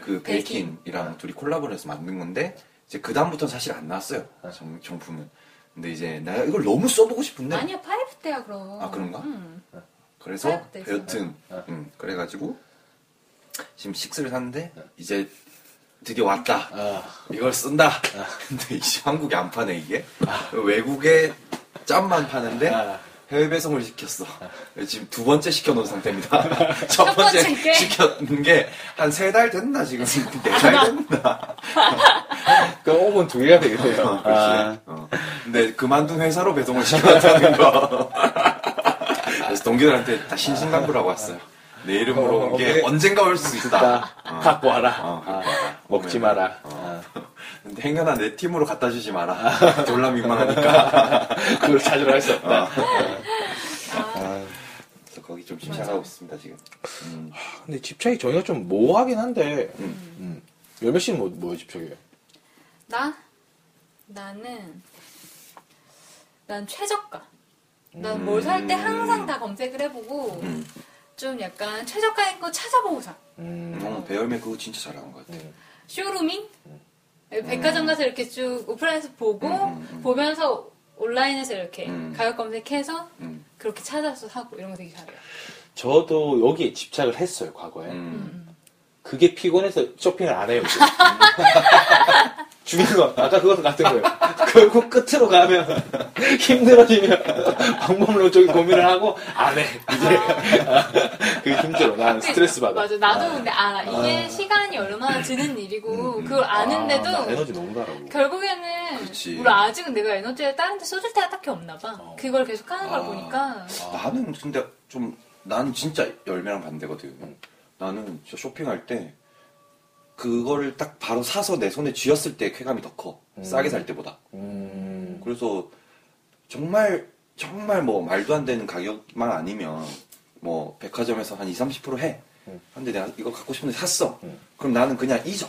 [SPEAKER 4] 그
[SPEAKER 2] 베이킨.
[SPEAKER 4] 베이킨이랑 둘이 콜라보를 해서 만든 건데 이제 그 다음부터는 사실 안 나왔어요 아, 정, 정품은. 근데 이제 내가 이걸 너무 써보고 싶은데
[SPEAKER 2] 아니야, 파이브 때야, 그럼.
[SPEAKER 4] 네. 아, 그런가?
[SPEAKER 2] 음.
[SPEAKER 4] 그래서
[SPEAKER 2] 사야 돼,
[SPEAKER 4] 여튼
[SPEAKER 3] 사야 돼.
[SPEAKER 4] 음, 그래가지고 지금 6를 샀는데 이제 드디어 왔다.
[SPEAKER 3] 아,
[SPEAKER 4] 이걸 쓴다. 근데 이제 한국에 안 파네 이게. 외국에 짬만 파는데
[SPEAKER 3] 아.
[SPEAKER 4] 해외 배송을 시켰어. 지금 두 번째 시켜놓은 상태입니다.
[SPEAKER 2] 첫
[SPEAKER 4] <laughs> 첫 번째
[SPEAKER 2] 번째 게?
[SPEAKER 4] 시켰는 게 한 세 달 됐나 지금 네 달 됐나.
[SPEAKER 3] 그 오븐 두 개가 되겠네요.
[SPEAKER 4] 어, 그렇지. 어. 근데 그만둔 회사로 배송을 시켰다는 거. 그래서 동기들한테 다 신신당부라고 왔어요. 내 이름으로
[SPEAKER 3] 어,
[SPEAKER 4] 온 게
[SPEAKER 3] 오케이.
[SPEAKER 4] 언젠가 올 수 있다.
[SPEAKER 3] 아, 갖고 와라.
[SPEAKER 4] 어, 갖고
[SPEAKER 3] 아,
[SPEAKER 4] 와라.
[SPEAKER 3] 먹지 마라. 아,
[SPEAKER 4] 근데 행여나 내 팀으로 갖다 주지 마라. 졸라 민망하니까.
[SPEAKER 3] 아, 그걸 찾으러 할 수 없다.
[SPEAKER 4] 그래서 거기 좀 집착하고 있습니다 지금. 음.
[SPEAKER 3] 근데 집착이 저희가 좀 모호하긴 한데,
[SPEAKER 4] 음.
[SPEAKER 3] 음. 열배 씨는 뭐, 뭐에 집착해요?
[SPEAKER 2] 나? 나는, 난 최저가. 난 뭘 살 때 항상 다 검색을 해보고,
[SPEAKER 4] 음.
[SPEAKER 2] 좀 약간 최저가인 거 찾아보고 사.
[SPEAKER 3] 음.
[SPEAKER 4] 어, 배열매 그거 진짜 잘하는 것 같아.
[SPEAKER 3] 음.
[SPEAKER 2] 쇼루밍? 백화점 가서 이렇게 쭉 오프라인에서 보고,
[SPEAKER 4] 음, 음, 음.
[SPEAKER 2] 보면서 온라인에서 이렇게
[SPEAKER 4] 음.
[SPEAKER 2] 가격 검색해서
[SPEAKER 4] 음.
[SPEAKER 2] 그렇게 찾아서 사고 이런 거 되게 잘해요.
[SPEAKER 3] 저도 여기에 집착을 했어요, 과거에.
[SPEAKER 4] 음.
[SPEAKER 3] 그게 피곤해서 쇼핑을 안 해요. <laughs> 이제. 중요한 건 아까 그거랑 같은 거예요. 결국 끝으로 가면 <laughs> 힘들어지면 방법론 쪽에 고민을 하고 안 해. 이제 아. 그게 힘들어. 난 스트레스 받아.
[SPEAKER 2] 맞아. 나도 근데 알아. 이게 시간이 얼마나 드는 일이고, 그걸 아는데도
[SPEAKER 3] 아, 나 에너지 너무 가라고.
[SPEAKER 2] 결국에는
[SPEAKER 4] 그렇지.
[SPEAKER 2] 물론 아직은 내가 에너지를 다른 데 쏟을 때가 딱히 없나 봐. 그걸 계속 하는 걸
[SPEAKER 4] 아.
[SPEAKER 2] 보니까
[SPEAKER 4] 나는 근데 좀 나는 진짜 열매랑 반대거든. 나는 진짜 쇼핑할 때 그거를 딱 바로 사서 내 손에 쥐었을 때 쾌감이 더 커. 싸게 살 때보다.
[SPEAKER 3] 음,
[SPEAKER 4] 그래서 정말 정말 뭐 말도 안 되는 가격만 아니면 뭐 백화점에서 한 2, 30% 해. 근데 내가 이거 갖고 싶은데 샀어. 그럼 나는 그냥 잊어.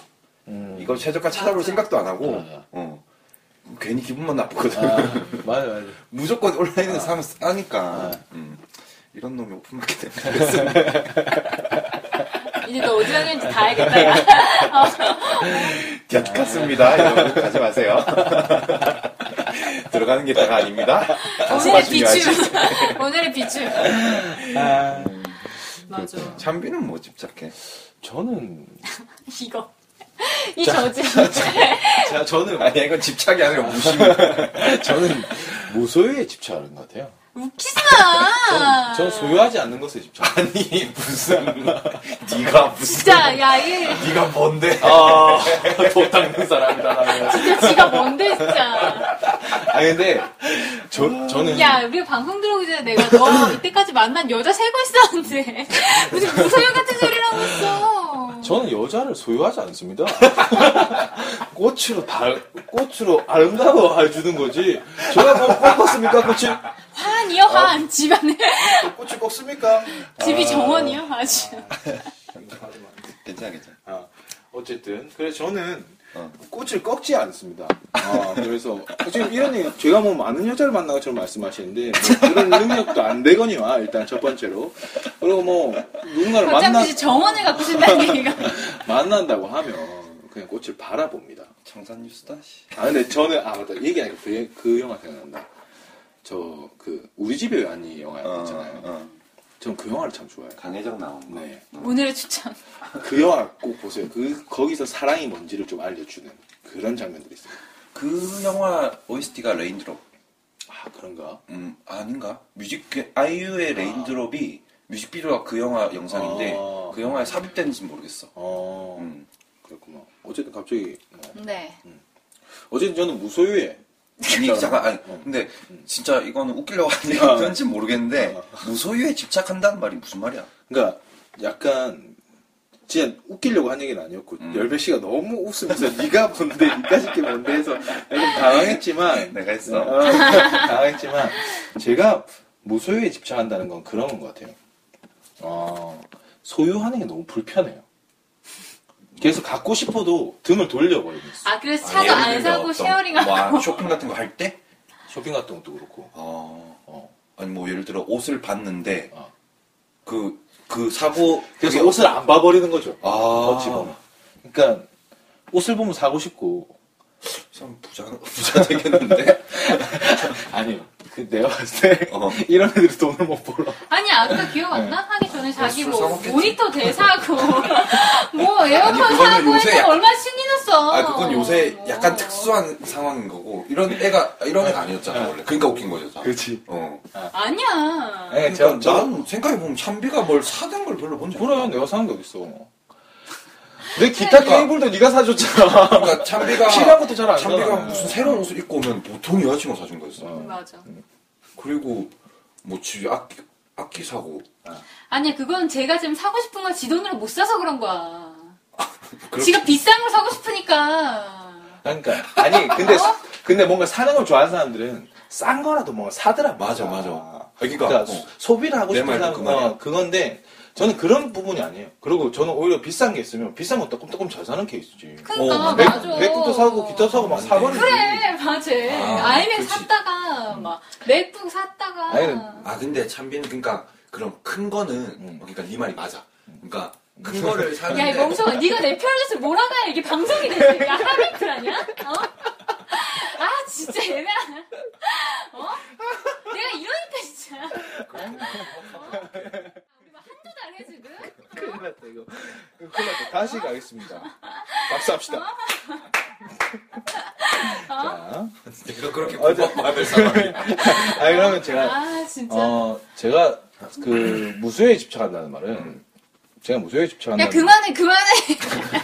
[SPEAKER 3] 음.
[SPEAKER 4] 이걸 최저가 찾아볼
[SPEAKER 2] 맞아.
[SPEAKER 4] 생각도 안 하고
[SPEAKER 3] 맞아.
[SPEAKER 4] 어. 괜히 기분만 나쁘거든.
[SPEAKER 3] 아, 맞아, 맞아.
[SPEAKER 4] 무조건 온라인에서 사면 싸니까. 음. 이런 놈이 오픈마켓에
[SPEAKER 5] <laughs>
[SPEAKER 4] 들어있으면
[SPEAKER 2] 이제 너 어디 가는지 다 알겠다. 야.
[SPEAKER 4] 곁같습니다. 이러고 가지 마세요.
[SPEAKER 5] <laughs> 들어가는 게 다가 아닙니다.
[SPEAKER 2] 오늘의
[SPEAKER 5] 말씀하신 게 아니지.
[SPEAKER 2] 비추. <laughs> 오늘의 비추. 맞아.
[SPEAKER 5] 참비는 뭐 집착해?
[SPEAKER 3] 저는
[SPEAKER 2] 이거. 이 저지.
[SPEAKER 3] 자, 저는
[SPEAKER 5] 아니 이건 집착이 아니라 무심.
[SPEAKER 3] 저는 무소유에 집착하는 것 같아요.
[SPEAKER 2] 웃기지
[SPEAKER 3] 저는,
[SPEAKER 2] 마!
[SPEAKER 3] 저는 소유하지 않는 것에 집착.
[SPEAKER 4] 아니 무슨 네가 무슨
[SPEAKER 2] 진짜, 야, 얘.
[SPEAKER 4] 네가 뭔데?
[SPEAKER 3] 아, 돈 닦는 사람이다. 나는.
[SPEAKER 2] 진짜 지가 뭔데, 진짜.
[SPEAKER 3] 아 근데 저 저는
[SPEAKER 2] 야, 우리 방송 들어오기 전에 내가 너 이때까지 만난 여자 세고 있었는데. <laughs> 무슨 무소유 같은 소리라고 했어.
[SPEAKER 3] 저는 여자를 소유하지 않습니다. 꽃으로 달 꽃으로 아름다워 해주는 거지. 제가 뭐 꺾었습니까 꽃이?
[SPEAKER 2] 환이요, 환. 집안에.
[SPEAKER 3] 꽃이 꺾습니까?
[SPEAKER 4] 아.
[SPEAKER 2] 집이 정원이요,
[SPEAKER 4] <laughs>
[SPEAKER 2] 아주.
[SPEAKER 4] 괜찮아 괜찮아.
[SPEAKER 3] 아, 어쨌든 그래서 저는
[SPEAKER 4] 어.
[SPEAKER 3] 꽃을 꺾지 않습니다. 아, 그래서 지금 이런 얘기 제가 뭐 많은 여자를 만난 것처럼 말씀하시는데 뭐 그런 능력도 안 되거니와 일단 첫 번째로 그리고 뭐 누군가를 만나
[SPEAKER 2] 박장씨 정원을 갖고
[SPEAKER 4] <laughs>
[SPEAKER 2] 신다는 얘기가.
[SPEAKER 3] 만난다고 하면 그냥 꽃을 바라봅니다.
[SPEAKER 4] 청산 뉴스다. 씨.
[SPEAKER 3] 아 근데 저는 아 맞다 얘기하니까 그, 그 영화 생각난다. 저 그 우리 집에 아니 영화
[SPEAKER 4] 어,
[SPEAKER 3] 있잖아요.
[SPEAKER 4] 어.
[SPEAKER 3] 전 그 영화를 참 좋아해요.
[SPEAKER 4] 강혜정 나온 거.
[SPEAKER 3] 네.
[SPEAKER 2] 오늘의 추천.
[SPEAKER 3] 그 영화 꼭 보세요. 그 거기서 사랑이 뭔지를 좀 알려주는 그런 장면들이 있어요.
[SPEAKER 4] 그 영화 OST가 레인드롭.
[SPEAKER 3] 아 그런가?
[SPEAKER 4] 음 아닌가? 뮤직 그 아이유의 레인드롭이 뮤직비디오가 그 영화 영상인데
[SPEAKER 3] 아.
[SPEAKER 4] 그 영화에 삽입된지는 모르겠어.
[SPEAKER 3] 어
[SPEAKER 4] 음.
[SPEAKER 3] 그렇구만. 어쨌든 갑자기 뭐.
[SPEAKER 2] 네.
[SPEAKER 3] 어쨌든 저는 무소유에
[SPEAKER 4] 아니 잠깐 아니
[SPEAKER 3] 어.
[SPEAKER 4] 근데 진짜 이거는 웃기려고 하는
[SPEAKER 3] 어.
[SPEAKER 4] 건지 모르겠는데
[SPEAKER 3] 어.
[SPEAKER 4] 무소유에 집착한다는 말이 무슨 말이야?
[SPEAKER 3] 그러니까 약간 진짜 웃기려고 한 얘기는 아니었고
[SPEAKER 4] 음.
[SPEAKER 3] 열배 씨가 너무 웃으면서 <laughs> 네가 뭔데 니가 시게 뭔데 해서 약간 <laughs> 당황했지만
[SPEAKER 4] 내가 했어.
[SPEAKER 3] 어, 당황했지만 제가 무소유에 집착한다는 건 그런 것 같아요. 어, 소유하는 게 너무 불편해요. 그래서 갖고 싶어도 등을 돌려버리겠어.
[SPEAKER 2] 아, 그래서
[SPEAKER 4] 아,
[SPEAKER 2] 차도
[SPEAKER 4] 예를
[SPEAKER 2] 안
[SPEAKER 4] 들면
[SPEAKER 2] 사고
[SPEAKER 4] 어떤
[SPEAKER 2] 쉐어링하고.
[SPEAKER 4] 뭐 쇼핑 같은 거 할 때?
[SPEAKER 3] 쇼핑 같은 것도 그렇고.
[SPEAKER 4] 어,
[SPEAKER 3] 어.
[SPEAKER 4] 아니 뭐 예를 들어 옷을 봤는데
[SPEAKER 3] 어.
[SPEAKER 4] 그 그 사고
[SPEAKER 3] 그래서
[SPEAKER 4] 그게-
[SPEAKER 3] 옷을 안 봐버리는 거죠.
[SPEAKER 4] 아.
[SPEAKER 3] 어찌 보면. 그러니까 옷을 보면 사고 싶고
[SPEAKER 4] 참 부자 <laughs> 부자 되겠는데?
[SPEAKER 3] 아니요. 그 내가 봤을 때
[SPEAKER 4] 어.
[SPEAKER 3] <laughs> 이런 애들이 돈을 못 벌어.
[SPEAKER 2] 아니 아까 기억 안 나? 하기 전에 자기
[SPEAKER 4] 네. 술
[SPEAKER 2] 뭐
[SPEAKER 4] 사먹겠지.
[SPEAKER 2] 모니터
[SPEAKER 4] <laughs>
[SPEAKER 2] 대사고 뭐
[SPEAKER 4] 아니,
[SPEAKER 2] 에어컨
[SPEAKER 4] 그거는
[SPEAKER 2] 사고
[SPEAKER 4] 요새
[SPEAKER 2] 했는데
[SPEAKER 4] 약간-
[SPEAKER 2] 얼마 신이 났어
[SPEAKER 4] 아 그건 요새
[SPEAKER 2] 뭐.
[SPEAKER 4] 약간 특수한 상황인 거고 이런 애가 이런 애가 아니었잖아 원래. 그러니까 웃긴 거죠. 다.
[SPEAKER 3] 네. 그렇지.
[SPEAKER 4] 어.
[SPEAKER 2] 아니야
[SPEAKER 3] 네,
[SPEAKER 4] 그러니까
[SPEAKER 3] 제가
[SPEAKER 4] 난 생각해 보면 참비가 뭘 사든 걸 별로 본적
[SPEAKER 3] 그래 내가 사는 게 어딨어. 내 기타 케이블도 네가 사줬잖아.
[SPEAKER 4] 그러니까 참비가
[SPEAKER 3] 필요한 것도 네. 잘안
[SPEAKER 4] 참비가
[SPEAKER 3] 사잖아.
[SPEAKER 4] 무슨 새로운 옷을 입고 오면 보통 여자친구 사준 거였어.
[SPEAKER 2] 맞아
[SPEAKER 4] 그리고 뭐 지 악기 악기 사고
[SPEAKER 2] 아니야 그건 제가 지금 사고 싶은 걸 지 돈으로 못 사서 그런 거야
[SPEAKER 4] <laughs> 그렇-
[SPEAKER 2] 지가 비싼 걸 사고 싶으니까
[SPEAKER 3] <laughs>
[SPEAKER 4] 어,
[SPEAKER 3] 그러니까 아니 근데 근데 뭔가 사는 걸 좋아하는 사람들은 싼 거라도 뭔가 사더라.
[SPEAKER 4] 맞아 맞아. 아, 그러니까,
[SPEAKER 3] 그러니까
[SPEAKER 4] 어.
[SPEAKER 3] 소비를 하고
[SPEAKER 4] 내
[SPEAKER 3] 싶은
[SPEAKER 4] 말도
[SPEAKER 3] 사람
[SPEAKER 4] 그 말이야.
[SPEAKER 3] 은 그건데 저는 그런 부분이 아니에요. 그리고 저는 오히려 비싼 게 있으면 비싼 거 따끔따끔 잘 사는 케이스지.
[SPEAKER 2] 그러니까
[SPEAKER 4] 어, 맥-
[SPEAKER 2] 맞아
[SPEAKER 3] 맥북도 사고 기타 사고 막 사버리지.
[SPEAKER 2] 그래 맞아
[SPEAKER 4] 아,
[SPEAKER 2] 아, 이맥
[SPEAKER 4] 그렇지.
[SPEAKER 2] 샀다가 막 맥북 샀다가
[SPEAKER 3] 아니,
[SPEAKER 4] 아 근데 참비는 그러니까 그럼 큰 거는
[SPEAKER 3] 음.
[SPEAKER 4] 그러니까 네 말이 맞아. 그러니까 큰 거를 사는데
[SPEAKER 2] 야, 이 멍청아, 네가 내 편에서 몰아가야 이게 방송이 되지. 야, 하객들 아니야? 어? <laughs> 아, 진짜 애매하네. 어? 내가 이러니까 진짜. 어? 아, 우리 막 한두 달 해, 지금?
[SPEAKER 3] 큰일 났다 이거. 큰일 났다. 다시 가겠습니다.
[SPEAKER 2] <laughs>
[SPEAKER 3] 박수합시다. 자,
[SPEAKER 4] 내가 그렇게
[SPEAKER 3] 어, 저-
[SPEAKER 4] 고마운 마음을 사람이
[SPEAKER 3] 아 그러면 제가
[SPEAKER 2] 아, 진짜.
[SPEAKER 3] 어 제가 그 무소에 집착한다는 말은 제가 무소에
[SPEAKER 2] 야,
[SPEAKER 3] 집착한다는
[SPEAKER 2] 그만해, 그만해.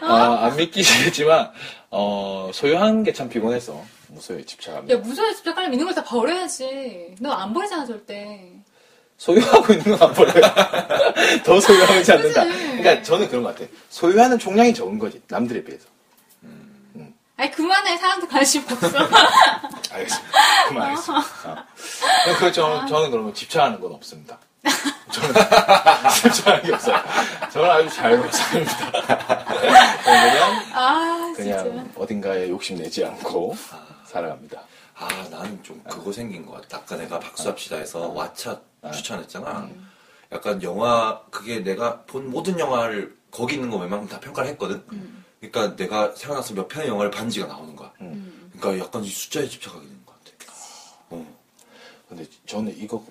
[SPEAKER 3] 아, 안 믿기시겠지만 어 소유한 게 참 피곤해서 무소에 집착합니다.
[SPEAKER 2] 야, 무서워, 진짜 깔려 있는 걸 다 버려야지. 너 안 버리잖아, 절대.
[SPEAKER 3] 소유하고 있는 건 안 버려요. <laughs> 더 소유하지 않는다.
[SPEAKER 2] 그치.
[SPEAKER 3] 그러니까 저는 그런 것 같아요. 소유하는 총량이 적은 거지 남들에 비해서.
[SPEAKER 2] 아니, 그만해. 사람도 관심 없어.
[SPEAKER 3] 알겠습니다. 그만하겠습니다. 아. 그 저는, 저는 그러면 집착하는 건 없습니다. 저는 <laughs> 집착하는 게 없어요. 저는 아주 자유로운 사람입니다. 저는
[SPEAKER 2] 아,
[SPEAKER 3] 그냥,
[SPEAKER 2] 진짜.
[SPEAKER 3] 그냥 어딘가에 욕심내지 않고 살아갑니다.
[SPEAKER 4] 아 나는 좀 그거 생긴 것 같다. 아까 내가 박수합시다에서 왓챠 추천했잖아.
[SPEAKER 3] 음.
[SPEAKER 4] 약간 영화 그게 내가 본 모든 영화를 거기 있는 거 웬만큼 다 평가를 했거든.
[SPEAKER 3] 음. 음.
[SPEAKER 4] 그러니까 내가 생각나서 몇 편의 영화를 반지가 나오는 거야. 그러니까 약간 이 숫자에 집착하게 되는 거야.
[SPEAKER 3] 근데 저는 이거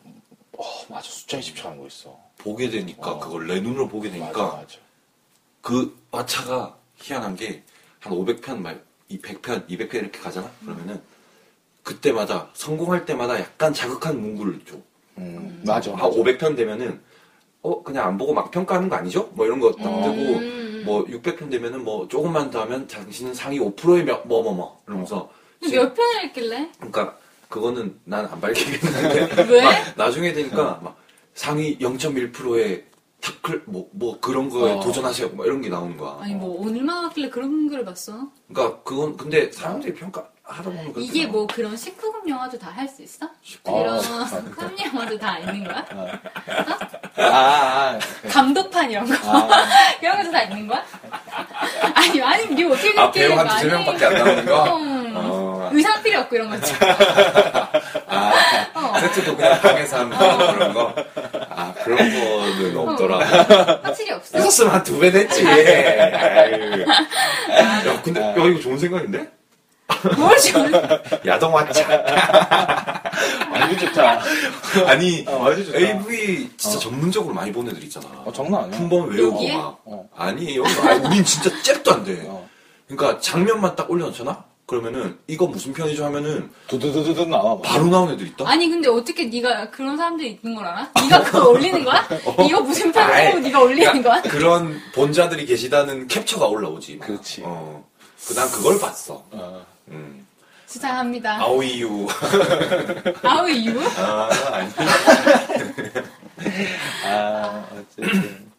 [SPEAKER 3] 어, 맞아 숫자에 집착하는 거 있어.
[SPEAKER 4] 보게 되니까
[SPEAKER 3] 어.
[SPEAKER 4] 그걸 내 눈으로 보게 되니까
[SPEAKER 3] 맞아 맞아.
[SPEAKER 4] 그 마차가 희한한 게 한 500편 말, 이 100편, 200편 이렇게 가잖아. 그러면은 그때마다 성공할 때마다 약간 자극한 문구를 줘.
[SPEAKER 3] 음, 맞아.
[SPEAKER 4] 한 500편 되면은 어 그냥 안 보고 막 평가하는 거 아니죠? 뭐 이런 거딱
[SPEAKER 2] 음.
[SPEAKER 4] 되고 뭐 600편 되면은 뭐 조금만 더 하면 당신은 상위 5%의 뭐뭐뭐 이러면서
[SPEAKER 2] 근데 몇 편을 했길래?
[SPEAKER 4] 그러니까 그거는 난 안 밝히겠는데
[SPEAKER 2] <laughs> 왜?
[SPEAKER 4] 막 나중에 되니까 막 상위 0.1%의 탑클 뭐, 뭐 그런 거에
[SPEAKER 3] 어.
[SPEAKER 4] 도전하세요 뭐 이런 게 나오는 거야.
[SPEAKER 2] 아니 뭐 얼마나 길래 그런 글을 봤어?
[SPEAKER 4] 그러니까 그건 근데 사람들이 평가하다 보면 그렇게
[SPEAKER 2] 이게
[SPEAKER 4] 나와.
[SPEAKER 2] 뭐 그런 19금 영화도 다 할 수 있어? 그런 3 영화도 다 있는 거야? 어?
[SPEAKER 3] 아, 아,
[SPEAKER 2] 감독판 이런 거
[SPEAKER 3] 아,
[SPEAKER 2] <laughs>
[SPEAKER 3] 아.
[SPEAKER 2] 이런 것도 다 있는 거야? 아니 아니 이게 어떻게 그렇게
[SPEAKER 5] 아 배우 한 두세
[SPEAKER 2] 많이-
[SPEAKER 5] 명밖에 안 나오는 거?
[SPEAKER 2] 음,
[SPEAKER 5] 어.
[SPEAKER 2] 의상 필요 없고 이런 거 있지. 어.
[SPEAKER 5] 세트도 그냥 방에서 하는 거 그런 거?
[SPEAKER 4] 아 그런 거는
[SPEAKER 2] 어.
[SPEAKER 4] 없더라.
[SPEAKER 2] 확실히 없어.
[SPEAKER 5] 있었으면 한 두 배 됐지. 아유.
[SPEAKER 4] 야 근데 야 이거 좋은 생각인데?
[SPEAKER 2] 뭘 지금
[SPEAKER 5] 야동 왓챠.
[SPEAKER 3] 완전 좋다.
[SPEAKER 4] 아니
[SPEAKER 3] 완전 좋다.
[SPEAKER 4] AV 진짜 전문적으로 많이 보는 애들 있잖아.
[SPEAKER 3] 어, 장난 아니야.
[SPEAKER 4] 품번 외우고
[SPEAKER 2] 여기에?
[SPEAKER 4] 막.
[SPEAKER 3] 어.
[SPEAKER 4] 아니 여기 아니, 우린 진짜 잽도 안 돼.
[SPEAKER 3] 어.
[SPEAKER 4] 그러니까 장면만 딱 올려놓잖아. 그러면은 이거 무슨 편이죠 하면은
[SPEAKER 3] 두두두두두 나와. 막.
[SPEAKER 4] 바로 나온 애들 있다.
[SPEAKER 2] 아니 근데 어떻게 네가 그런 사람들이 있는 걸 알아? 네가 그걸 올리는 거야? 이거 무슨 편이라고
[SPEAKER 5] 아이,
[SPEAKER 2] 네가 올리는 거야?
[SPEAKER 4] 그러니까 그런 본자들이 계시다는 캡처가 올라오지.
[SPEAKER 3] 그렇지.
[SPEAKER 4] 어. 그, 난 그걸 봤어.
[SPEAKER 3] 어.
[SPEAKER 4] 음.
[SPEAKER 2] 수상합니다.
[SPEAKER 4] 아오이유.
[SPEAKER 2] 아우 이유?
[SPEAKER 4] 아, 아니.
[SPEAKER 3] 아, 어쨌든.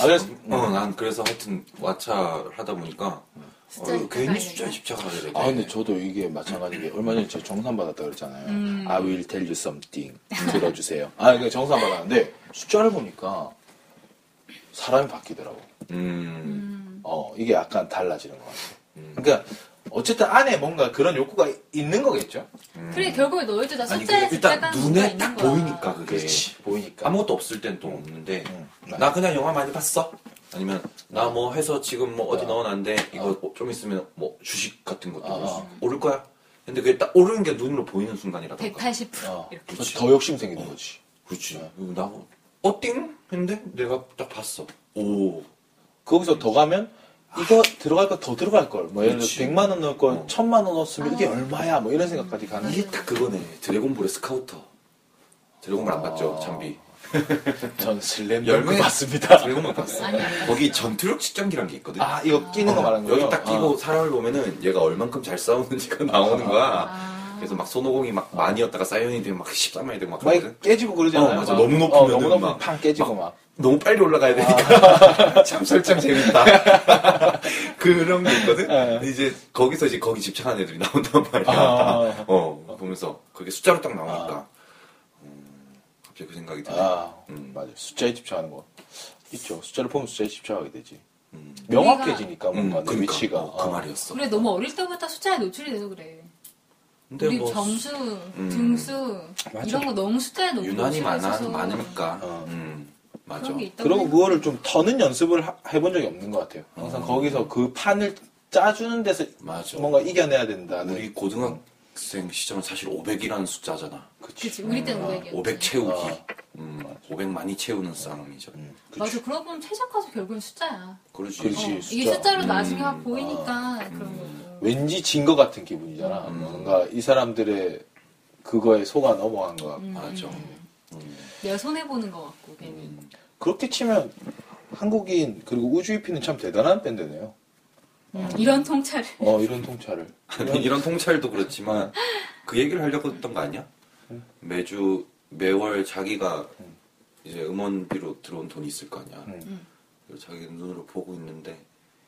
[SPEAKER 3] 아, 그래서,
[SPEAKER 4] 어, 난 그래서 하여튼 왓챠를 하다 보니까
[SPEAKER 2] 숫자에
[SPEAKER 4] 어, 괜히
[SPEAKER 2] 집착하게
[SPEAKER 4] 숫자에 집착하게 돼.
[SPEAKER 3] 아, 근데 저도 이게 마찬가지게 얼마 전에 제가 정산받았다 그랬잖아요.
[SPEAKER 2] 음.
[SPEAKER 3] I will tell you something. 들어주세요. 아, 그러니까 정산받았는데 숫자를 보니까 사람이 바뀌더라고.
[SPEAKER 4] 음.
[SPEAKER 3] 어, 이게 약간 달라지는 것 같아요. 그러니까 어쨌든 안에 뭔가 그런 욕구가 있는 거겠죠?
[SPEAKER 2] 그래 결국에 너희들 다
[SPEAKER 4] 아니,
[SPEAKER 2] 숫자에
[SPEAKER 4] 근데 일단
[SPEAKER 2] 집착하는 거가
[SPEAKER 4] 눈에 딱
[SPEAKER 2] 있는 거야.
[SPEAKER 4] 보이니까 그게.
[SPEAKER 3] 그렇지. 예, 보이니까.
[SPEAKER 4] 아무것도 없을 땐 또 없는데
[SPEAKER 3] 음,
[SPEAKER 4] 나 그냥 영화 많이 봤어 아니면 나 뭐 해서 지금 뭐 어디 넣어놨는데 이거 좀 있으면 뭐 주식 같은 것도
[SPEAKER 3] 아.
[SPEAKER 4] 올 수- 오를 거야 근데 그게 딱 오르는 게 눈으로 보이는 순간이라던가
[SPEAKER 2] 180%
[SPEAKER 3] 어,
[SPEAKER 2] 이렇게.
[SPEAKER 3] 그래서 더 욕심 생기는 거지.
[SPEAKER 4] 어.
[SPEAKER 3] 어.
[SPEAKER 4] 그렇지 나뭐 어띵? 했는데 내가 딱 봤어 오
[SPEAKER 3] 거기서 더 가면 이거 들어갈 거 더 들어갈 걸. 뭐 예를 들어
[SPEAKER 4] 그렇지.
[SPEAKER 3] 100만 원 넣을 걸
[SPEAKER 4] 어.
[SPEAKER 3] 1000만 원 넣었으면 이게 얼마야? 뭐 이런 생각까지 가는
[SPEAKER 2] 아.
[SPEAKER 4] 이게 딱 그거네 드래곤볼의 스카우터 드래곤볼 안 봤죠
[SPEAKER 3] 아.
[SPEAKER 4] 잠비
[SPEAKER 3] 전 슬램덩크
[SPEAKER 4] 네. 열매?
[SPEAKER 3] 봤습니다.
[SPEAKER 4] 드래곤볼 봤어
[SPEAKER 2] 아니, 아니.
[SPEAKER 4] 거기 전투력 측정기란 게 있거든
[SPEAKER 3] 아, 이거 끼는 거 말하는 거예요?
[SPEAKER 4] 어,
[SPEAKER 3] 어.
[SPEAKER 4] 여기 딱 끼고 사람을 보면은 얘가 얼만큼 잘 싸우는지가 <laughs> 나오는 거야.
[SPEAKER 2] 아.
[SPEAKER 4] 그래서 막 손오공이 막 많이였다가 사이언이 되면 막 13만이 되고 막
[SPEAKER 3] 아, 막
[SPEAKER 4] 그러거든.
[SPEAKER 3] 깨지고 그러잖아요.
[SPEAKER 4] 어, 맞아.
[SPEAKER 3] 막.
[SPEAKER 4] 너무 높으면은
[SPEAKER 3] 어, 너무 높으면
[SPEAKER 4] 막-
[SPEAKER 3] 팡 깨지고 막.
[SPEAKER 4] 너무 빨리
[SPEAKER 3] 아.
[SPEAKER 4] 올라가야 되니까. <laughs> 참 설정 재밌다. <laughs> 그런 게 있거든.
[SPEAKER 3] 네.
[SPEAKER 4] 근데 이제 거기서 이제 거기 집착하는 애들이 나온단 말이야.
[SPEAKER 3] 아.
[SPEAKER 4] 어, 보면서 그게 숫자로 딱 나오니까. 음, 갑자기 그 생각이 드네.
[SPEAKER 3] 아,
[SPEAKER 4] 음.
[SPEAKER 3] 맞아. 숫자에 집착하는 거. 있죠. 숫자를 보면 숫자에 집착하게 되지.
[SPEAKER 4] 음.
[SPEAKER 3] 명확해지니까
[SPEAKER 4] 음,
[SPEAKER 3] 뭔가 내
[SPEAKER 4] 그러니까.
[SPEAKER 3] 위치가.
[SPEAKER 4] 어, 그
[SPEAKER 3] 아.
[SPEAKER 4] 말이었어.
[SPEAKER 2] 그래 너무 어릴 때부터 숫자에 노출이 돼서 그래.
[SPEAKER 4] 근데
[SPEAKER 2] 우리
[SPEAKER 4] 뭐
[SPEAKER 2] 점수, 등수 이런 거 너무 숫자에 너무
[SPEAKER 4] 유난히
[SPEAKER 2] 노출이
[SPEAKER 4] 많아,
[SPEAKER 2] 돼서
[SPEAKER 4] 많으니까.
[SPEAKER 3] 어.
[SPEAKER 4] 음, 맞아.
[SPEAKER 2] 그런 게 있다.
[SPEAKER 3] 그리고 그거를 좀 터는 연습을 하- 해본 적이 없는 것 같아요. 항상
[SPEAKER 4] 음.
[SPEAKER 3] 거기서 그 판을 짜주는 데서
[SPEAKER 4] 맞아.
[SPEAKER 3] 뭔가 이겨내야 된다는.
[SPEAKER 4] 우리 고등학생 시절은 사실 500이라는 숫자잖아.
[SPEAKER 2] 그치 우리 때는 500이었지.
[SPEAKER 4] 500 채우기.
[SPEAKER 3] 아.
[SPEAKER 4] 음, 500 많이 채우는 싸움이죠.
[SPEAKER 2] 맞아 그러고 보면 최적화도 결국은 숫자야.
[SPEAKER 4] 그렇지.
[SPEAKER 3] 그렇지.
[SPEAKER 2] 어, 이게
[SPEAKER 3] 숫자.
[SPEAKER 2] 숫자로 나중에
[SPEAKER 4] 음,
[SPEAKER 2] 막 보이니까 그런 거고.
[SPEAKER 3] 왠지 진 것 같은 기분이잖아.
[SPEAKER 4] 음.
[SPEAKER 3] 뭔가 이 사람들의 그거에 속아 넘어간 것 같고.
[SPEAKER 4] 맞아.
[SPEAKER 2] 내가 손해 보는 거 같고 괜히.
[SPEAKER 4] 음.
[SPEAKER 3] 그렇게 치면 한국인 그리고 우주 EP는 참 대단한 밴드네요.
[SPEAKER 2] 음, 이런 통찰을.
[SPEAKER 3] 어 이런 통찰을.
[SPEAKER 4] 아니, <laughs> 이런 통찰도 그렇지만 그 얘기를 하려고 했던 거 아니야? 매주 매월 자기가 이제 음원비로 들어온 돈이 있을 거 아니야.
[SPEAKER 3] 음.
[SPEAKER 4] 그리고 자기 눈으로 보고 있는데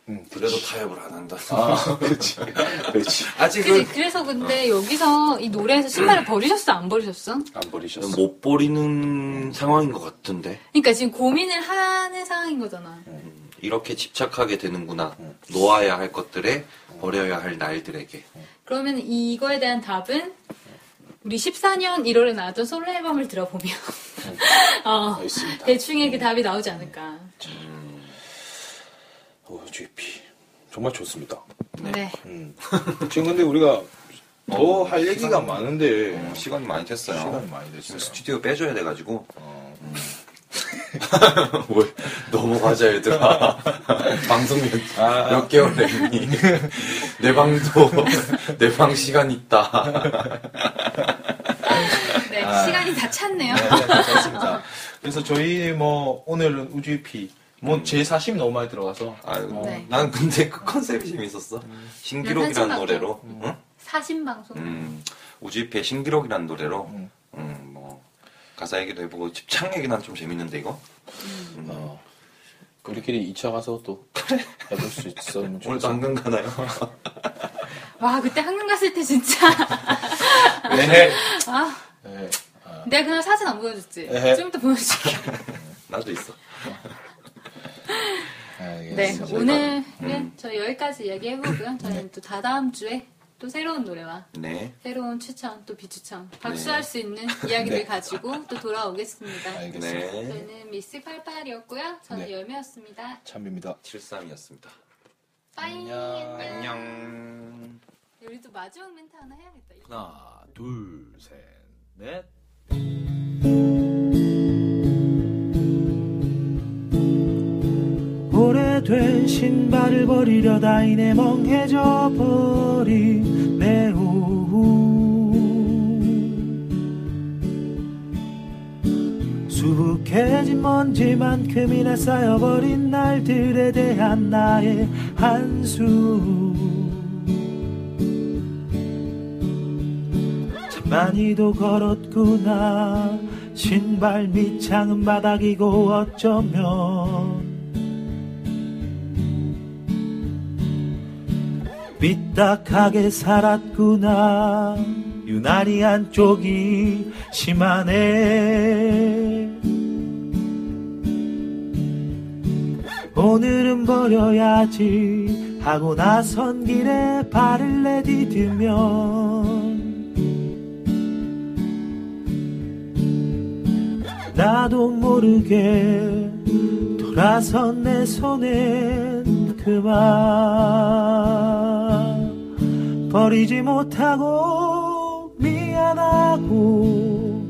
[SPEAKER 3] 음,
[SPEAKER 4] 그래도 타협을 안 한다.
[SPEAKER 3] <laughs> 아 그렇지 <laughs> 그렇지
[SPEAKER 2] 그치,
[SPEAKER 4] <laughs> 아직은
[SPEAKER 2] 그래서 근데
[SPEAKER 4] 어.
[SPEAKER 2] 여기서 이 노래에서 신발을 버리셨어 안 버리셨어?
[SPEAKER 3] 안 버리셨어.
[SPEAKER 4] 못 버리는 상황인 것 같은데.
[SPEAKER 2] 그러니까 지금 고민을 하는 상황인 거잖아.
[SPEAKER 4] 음, 이렇게 집착하게 되는구나. 놓아야 할 것들에 버려야 할 날들에게.
[SPEAKER 2] 그러면 이거에 대한 답은 우리 14년 1월에 나왔던 솔로 앨범을 들어보면 <laughs> 어,
[SPEAKER 3] 있습니다.
[SPEAKER 2] 대충의 그 답이 나오지 않을까.
[SPEAKER 3] 우주 EP 어, 정말 좋습니다.
[SPEAKER 2] 네.
[SPEAKER 3] 지금 근데 우리가
[SPEAKER 5] 더 할 얘기가 많은데
[SPEAKER 4] 어, 시간이 많이 됐어요.
[SPEAKER 3] 시간이 많이 됐어요.
[SPEAKER 4] 지금 스튜디오 빼줘야 돼가지고
[SPEAKER 3] 어,
[SPEAKER 4] 음. <laughs>
[SPEAKER 5] 뭘 넘어가자
[SPEAKER 4] <laughs>
[SPEAKER 5] 얘들아 방송 몇,
[SPEAKER 4] 아.
[SPEAKER 5] 몇 개월 됐니 내 방도 내 방 시간 있다
[SPEAKER 2] 네, 시간이 다 찼네요.
[SPEAKER 3] 됐습니다. 그래서 저희 뭐 오늘은 우주 피 뭐제 40 너무 많이 들어가서
[SPEAKER 4] 아유,
[SPEAKER 2] 네.
[SPEAKER 4] 난 근데 그 컨셉이 재밌었어.
[SPEAKER 2] 난
[SPEAKER 3] 음.
[SPEAKER 4] 신기록이라는
[SPEAKER 2] 사진
[SPEAKER 4] 노래로, 응?
[SPEAKER 2] 사신 방송.
[SPEAKER 4] 음, 우주입의 신기록이라는 노래로, 음, 뭐 가사 얘기도 해보고 집착 얘기 난 좀 재밌는데 이거.
[SPEAKER 3] 어, 우리끼리 2차 가서 <laughs> 또 해볼 수 있었으면
[SPEAKER 4] 오늘도
[SPEAKER 3] 좋겠어.
[SPEAKER 4] 한강 가나요?
[SPEAKER 2] 와, 그때 한강 갔을 때 진짜.
[SPEAKER 4] <laughs>
[SPEAKER 2] <laughs>
[SPEAKER 4] 네.
[SPEAKER 3] 네.
[SPEAKER 2] 내가 그날 사진 안 보여줬지.
[SPEAKER 3] 에헤.
[SPEAKER 2] 좀 이따 보여줄게.
[SPEAKER 4] <laughs>
[SPEAKER 2] <laughs>
[SPEAKER 4] 나도 있어.
[SPEAKER 2] 네,
[SPEAKER 3] 알겠습니다.
[SPEAKER 2] 오늘은
[SPEAKER 4] 음.
[SPEAKER 2] 저희 여기까지 이야기해보고요. 저희는 또 다다음 주에 또 새로운 노래와
[SPEAKER 4] 네.
[SPEAKER 2] 새로운 추천, 또 비추천, 박수할 수 있는 이야기를 가지고 또 네. 돌아오겠습니다.
[SPEAKER 3] 알겠습니다.
[SPEAKER 4] 네.
[SPEAKER 2] 저는 미스 88이었고요. 저는
[SPEAKER 3] 네.
[SPEAKER 2] 열매였습니다.
[SPEAKER 3] 참입니다.
[SPEAKER 4] 73이었습니다.
[SPEAKER 2] 빠이.
[SPEAKER 3] 안녕.
[SPEAKER 4] 안녕.
[SPEAKER 2] 우리 또 마지막 멘트 하나 해야겠다.
[SPEAKER 3] 하나, 둘, 셋, 넷.
[SPEAKER 6] 오래된 신발을 버리려다 이내 멍해져 버린 내 오후 수북해진 먼지만큼이나 쌓여버린 날들에 대한 나의 한숨 참 많이도 걸었구나 신발 밑창은 바닥이고 어쩌면 삐딱하게 살았구나 유난히 한쪽이 심하네 오늘은 버려야지 하고 나선 길에 발을 내디디면 나도 모르게 돌아선 내 손엔 그 그만 버리지 못하고 미안하고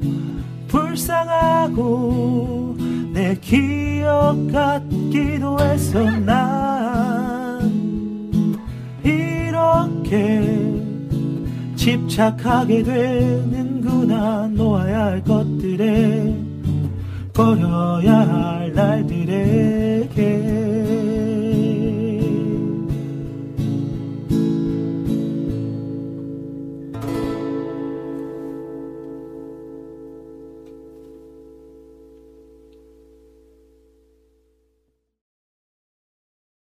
[SPEAKER 6] 불쌍하고 내 기억 같기도 해서 난 이렇게 집착하게 되는구나 놓아야 할 것들에 버려야 할 날들에